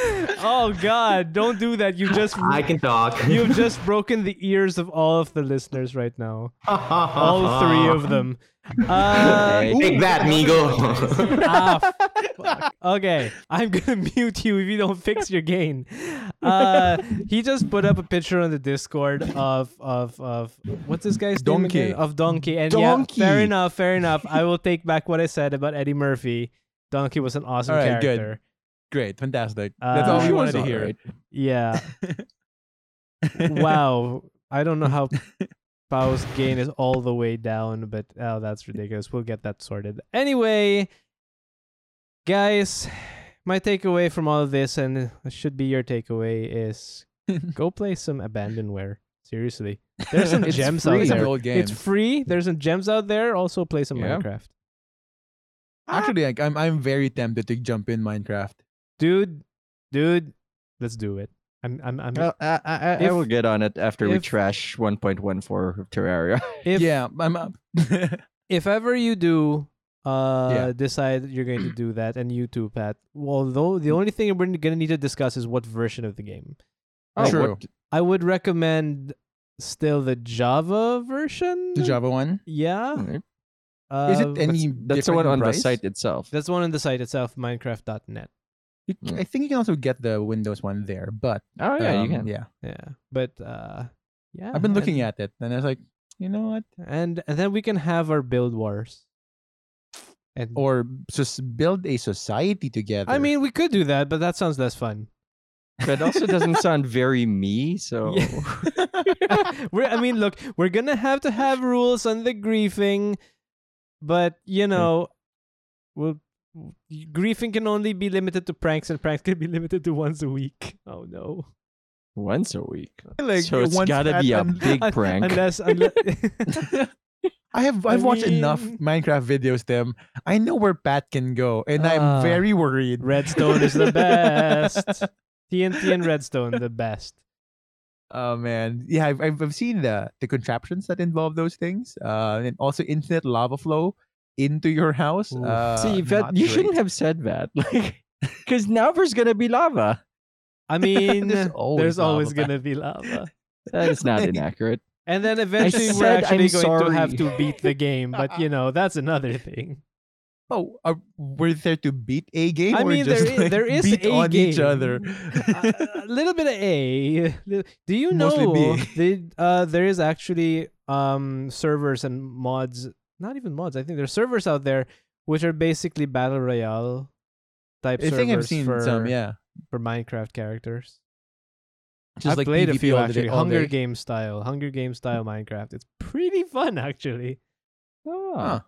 Speaker 2: oh God! Don't do that. You just
Speaker 4: I can talk.
Speaker 2: you've just broken the ears of all of the listeners right now. All three
Speaker 4: Uh-huh.
Speaker 2: of them. Uh,
Speaker 4: Take that, Migo.
Speaker 2: ah, fuck. Okay, I'm gonna mute you if you don't fix your gain. Uh, he just put up a picture on the Discord of of of what's this guy's name
Speaker 3: Donkey.
Speaker 2: again? Of Donkey. And
Speaker 1: Donkey.
Speaker 2: yeah, fair enough, fair enough. I will take back what I said about Eddie Murphy. Donkey was an awesome
Speaker 3: All right, good.
Speaker 2: character.
Speaker 3: Great, fantastic. That's
Speaker 2: Uh,
Speaker 3: all we
Speaker 2: She
Speaker 3: wanted
Speaker 2: was
Speaker 3: to hear.
Speaker 2: Yeah. wow. I don't know how Pau's gain is all the way down, but oh, that's ridiculous. We'll get that sorted. Anyway, guys, my takeaway from all of this, and it should be your takeaway, is go play some abandonware. Seriously, there's some
Speaker 3: It's
Speaker 2: gems
Speaker 3: free.
Speaker 2: out
Speaker 3: Some
Speaker 2: there.
Speaker 3: old
Speaker 2: It's
Speaker 3: games.
Speaker 2: free. There's some gems out there. Also, play some
Speaker 3: Yeah.
Speaker 2: Minecraft,
Speaker 3: Actually, like, I'm I'm very tempted to jump in Minecraft.
Speaker 2: dude. Dude, let's do it. I'm, I'm, I'm.
Speaker 3: Uh,
Speaker 1: Well, I, I, I- I
Speaker 2: If-
Speaker 1: will get on it after we
Speaker 2: if-
Speaker 1: trash 1.14 of Terraria.
Speaker 2: if,
Speaker 3: yeah, I'm. uh, up.
Speaker 2: if ever you do uh decide that you're going to do that and you too pat well though
Speaker 3: Mm.
Speaker 2: the only thing we're gonna need to discuss is what version of the game
Speaker 1: Oh,
Speaker 3: True.
Speaker 1: what-
Speaker 2: i would recommend still the java version
Speaker 3: the Java one.
Speaker 2: yeah
Speaker 1: Alright.
Speaker 2: uh,
Speaker 3: Is it any
Speaker 1: That's the
Speaker 3: different
Speaker 1: one
Speaker 3: in
Speaker 1: on the
Speaker 3: price?
Speaker 1: site itself.
Speaker 2: that's the one on the site itself minecraft.net
Speaker 3: You-
Speaker 1: Mm.
Speaker 3: I think you can also get the Windows one there, but
Speaker 1: Oh, yeah, you
Speaker 3: um,
Speaker 1: can.
Speaker 3: Yeah,
Speaker 2: yeah but uh yeah
Speaker 3: I've been looking at it, and I was like, you know what?
Speaker 2: and, and then we can have our build wars and
Speaker 3: Or just build a society together.
Speaker 2: i mean we could do that but that sounds less fun
Speaker 1: That also doesn't sound very me, so
Speaker 2: we're, I mean, look, we're gonna have to have rules on the griefing, but you know, we'll, griefing can only be limited to pranks, and pranks can be limited to once a week. Oh no!
Speaker 1: once a week.
Speaker 3: like,
Speaker 1: so it's
Speaker 3: once
Speaker 1: gotta
Speaker 3: that
Speaker 1: be a
Speaker 3: and-
Speaker 1: big
Speaker 2: Un-
Speaker 1: prank.
Speaker 2: unless, unless
Speaker 3: I have
Speaker 2: I
Speaker 3: I've watched enough
Speaker 2: mean-
Speaker 3: Minecraft videos. Them I know where Pat can go, and
Speaker 2: Ah.
Speaker 3: I'm very worried.
Speaker 2: redstone is the best. TNT and redstone, the best.
Speaker 3: Oh man, yeah, I've I've, I've seen the the contraptions that involve those things, uh, and also infinite lava flow into your house.
Speaker 2: Oof.
Speaker 3: Uh,
Speaker 1: See, that,
Speaker 3: not
Speaker 1: you
Speaker 3: great.
Speaker 1: shouldn't have said that. Like, because now there's gonna be lava.
Speaker 2: I mean,
Speaker 3: There's
Speaker 2: there's
Speaker 3: always
Speaker 2: always,
Speaker 3: lava.
Speaker 2: gonna be lava.
Speaker 1: That is not inaccurate.
Speaker 2: And then eventually, we're
Speaker 1: said
Speaker 2: actually
Speaker 1: I'm
Speaker 2: going to have
Speaker 1: sorry.
Speaker 2: to beat the game, but you know, that's another thing.
Speaker 3: Oh, are, were there to beat a game?
Speaker 2: I
Speaker 3: or
Speaker 2: mean, there
Speaker 3: just,
Speaker 2: is-
Speaker 3: like,
Speaker 2: there is
Speaker 3: beat
Speaker 2: a
Speaker 3: on each
Speaker 2: game.
Speaker 3: other.
Speaker 2: a a little bit of A. Li- Do you
Speaker 3: Mostly
Speaker 2: know
Speaker 3: B.
Speaker 2: the uh, there is actually um servers and mods, not even mods. I think there's servers out there which are basically battle royale type
Speaker 3: I
Speaker 2: servers
Speaker 3: think I've seen
Speaker 2: for
Speaker 3: some. Yeah,
Speaker 2: for Minecraft characters.
Speaker 3: just
Speaker 2: I
Speaker 3: like
Speaker 2: played a
Speaker 3: PvP
Speaker 2: few
Speaker 3: all day-
Speaker 2: actually,
Speaker 3: all
Speaker 2: Hunger
Speaker 3: day.
Speaker 2: Game style, Hunger Game style Minecraft. It's pretty fun actually.
Speaker 1: Oh.
Speaker 3: Huh.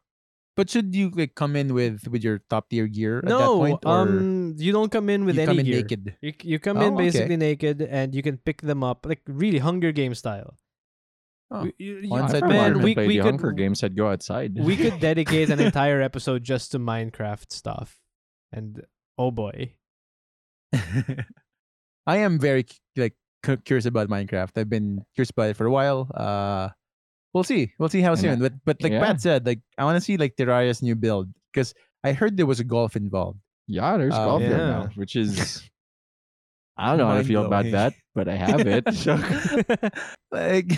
Speaker 3: But should you like come in with with your top tier gear at that
Speaker 2: no,
Speaker 3: point, or
Speaker 2: um, you don't come in with
Speaker 3: you
Speaker 2: any
Speaker 3: come in
Speaker 2: gear.
Speaker 3: naked?
Speaker 2: You you come
Speaker 3: Oh,
Speaker 2: in
Speaker 3: okay.
Speaker 2: basically naked and you can pick them up like really Hunger Game style.
Speaker 3: Oh,
Speaker 2: We- you- you-
Speaker 3: on
Speaker 1: I
Speaker 3: site
Speaker 1: forgot
Speaker 2: man,
Speaker 1: Armin
Speaker 2: we,
Speaker 1: played
Speaker 2: we
Speaker 1: the
Speaker 2: could
Speaker 1: Hunger Games. I'd go outside.
Speaker 2: we could dedicate an entire episode just to Minecraft stuff, and oh boy,
Speaker 3: I am very cu- like cu- curious about Minecraft. I've been curious about it for a while. Uh, we'll see. We'll see how
Speaker 1: And I-
Speaker 3: soon. But but like
Speaker 1: yeah.
Speaker 3: Pat said, like I want to see like Terraria's new build because I heard there was a golf involved.
Speaker 1: yeah, there's
Speaker 3: Um,
Speaker 1: golf there
Speaker 2: yeah.
Speaker 1: now, which is. I don't know how to feel about
Speaker 3: Mind-blowing.
Speaker 1: that, but I have it. So
Speaker 3: like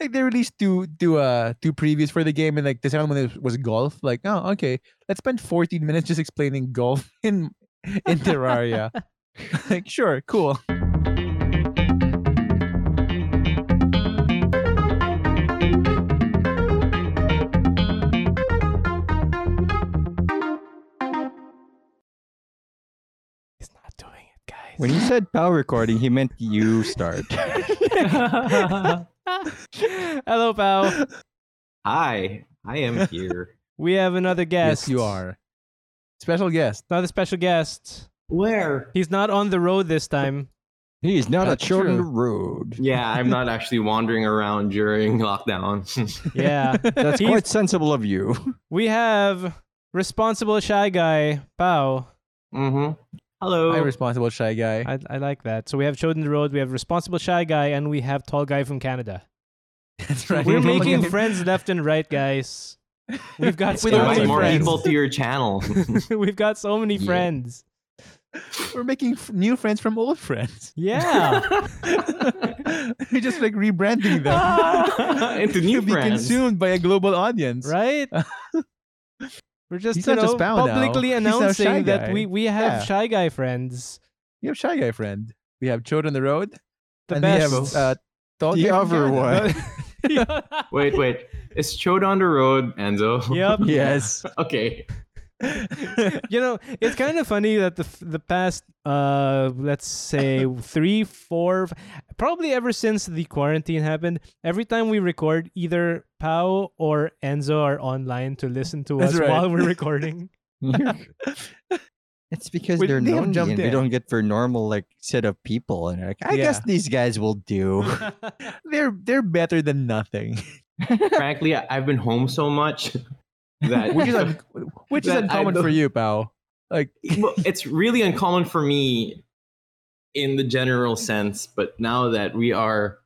Speaker 3: like they released two two uh two previews for the game and like the second one was, was golf. Like oh okay, let's spend 14 minutes just explaining golf in in Terraria. like sure, cool.
Speaker 2: he's not doing
Speaker 1: When he said power recording, he meant you start.
Speaker 2: Hello, pal.
Speaker 4: Hi, I am here.
Speaker 2: We have another guest.
Speaker 3: yes, you are. Special guest.
Speaker 2: Another special guest.
Speaker 4: Where?
Speaker 2: He's not on the road this time.
Speaker 1: He is not
Speaker 3: That's
Speaker 1: a children
Speaker 3: true.
Speaker 1: road.
Speaker 4: Yeah, I'm not actually wandering around during lockdown.
Speaker 2: Yeah.
Speaker 1: That's
Speaker 2: He's-
Speaker 1: quite sensible of you.
Speaker 2: we have responsible shy guy, Pao.
Speaker 4: mm-hmm. Hello.
Speaker 3: I'm responsible shy guy.
Speaker 2: I, I like that. So we have Choden the Road, we have responsible shy guy, and we have tall guy from Canada.
Speaker 3: That's right.
Speaker 2: We're
Speaker 4: Don't
Speaker 2: making
Speaker 4: forget-
Speaker 2: friends left and right, guys. We've got so
Speaker 3: With our
Speaker 4: Invite
Speaker 2: many
Speaker 4: more
Speaker 3: friends.
Speaker 4: people to your channel.
Speaker 2: friends. We've got so many
Speaker 4: Yeah.
Speaker 2: friends.
Speaker 3: We're making f- new friends from old friends.
Speaker 2: Yeah.
Speaker 3: We're just like rebranding them
Speaker 4: Into new
Speaker 3: to be
Speaker 4: friends.
Speaker 3: consumed by a global audience.
Speaker 2: right? We're just,
Speaker 3: He's
Speaker 2: you
Speaker 3: not
Speaker 2: know,
Speaker 3: just Pao now.
Speaker 2: publicly
Speaker 3: He's now Shy
Speaker 2: announcing that
Speaker 3: Guy.
Speaker 2: we, we have
Speaker 3: Yeah.
Speaker 2: shy guy friends.
Speaker 3: We have shy guy friend. We have Chode on the road.
Speaker 2: The
Speaker 3: and
Speaker 2: best.
Speaker 3: we have uh, Tall
Speaker 1: The
Speaker 3: Guy from
Speaker 1: other
Speaker 3: Canada.
Speaker 1: one.
Speaker 4: Wait, wait. Is Chode on the road, Enzo?
Speaker 2: yep.
Speaker 3: yes.
Speaker 4: okay.
Speaker 2: You know, it's kind of funny that the f- the past uh let's say 3 4 f- probably ever since the quarantine happened, every time we record either Pau or Enzo are online to listen to
Speaker 3: That's
Speaker 2: us
Speaker 3: right.
Speaker 2: while we're recording.
Speaker 1: it's because
Speaker 3: Well,
Speaker 1: they're
Speaker 3: they have
Speaker 1: known
Speaker 3: jumped
Speaker 1: and we
Speaker 3: in.
Speaker 1: don't get for normal like set of people. And like, I guess
Speaker 3: Yeah.
Speaker 1: these guys will do.
Speaker 3: They're they're better than nothing.
Speaker 4: Frankly, I- I've been home so much that
Speaker 3: Which is un- which is
Speaker 4: That I
Speaker 3: uncommon
Speaker 4: don't-
Speaker 3: for you, pal. Like
Speaker 4: well, it's really uncommon for me in the general sense, but now that we are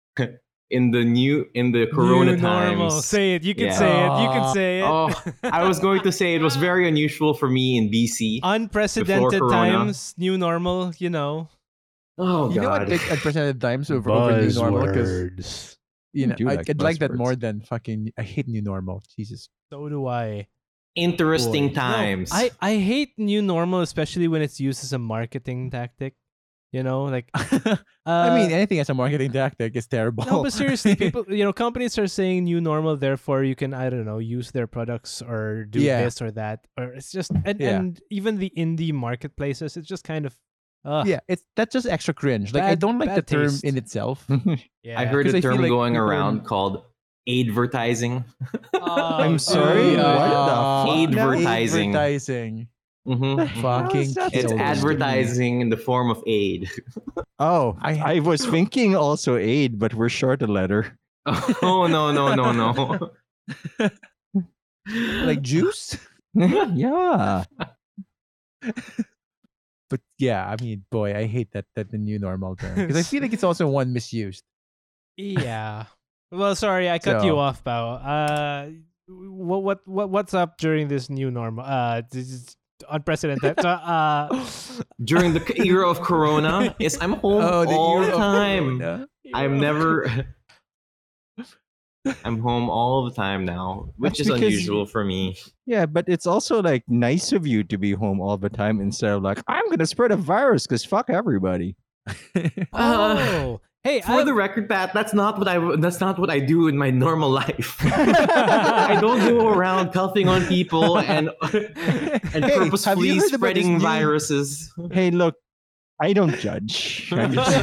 Speaker 4: in the new in the corona
Speaker 2: New normal.
Speaker 4: times.
Speaker 2: Say it. You can
Speaker 4: Yeah.
Speaker 2: say it. You can say it.
Speaker 4: oh, I was going to say it was very unusual for me in BC.
Speaker 2: unprecedented
Speaker 4: Corona.
Speaker 2: times, new normal, you know.
Speaker 4: Oh
Speaker 3: you know what
Speaker 4: god.
Speaker 3: like unprecedented times over, over new normal because you know
Speaker 1: do
Speaker 3: I,
Speaker 1: like
Speaker 3: I'd like that
Speaker 1: buzzwords.
Speaker 3: more than fucking I hate new normal. Jesus.
Speaker 2: So do I.
Speaker 4: Interesting
Speaker 2: No,
Speaker 4: times.
Speaker 2: I, I hate new normal, especially when it's used as a marketing tactic. You know, like
Speaker 3: I mean
Speaker 2: uh,
Speaker 3: anything as a marketing tactic is terrible.
Speaker 2: no, but
Speaker 4: Oh.
Speaker 2: seriously, people, you know, companies are saying new normal, therefore you can, I don't know, use their products or do
Speaker 3: Yeah.
Speaker 2: this or that, or it's just, and,
Speaker 3: Yeah.
Speaker 2: and even the indie marketplaces, it's just kind of, uh,
Speaker 3: yeah, it's that's just extra cringe. Like I
Speaker 2: Bad-
Speaker 3: don't like the
Speaker 2: bad
Speaker 3: term
Speaker 2: taste.
Speaker 3: in itself.
Speaker 4: I heard
Speaker 3: 'Cause
Speaker 4: a
Speaker 3: I feel
Speaker 4: term
Speaker 3: like
Speaker 4: going
Speaker 3: people are-
Speaker 4: around called advertising.
Speaker 1: I'm sorry.
Speaker 3: Uh,
Speaker 1: what the
Speaker 4: fuck?
Speaker 3: no,
Speaker 4: Advertising.
Speaker 3: Advertising.
Speaker 4: Mhm.
Speaker 3: Fucking
Speaker 1: is that
Speaker 4: It's
Speaker 3: killed me.
Speaker 4: advertising in the form of aid.
Speaker 1: Oh,
Speaker 3: I-
Speaker 1: I, was thinking also aid, but we're short a letter.
Speaker 4: Oh no no no no.
Speaker 3: Like juice?
Speaker 1: yeah.
Speaker 3: But yeah, I mean, boy, I hate that that the new normal term because I feel like it's also one misused.
Speaker 2: Yeah. Well, sorry, I cut you
Speaker 3: So-
Speaker 2: off, Bao. Uh, what what what what's up during this new normal? Uh, this is unprecedented. so, uh,
Speaker 4: during the era of corona is i'm home all the
Speaker 3: Oh, era of
Speaker 4: time
Speaker 3: Corona.
Speaker 4: i'm never i'm home all the time now which
Speaker 1: That's
Speaker 4: is
Speaker 1: because
Speaker 4: unusual for me
Speaker 1: Yeah, but it's also like nice of you to be home all the time instead of like, I'm going to spread a virus because fuck everybody.
Speaker 4: Uh,
Speaker 2: oh, hey,
Speaker 4: for
Speaker 2: I,
Speaker 4: the record pat that's not what i that's not what i do in my normal life i don't go around pelting on people and and
Speaker 3: Hey, have you
Speaker 4: purposefully
Speaker 3: heard about this
Speaker 4: spreading
Speaker 3: new-
Speaker 4: viruses
Speaker 1: Hey, look, I don't judge. I'm just-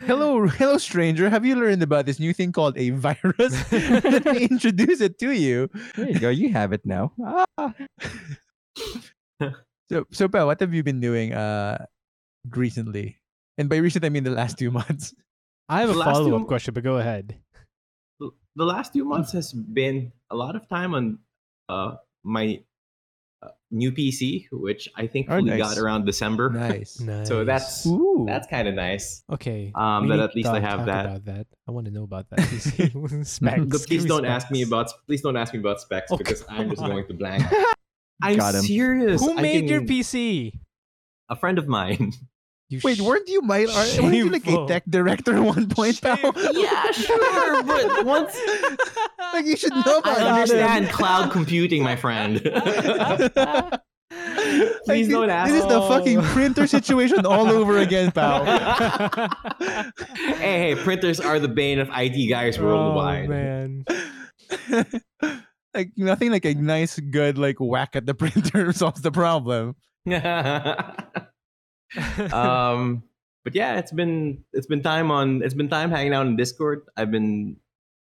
Speaker 3: Hello, hello, stranger. Have you learned about this new thing called a virus? Let me introduce it to you.
Speaker 1: there you go. You have it now. Ah.
Speaker 3: So, so Pao, what have you been doing uh recently? And by recent, I mean the last two months.
Speaker 2: I have a
Speaker 4: Last
Speaker 2: follow up
Speaker 4: two-
Speaker 2: question, but go ahead.
Speaker 4: the last
Speaker 3: Hmm.
Speaker 4: few months has been a lot of time on uh, my uh, new PC, which I think
Speaker 3: Oh,
Speaker 4: we
Speaker 3: nice.
Speaker 4: got around December.
Speaker 3: Nice.
Speaker 4: So that's
Speaker 3: Ooh.
Speaker 4: that's kind of nice.
Speaker 2: okay.
Speaker 4: Um,
Speaker 2: we
Speaker 4: that
Speaker 2: need
Speaker 4: at
Speaker 2: to
Speaker 4: least I
Speaker 2: talk-
Speaker 4: have
Speaker 2: talk
Speaker 4: that.
Speaker 2: About that, I want to know about that. Specs,
Speaker 1: But
Speaker 2: give
Speaker 4: please
Speaker 2: me
Speaker 4: don't ask me
Speaker 2: specs.
Speaker 4: about please don't ask me about specs
Speaker 2: Oh,
Speaker 4: because I'm just
Speaker 2: come on.
Speaker 4: going to blank. I'm
Speaker 1: Got him.
Speaker 4: serious.
Speaker 2: who
Speaker 4: I
Speaker 2: made your
Speaker 4: can-
Speaker 2: PC.
Speaker 4: A friend of mine.
Speaker 2: You
Speaker 3: Wait,
Speaker 2: sh-
Speaker 3: weren't you my are, weren't you like a
Speaker 2: Shameful.
Speaker 3: tech director at one point? Pao?
Speaker 4: yeah, sure, but once
Speaker 3: like you should know about
Speaker 4: I
Speaker 3: it.
Speaker 4: understand cloud computing, my friend. Please
Speaker 3: Like,
Speaker 4: don't
Speaker 3: thi-
Speaker 4: ask.
Speaker 3: This is the
Speaker 2: Oh.
Speaker 3: fucking printer situation all over again, pal.
Speaker 4: hey, hey, printers are the bane of IT guys
Speaker 2: Oh,
Speaker 4: worldwide.
Speaker 2: man.
Speaker 3: like nothing like a nice, good like whack at the printer solves the problem.
Speaker 4: um, but yeah, it's been it's been time on it's been time hanging out in Discord. I've been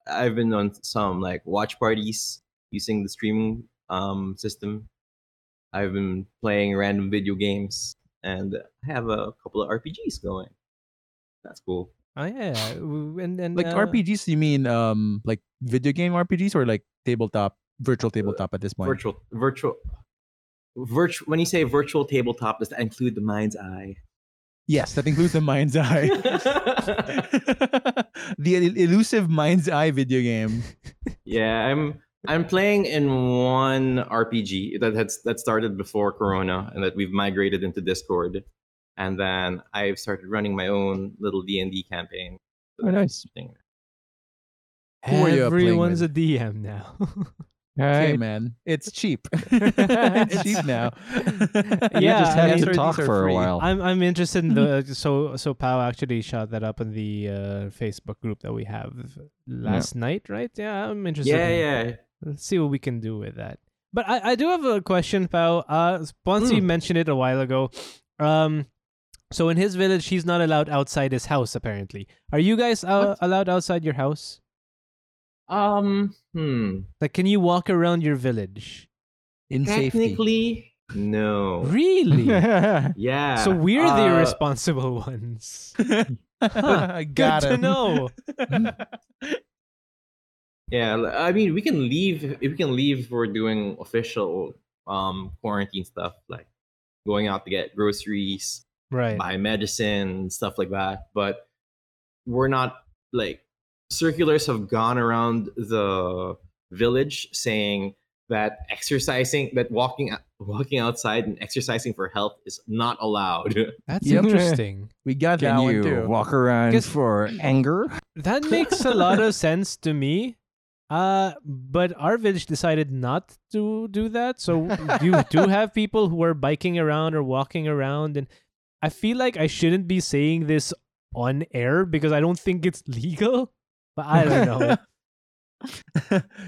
Speaker 4: I've been on some like watch parties using the streaming um, system. I've been playing random video games and I have a couple of RPGs going. That's cool.
Speaker 2: oh yeah, w- and and
Speaker 3: Like
Speaker 2: uh,
Speaker 3: RPGs, you mean um like video game RPGs or like tabletop, virtual tabletop at this point?
Speaker 4: Virtual virtual virtual when you say virtual tabletop, does that include the mind's eye?
Speaker 3: Yes, that includes the mind's eye. the el- elusive mind's eye video game.
Speaker 4: yeah, I'm I'm playing in one RPG that had that started before Corona and that we've migrated into Discord, and then I've started running my own little D and D campaign.
Speaker 1: Oh, nice.
Speaker 4: Thing.
Speaker 3: Who are you playing
Speaker 2: Everyone's a
Speaker 3: with?
Speaker 2: DM now.
Speaker 1: All
Speaker 3: Hey
Speaker 1: right.
Speaker 3: man, it's cheap. it's cheap now.
Speaker 1: You
Speaker 2: Yeah,
Speaker 1: just
Speaker 2: I
Speaker 1: have
Speaker 2: mean-
Speaker 1: to talk for a while.
Speaker 2: I'm I'm interested in the
Speaker 4: Mm-hmm.
Speaker 2: uh, so so Pau actually shot that up in the uh, Facebook group that we have last night, right? Yeah, I'm interested.
Speaker 4: Yeah,
Speaker 2: in-
Speaker 4: yeah.
Speaker 2: Let's see what we can do with that. But I, I do have a question, Pao. Uh, Bonsi
Speaker 4: Hmm.
Speaker 2: mentioned it a while ago. Um, so in his village, he's not allowed outside his house. Apparently, are you guys uh, allowed outside your house?
Speaker 4: Um, hmm.
Speaker 2: Like, can you walk around your village?
Speaker 3: In safety.
Speaker 4: Technically, no.
Speaker 2: Really?
Speaker 4: Yeah.
Speaker 2: so we're the
Speaker 4: Oh. uh,
Speaker 2: irresponsible ones.
Speaker 3: Got
Speaker 2: Good to
Speaker 3: him.
Speaker 2: know.
Speaker 4: Yeah, l- I mean, we can leave. if We can leave. if We're doing official um quarantine stuff, like going out to get groceries,
Speaker 2: Right.
Speaker 4: buy medicine, stuff like that. But we're not like circulars have gone around the village saying that exercising, that walking o- walking outside and exercising for health is not allowed.
Speaker 2: That's
Speaker 1: Yep.
Speaker 2: interesting.
Speaker 3: We got that
Speaker 1: Can
Speaker 3: one
Speaker 1: you
Speaker 3: too.
Speaker 1: walk around
Speaker 2: Guess-
Speaker 1: for anger?
Speaker 2: That makes a lot of sense to me. Uh, but our village decided not to do that. So you do have people who are biking around or walking around, and I feel like I shouldn't be saying this on air because I don't think it's legal. But I don't know.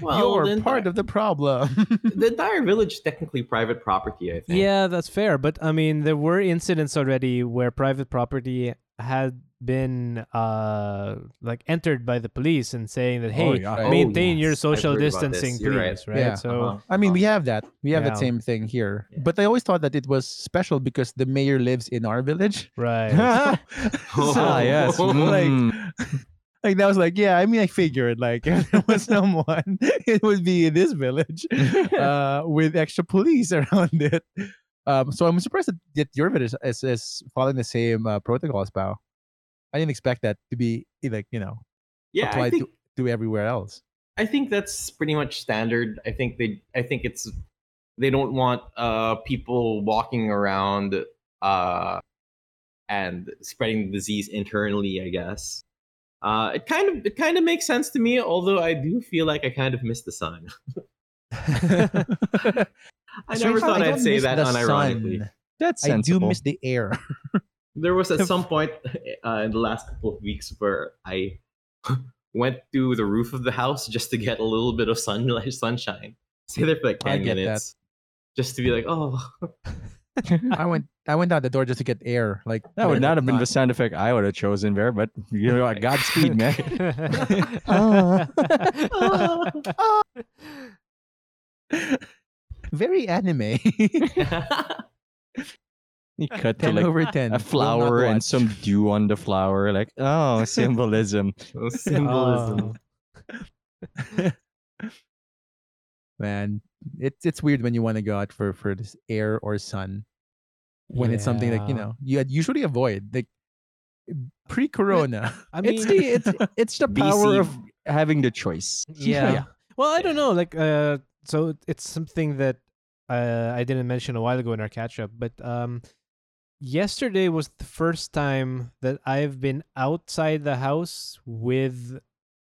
Speaker 4: Well,
Speaker 3: You're
Speaker 4: then
Speaker 3: part
Speaker 4: I-
Speaker 3: of the problem.
Speaker 4: the entire village is technically private property. I think.
Speaker 2: yeah, that's fair. But I mean, there were incidents already where private property had been uh like entered by the police and saying that hey
Speaker 3: Oh,
Speaker 2: maintain your
Speaker 4: yes. I've
Speaker 2: social
Speaker 4: heard about this.
Speaker 2: distancing, please.
Speaker 4: You're right.
Speaker 2: Right.
Speaker 3: Yeah.
Speaker 2: So
Speaker 4: Uh-huh.
Speaker 3: I mean, we have that. We have that
Speaker 2: Yeah.
Speaker 3: same thing here.
Speaker 4: Yeah.
Speaker 3: But I always thought that it was special because the mayor lives in our village.
Speaker 2: right.
Speaker 1: Oh.
Speaker 3: so,
Speaker 1: Ah, yes.
Speaker 3: like,
Speaker 1: mm.
Speaker 3: like that was like, yeah. I mean, I figured like if there was someone, it would be in this village uh, with extra police around it. Um, so I'm surprised that, that your village is, is following the same uh, protocols, Bao. I didn't expect that to be eh, like you know
Speaker 4: yeah, I
Speaker 3: applied
Speaker 4: think,
Speaker 3: to, to everywhere else.
Speaker 4: I think that's pretty much standard. I think they I think it's they don't want uh people walking around uh and spreading the disease internally, I guess. Uh it kind of it kind of makes sense to me, although I do feel like I kind of missed the sun. I
Speaker 3: So
Speaker 4: never
Speaker 3: it's not-
Speaker 4: thought
Speaker 3: I
Speaker 4: I'd
Speaker 3: don't
Speaker 4: say
Speaker 3: miss
Speaker 4: that
Speaker 3: the
Speaker 4: unironically.
Speaker 3: sun.
Speaker 1: That's
Speaker 3: I do
Speaker 1: sensible.
Speaker 3: miss the air.
Speaker 4: There was at some point uh, in the last couple of weeks where I went to the roof of the house just to get a little bit of sunlight, sunshine. Stay there for like
Speaker 3: I
Speaker 4: ten
Speaker 3: get that.
Speaker 4: minutes, just to be like, oh,
Speaker 3: I went I went out the door just to get air. Like
Speaker 1: That would not have been the
Speaker 3: not-
Speaker 1: sound effect I would have chosen there, but you know, what, Godspeed, man.
Speaker 3: Uh, very anime.
Speaker 1: You cut to
Speaker 3: ten
Speaker 1: like
Speaker 3: over ten.
Speaker 1: a flower and some dew on the flower, like oh, symbolism.
Speaker 4: symbolism.
Speaker 3: man. It's it's weird when you want to go out for for this air or sun when it's something that you
Speaker 2: Yeah.
Speaker 3: know you had usually avoid like pre-corona.
Speaker 2: I mean,
Speaker 1: it's the it's, it's the power
Speaker 4: BC.
Speaker 1: of having the choice.
Speaker 2: yeah. Well, I don't know. Like, uh, so it's something that uh, I didn't mention a while ago in our catch up, but um, yesterday was the first time that I've been outside the house with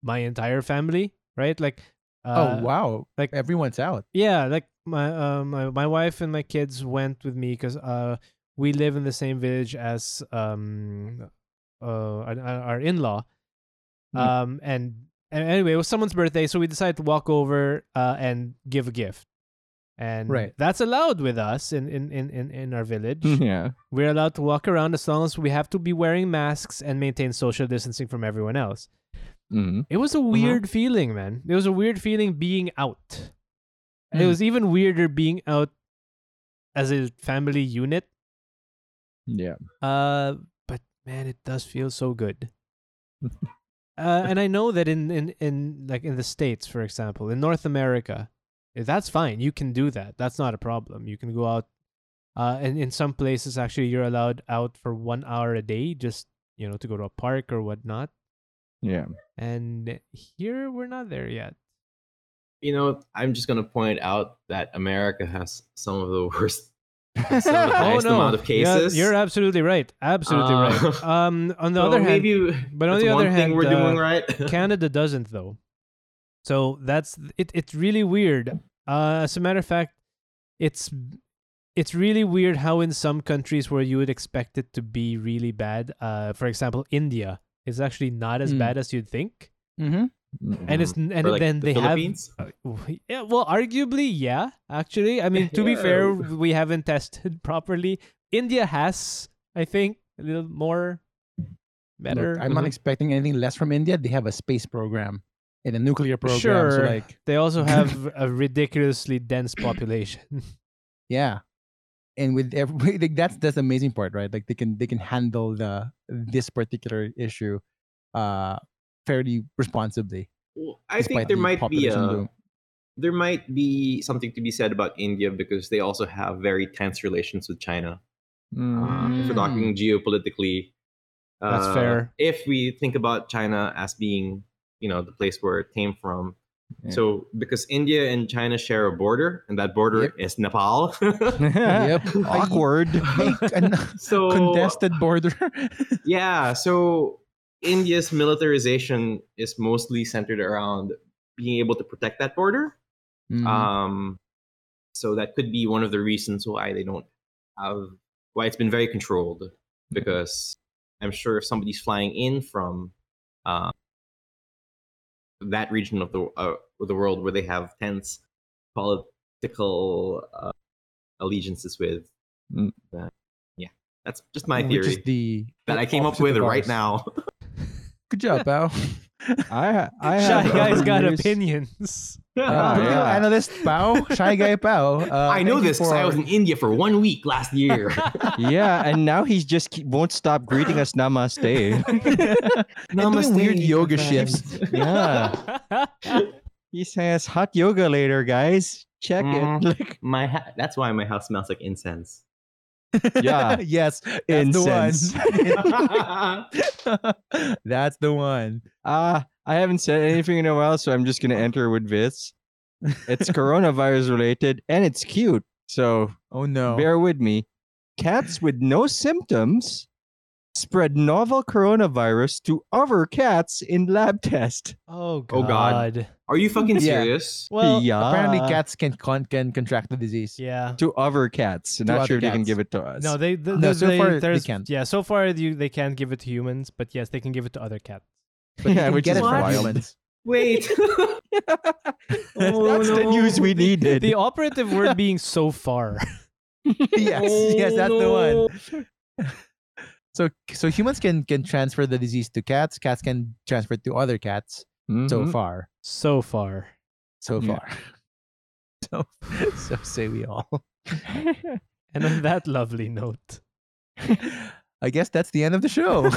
Speaker 2: my entire family. Right? Like, uh,
Speaker 3: oh wow!
Speaker 2: like-
Speaker 3: Like everyone's out.
Speaker 2: yeah, like my uh, my my wife and my kids went with me because uh we live in the same village as um uh our, our in law,
Speaker 1: Hmm.
Speaker 2: um and, and anyway it was someone's birthday so we decided to walk over uh and give a gift, and
Speaker 3: Right.
Speaker 2: that's allowed with us in in in in, in our village.
Speaker 1: yeah.
Speaker 2: We're allowed to walk around as long as we have to be wearing masks and maintain social distancing from everyone else.
Speaker 1: Mm.
Speaker 2: It was a weird feeling, man. It was a weird feeling being out. And It
Speaker 3: Mm.
Speaker 2: was even weirder being out as a family unit.
Speaker 1: Yeah.
Speaker 2: Uh, but man, it does feel so good. uh, and I know that in, in in like in the states, for example, in North America, eh, that's fine. You can do that. That's not a problem. You can go out. Uh, and in some places, actually, you're allowed out for one hour a day, just you know, to go to a park or whatnot.
Speaker 1: Yeah.
Speaker 2: And here, we're not there yet.
Speaker 4: You know, I'm just gonna point out that America has some of the worst, some of the highest amount of
Speaker 2: Oh, Yeah,
Speaker 4: cases.
Speaker 2: you're absolutely right. Absolutely
Speaker 4: Uh,
Speaker 2: right. Um, on the
Speaker 4: So
Speaker 2: other hand,
Speaker 4: maybe
Speaker 2: but on
Speaker 4: that's
Speaker 2: the
Speaker 4: one
Speaker 2: other
Speaker 4: thing
Speaker 2: hand,
Speaker 4: we're
Speaker 2: uh,
Speaker 4: doing right.
Speaker 2: Canada doesn't though. So that's it. It's really weird. Uh, as a matter of fact, it's it's really weird how in some countries where you would expect it to be really bad, uh, for example, India is actually not as
Speaker 3: Mm.
Speaker 2: bad as you'd think,
Speaker 3: Mm-hmm.
Speaker 1: Mm.
Speaker 2: and it's n- and
Speaker 4: Hmm. Or, like,
Speaker 2: then
Speaker 4: the
Speaker 2: they have
Speaker 4: Philippines?
Speaker 2: Uh, yeah, well, arguably, yeah. Actually, I mean, to be fair, we haven't tested properly. India has, I think, a little more better.
Speaker 3: Look, I'm not
Speaker 2: Mhm.
Speaker 3: expecting anything less from India. They have a space program and a nuclear program. So
Speaker 2: Sure.
Speaker 3: like,
Speaker 2: They also have a ridiculously dense population.
Speaker 3: yeah. And with every, like, that's that's the amazing part, right? Like they can they can handle the this particular issue uh fairly responsibly.
Speaker 4: Well, I think
Speaker 3: despite
Speaker 4: there
Speaker 3: the
Speaker 4: might be
Speaker 3: population
Speaker 4: a,
Speaker 3: boom.
Speaker 4: there might be something to be said about India because they also have very tense relations with China. Uh, if
Speaker 1: Mm-hmm.
Speaker 4: we're talking
Speaker 3: Mm.
Speaker 4: geopolitically,
Speaker 2: That's
Speaker 4: uh,
Speaker 2: fair.
Speaker 4: If we think about China as being, you know, the place where it came from.
Speaker 1: Yeah.
Speaker 4: So because India and China share a border, and that border
Speaker 3: Yep.
Speaker 4: is Nepal.
Speaker 3: Yep.
Speaker 1: Awkward.
Speaker 3: Like an
Speaker 4: so
Speaker 3: contested border.
Speaker 4: yeah, so India's militarization is mostly centered around being able to protect that border.
Speaker 3: Mhm.
Speaker 4: Um, so that could be one of the reasons why they don't have why it's been very controlled
Speaker 3: Mm-hmm.
Speaker 4: because I'm sure if somebody's flying in from uh, that region of the uh, of the world where they have tense political uh, allegiances with,
Speaker 1: Mm.
Speaker 4: uh, yeah, that's just my
Speaker 3: Which
Speaker 4: theory
Speaker 3: is the
Speaker 4: that
Speaker 3: the
Speaker 4: I came up
Speaker 3: opposite
Speaker 4: with
Speaker 3: of
Speaker 4: right
Speaker 3: ours.
Speaker 4: now.
Speaker 3: Good job, pal.
Speaker 1: I ha- I
Speaker 2: Shy
Speaker 1: have
Speaker 2: guys got
Speaker 1: years-
Speaker 2: opinions.
Speaker 3: Uh,
Speaker 4: Ah,
Speaker 1: Yeah,
Speaker 3: political
Speaker 1: yeah.
Speaker 3: analyst Pao, shy guy Pao. Uh,
Speaker 4: I know
Speaker 3: thank you
Speaker 4: this because I
Speaker 3: for-
Speaker 4: was in India for one week last year.
Speaker 1: Yeah, and now he's just keep, won't stop greeting us namaste.
Speaker 3: And doing weird
Speaker 4: Namaste,
Speaker 3: yoga
Speaker 4: my friend.
Speaker 3: shifts.
Speaker 1: yeah.
Speaker 3: Ah. Oh,
Speaker 1: He says hot yoga later, guys. Check
Speaker 4: Mhm.
Speaker 1: it.
Speaker 3: Mm-hmm.
Speaker 1: Like,
Speaker 4: My ha- that's why my house smells like incense.
Speaker 1: yeah.
Speaker 3: yes, that's
Speaker 1: Incense.
Speaker 4: That's
Speaker 3: the one. that's the one.
Speaker 1: Ah, I haven't said anything in a while, so I'm just gonna enter with this. It's coronavirus related and it's cute. So
Speaker 3: Oh no.
Speaker 1: bear with me. Cats with no symptoms spread novel coronavirus to other cats in lab test.
Speaker 2: oh God.
Speaker 4: Oh, God. Are you fucking
Speaker 3: Yeah.
Speaker 4: serious?
Speaker 2: Well, yeah.
Speaker 1: yeah.
Speaker 3: Apparently, cats can con- can contract the disease.
Speaker 1: to other cats. Not
Speaker 3: other
Speaker 1: sure if they can
Speaker 3: cats.
Speaker 1: give it to us.
Speaker 2: No, they, th-
Speaker 3: No,
Speaker 2: there's-
Speaker 3: so
Speaker 2: they-
Speaker 3: far they
Speaker 2: there's-
Speaker 3: can't.
Speaker 2: Yeah, so far you, they can't give it to humans, but yes, they can give it to other cats.
Speaker 3: But you
Speaker 1: Yeah,
Speaker 3: can
Speaker 1: which is
Speaker 3: get it from
Speaker 4: wild.
Speaker 3: humans.
Speaker 4: Wait.
Speaker 3: Oh,
Speaker 1: That's the news we needed.
Speaker 2: The operative word being so far.
Speaker 3: yes, yes, that's
Speaker 4: Oh,
Speaker 3: the one. so so humans can can transfer the disease to cats. Cats can transfer it to other cats. So
Speaker 1: Mhm.
Speaker 3: far,
Speaker 2: So far.
Speaker 3: so
Speaker 1: Yeah.
Speaker 3: far. So so say we all.
Speaker 2: And on that lovely note.
Speaker 3: I guess that's the end of the show.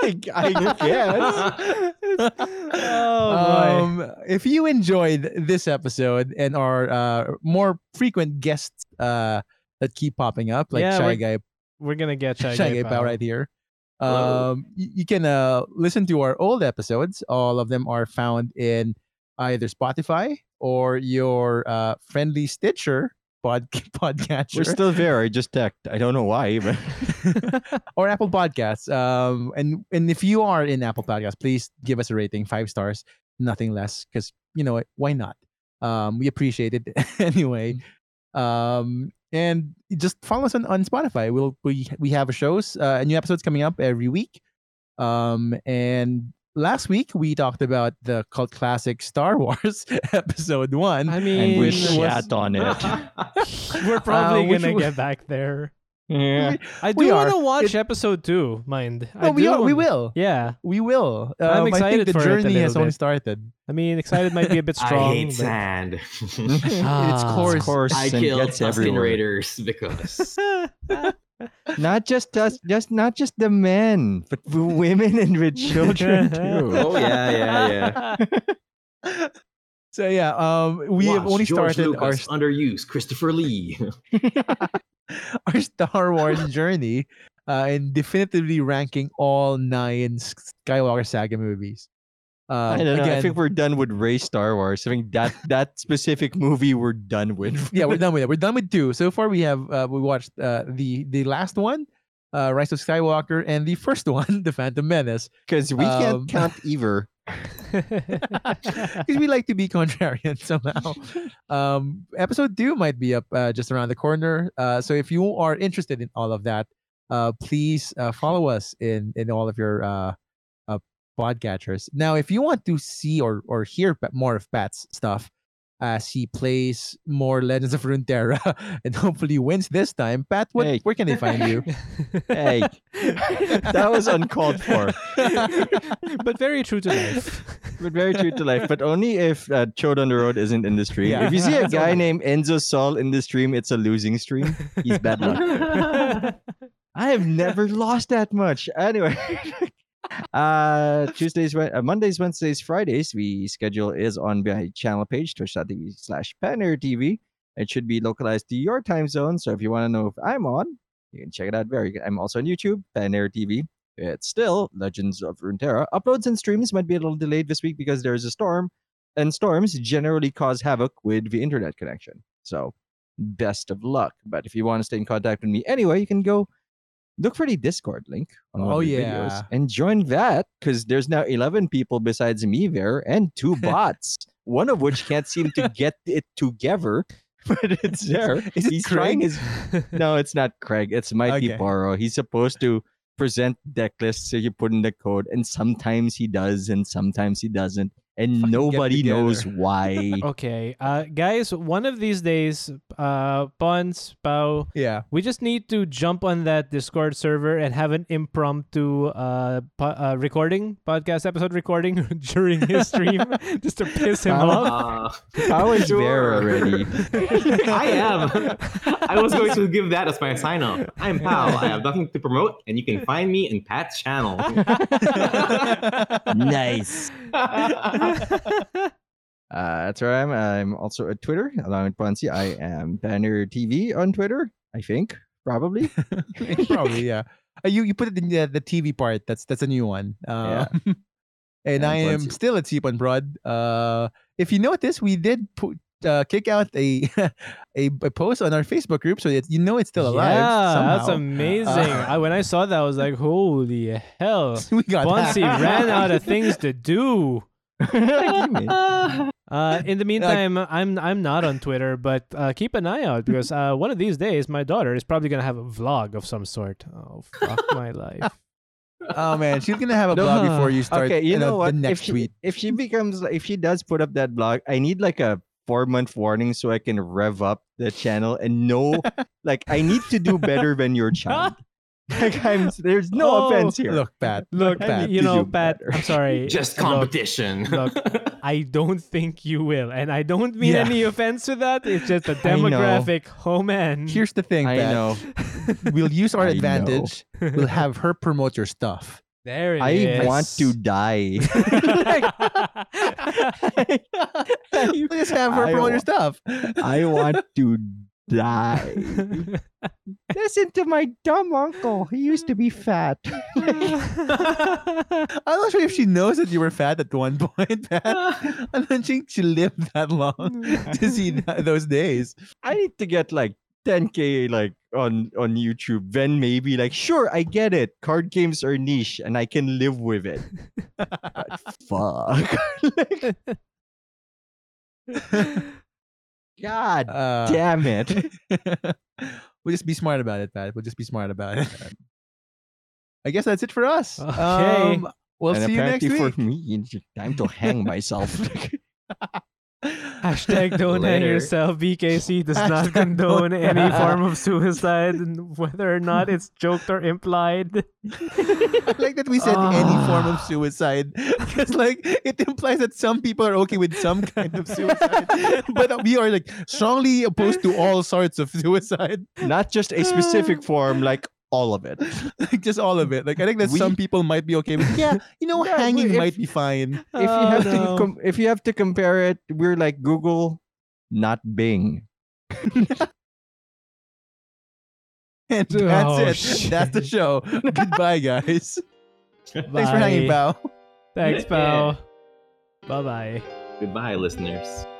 Speaker 1: I, I guess.
Speaker 2: Oh, boy.
Speaker 3: um, if you enjoyed this episode and our uh, more frequent guests uh, that keep popping up, like
Speaker 2: Yeah,
Speaker 3: Shy
Speaker 2: we're-
Speaker 3: Guy,
Speaker 2: We're going to get Shy,
Speaker 3: Shy,
Speaker 2: Guy
Speaker 3: Guy Pao
Speaker 2: Power.
Speaker 3: right here,
Speaker 4: Hello.
Speaker 3: um, y- you can uh, listen to our old episodes. All of them are found in either Spotify or your uh, friendly Stitcher pod- podcatcher.
Speaker 1: We're still there. I just checked. I don't know why even.
Speaker 3: or Apple Podcasts. Um, and and if you are in Apple Podcasts, please give us a rating, five stars, nothing less, because you know what, why not? Um, we appreciate it anyway.
Speaker 2: Mm-hmm.
Speaker 3: Um, and just follow us on, on Spotify. We'll we we have shows, uh, new episodes coming up every week. Um, and last week we talked about the cult classic Star Wars episode one.
Speaker 2: I
Speaker 1: and
Speaker 2: mean,
Speaker 1: we
Speaker 3: It
Speaker 1: shat on it.
Speaker 2: Uh, we're probably
Speaker 3: which
Speaker 2: gonna
Speaker 3: was-
Speaker 2: get back there.
Speaker 1: yeah.
Speaker 2: I
Speaker 3: We
Speaker 2: do want to
Speaker 3: are.
Speaker 2: watch episode two. Mind. I
Speaker 3: no, we
Speaker 2: do
Speaker 3: are, we
Speaker 2: want-
Speaker 3: will.
Speaker 2: Yeah,
Speaker 3: We will. Um,
Speaker 2: I'm
Speaker 3: I
Speaker 2: excited
Speaker 3: think the
Speaker 2: for it a
Speaker 3: journey has
Speaker 2: little
Speaker 3: only
Speaker 2: bit.
Speaker 3: started.
Speaker 2: I mean, excited might be a bit strong.
Speaker 4: I hate
Speaker 2: but-
Speaker 4: sand.
Speaker 2: Ah.
Speaker 3: it's
Speaker 1: Of
Speaker 3: course.
Speaker 1: course,
Speaker 4: I
Speaker 1: and
Speaker 4: killed
Speaker 1: gets
Speaker 4: Tusken
Speaker 1: everywhere.
Speaker 4: Raiders because
Speaker 1: Not just us, just not just the men, but the women and the children
Speaker 3: Uh,
Speaker 1: too.
Speaker 4: Oh, yeah, yeah, yeah.
Speaker 3: So yeah, um, we have
Speaker 4: Watch
Speaker 3: only
Speaker 4: George
Speaker 3: started our
Speaker 4: Lucas, underused Christopher Lee.
Speaker 3: our Star Wars journey uh, and definitively ranking all nine S- Skywalker Saga movies. Uh,
Speaker 1: I don't know.
Speaker 3: again,
Speaker 1: I think we're done with Ray Star Wars. I think that that specific movie we're done with.
Speaker 3: yeah, we're done with it. We're done with two. So far, we have uh, we watched uh, the the last one, uh, Rise of Skywalker, and the first one, The Phantom Menace,
Speaker 1: because we
Speaker 3: Um,
Speaker 1: can't count either.
Speaker 3: because we like to be contrarian somehow. Um, episode two might be up uh, just around the corner. Uh, so if you are interested in all of that, uh, please uh, follow us in in all of your uh, uh, podcatchers. Now, if you want to see or or hear pa- more of Pat's stuff as he plays more Legends of Runeterra and hopefully wins this time, Pat, what,
Speaker 1: Hey.
Speaker 3: where can they find you?
Speaker 1: Hey, that was uncalled for,
Speaker 2: but very true to life.
Speaker 1: but very true to life. But only if uh, Chode on the Road isn't in the stream.
Speaker 3: Yeah.
Speaker 1: If you see a
Speaker 3: That's all
Speaker 1: guy
Speaker 3: that-
Speaker 1: named Enzo Sol in the stream, it's a losing stream. He's bad luck. I have never lost that much. Anyway, uh, Tuesdays, Wed- uh, Mondays, Wednesdays, Fridays, we schedule is on my channel page, twitch.tv slash Panair TV. It should be localized to your time zone. So if you want to know if I'm on, you can check it out there. You can- I'm also on YouTube, Panair TV. It's still Legends of Runeterra. Uploads and streams might be a little delayed this week because there is a storm, and storms generally cause havoc with the internet connection. So best of luck. But if you want to stay in contact with me anyway, you can go look for the Discord link on one
Speaker 3: Oh,
Speaker 1: of the
Speaker 3: yeah.
Speaker 1: videos and join that because there's now 11 people besides me there and two bots, one of which can't seem to get it together, but it's there.
Speaker 3: Is it
Speaker 1: He's trying
Speaker 3: Craig?
Speaker 1: his no, it's not Craig. It's Mikey
Speaker 3: Okay.
Speaker 1: Poro. He's supposed to present deck lists that you put in the code, and sometimes he does, and sometimes he doesn't, and
Speaker 3: Fucking get
Speaker 1: nobody knows
Speaker 3: together.
Speaker 1: why.
Speaker 2: okay, uh, guys, one of these days, uh, Buns, Bao,
Speaker 3: Yeah,
Speaker 2: we just need to jump on that Discord server and have an impromptu uh, po- uh recording, podcast episode recording during his stream, just to piss him
Speaker 1: Uh,
Speaker 2: off.
Speaker 4: Uh,
Speaker 1: I was there
Speaker 4: Sure.
Speaker 1: already.
Speaker 4: I am. I was going to give that as my sign off. I'm Pal. I have nothing to promote, and you can find me in Pat's channel.
Speaker 1: nice. Uh, that's where I'm. I'm also at Twitter, along with Ponzi. I am Banner TV on Twitter, I think, probably.
Speaker 3: probably. Yeah, Uh, you you put it in the, the TV part. That's that's a new one. Uh,
Speaker 1: Yeah.
Speaker 3: and
Speaker 1: And
Speaker 3: I am
Speaker 1: Broadseed.
Speaker 3: still at Seep on Broad. Uh, if you notice, we did put, uh, kick out a, a a post on our Facebook group, so that you know it's still alive.
Speaker 2: Yeah, that's
Speaker 3: somehow.
Speaker 2: amazing.
Speaker 3: Uh,
Speaker 2: I, when I saw that, I was like, holy hell.
Speaker 3: we got
Speaker 2: Bunsy
Speaker 3: hacked.
Speaker 2: ran out of things to do. Uh, in the meantime, I'm I'm not on Twitter, but uh, keep an eye out because uh, one of these days, my daughter is probably gonna have a vlog of some sort. Oh fuck my life!
Speaker 3: Oh man, she's gonna have a
Speaker 1: No.
Speaker 3: blog before you start.
Speaker 1: okay, you
Speaker 3: uh,
Speaker 1: know what?
Speaker 3: The
Speaker 1: If
Speaker 3: next
Speaker 1: she,
Speaker 3: tweet.
Speaker 1: if she becomes, if she does put up that blog, I need like a four month warning so I can rev up the channel and know, like, I need to do better than your child. Like, I'm. There's no
Speaker 2: Oh,
Speaker 1: offense here.
Speaker 3: Look, Pat.
Speaker 2: Look,
Speaker 1: I need
Speaker 2: you
Speaker 1: to
Speaker 2: know,
Speaker 1: do
Speaker 2: Pat,
Speaker 1: better.
Speaker 2: I'm sorry.
Speaker 4: Just
Speaker 2: Look,
Speaker 4: competition.
Speaker 2: look, I don't think you will, and I don't mean
Speaker 3: Yeah.
Speaker 2: any offense to that. It's just a
Speaker 1: I know.
Speaker 2: demographic. Oh man,
Speaker 3: Here's the thing,
Speaker 1: Mm. I
Speaker 3: Pat.
Speaker 1: know.
Speaker 3: We'll use our
Speaker 1: I know.
Speaker 3: advantage. We'll have her promote your stuff.
Speaker 2: there it
Speaker 1: I
Speaker 2: is.
Speaker 1: want to die.
Speaker 3: We'll just have her
Speaker 1: I wa-
Speaker 3: promote your stuff.
Speaker 1: I want to die. Listen to my dumb uncle. He used to be fat.
Speaker 3: I'm not sure if she knows that you were fat at one point, Pat. I don't think she lived that long to see that, those days.
Speaker 1: I need to get like 10k like on on YouTube. Then maybe like sure, I get it. Card games are niche, and I can live with it. But fuck. God
Speaker 3: Uh,
Speaker 1: damn it.
Speaker 3: we'll just be smart about it, Pat. We'll just be smart about it. I guess that's it for us.
Speaker 2: Okay.
Speaker 3: Um, We'll
Speaker 1: and
Speaker 3: see you next
Speaker 1: apparently
Speaker 3: week.
Speaker 1: for me, it's time to hang myself.
Speaker 2: Hashtag don't hang
Speaker 4: Later.
Speaker 2: yourself. BKC does not
Speaker 3: Hashtag
Speaker 2: condone
Speaker 3: don't-
Speaker 2: any form of suicide, and whether or not it's joked or implied.
Speaker 3: I like that we said any form of
Speaker 2: Ah.
Speaker 3: suicide because, like, it implies that some people are okay with some kind of suicide, but we are like strongly opposed to all sorts of suicide,
Speaker 1: Not just a specific form, like all of it.
Speaker 3: like just all of it. Like, I think that
Speaker 1: We-
Speaker 3: some people might be okay with, yeah, you know,
Speaker 1: Yeah, we-
Speaker 3: hanging
Speaker 1: if-
Speaker 3: might be fine.
Speaker 1: If you have
Speaker 2: Oh,
Speaker 1: to com- if you have to compare it, we're like Google, not Bing.
Speaker 3: And
Speaker 2: Oh,
Speaker 3: that's it. That's the
Speaker 2: shit.
Speaker 3: show. Goodbye, guys. Thanks for hanging,
Speaker 2: Bye.
Speaker 3: pal.
Speaker 2: Thanks, pal. Bye bye.
Speaker 4: Goodbye, listeners.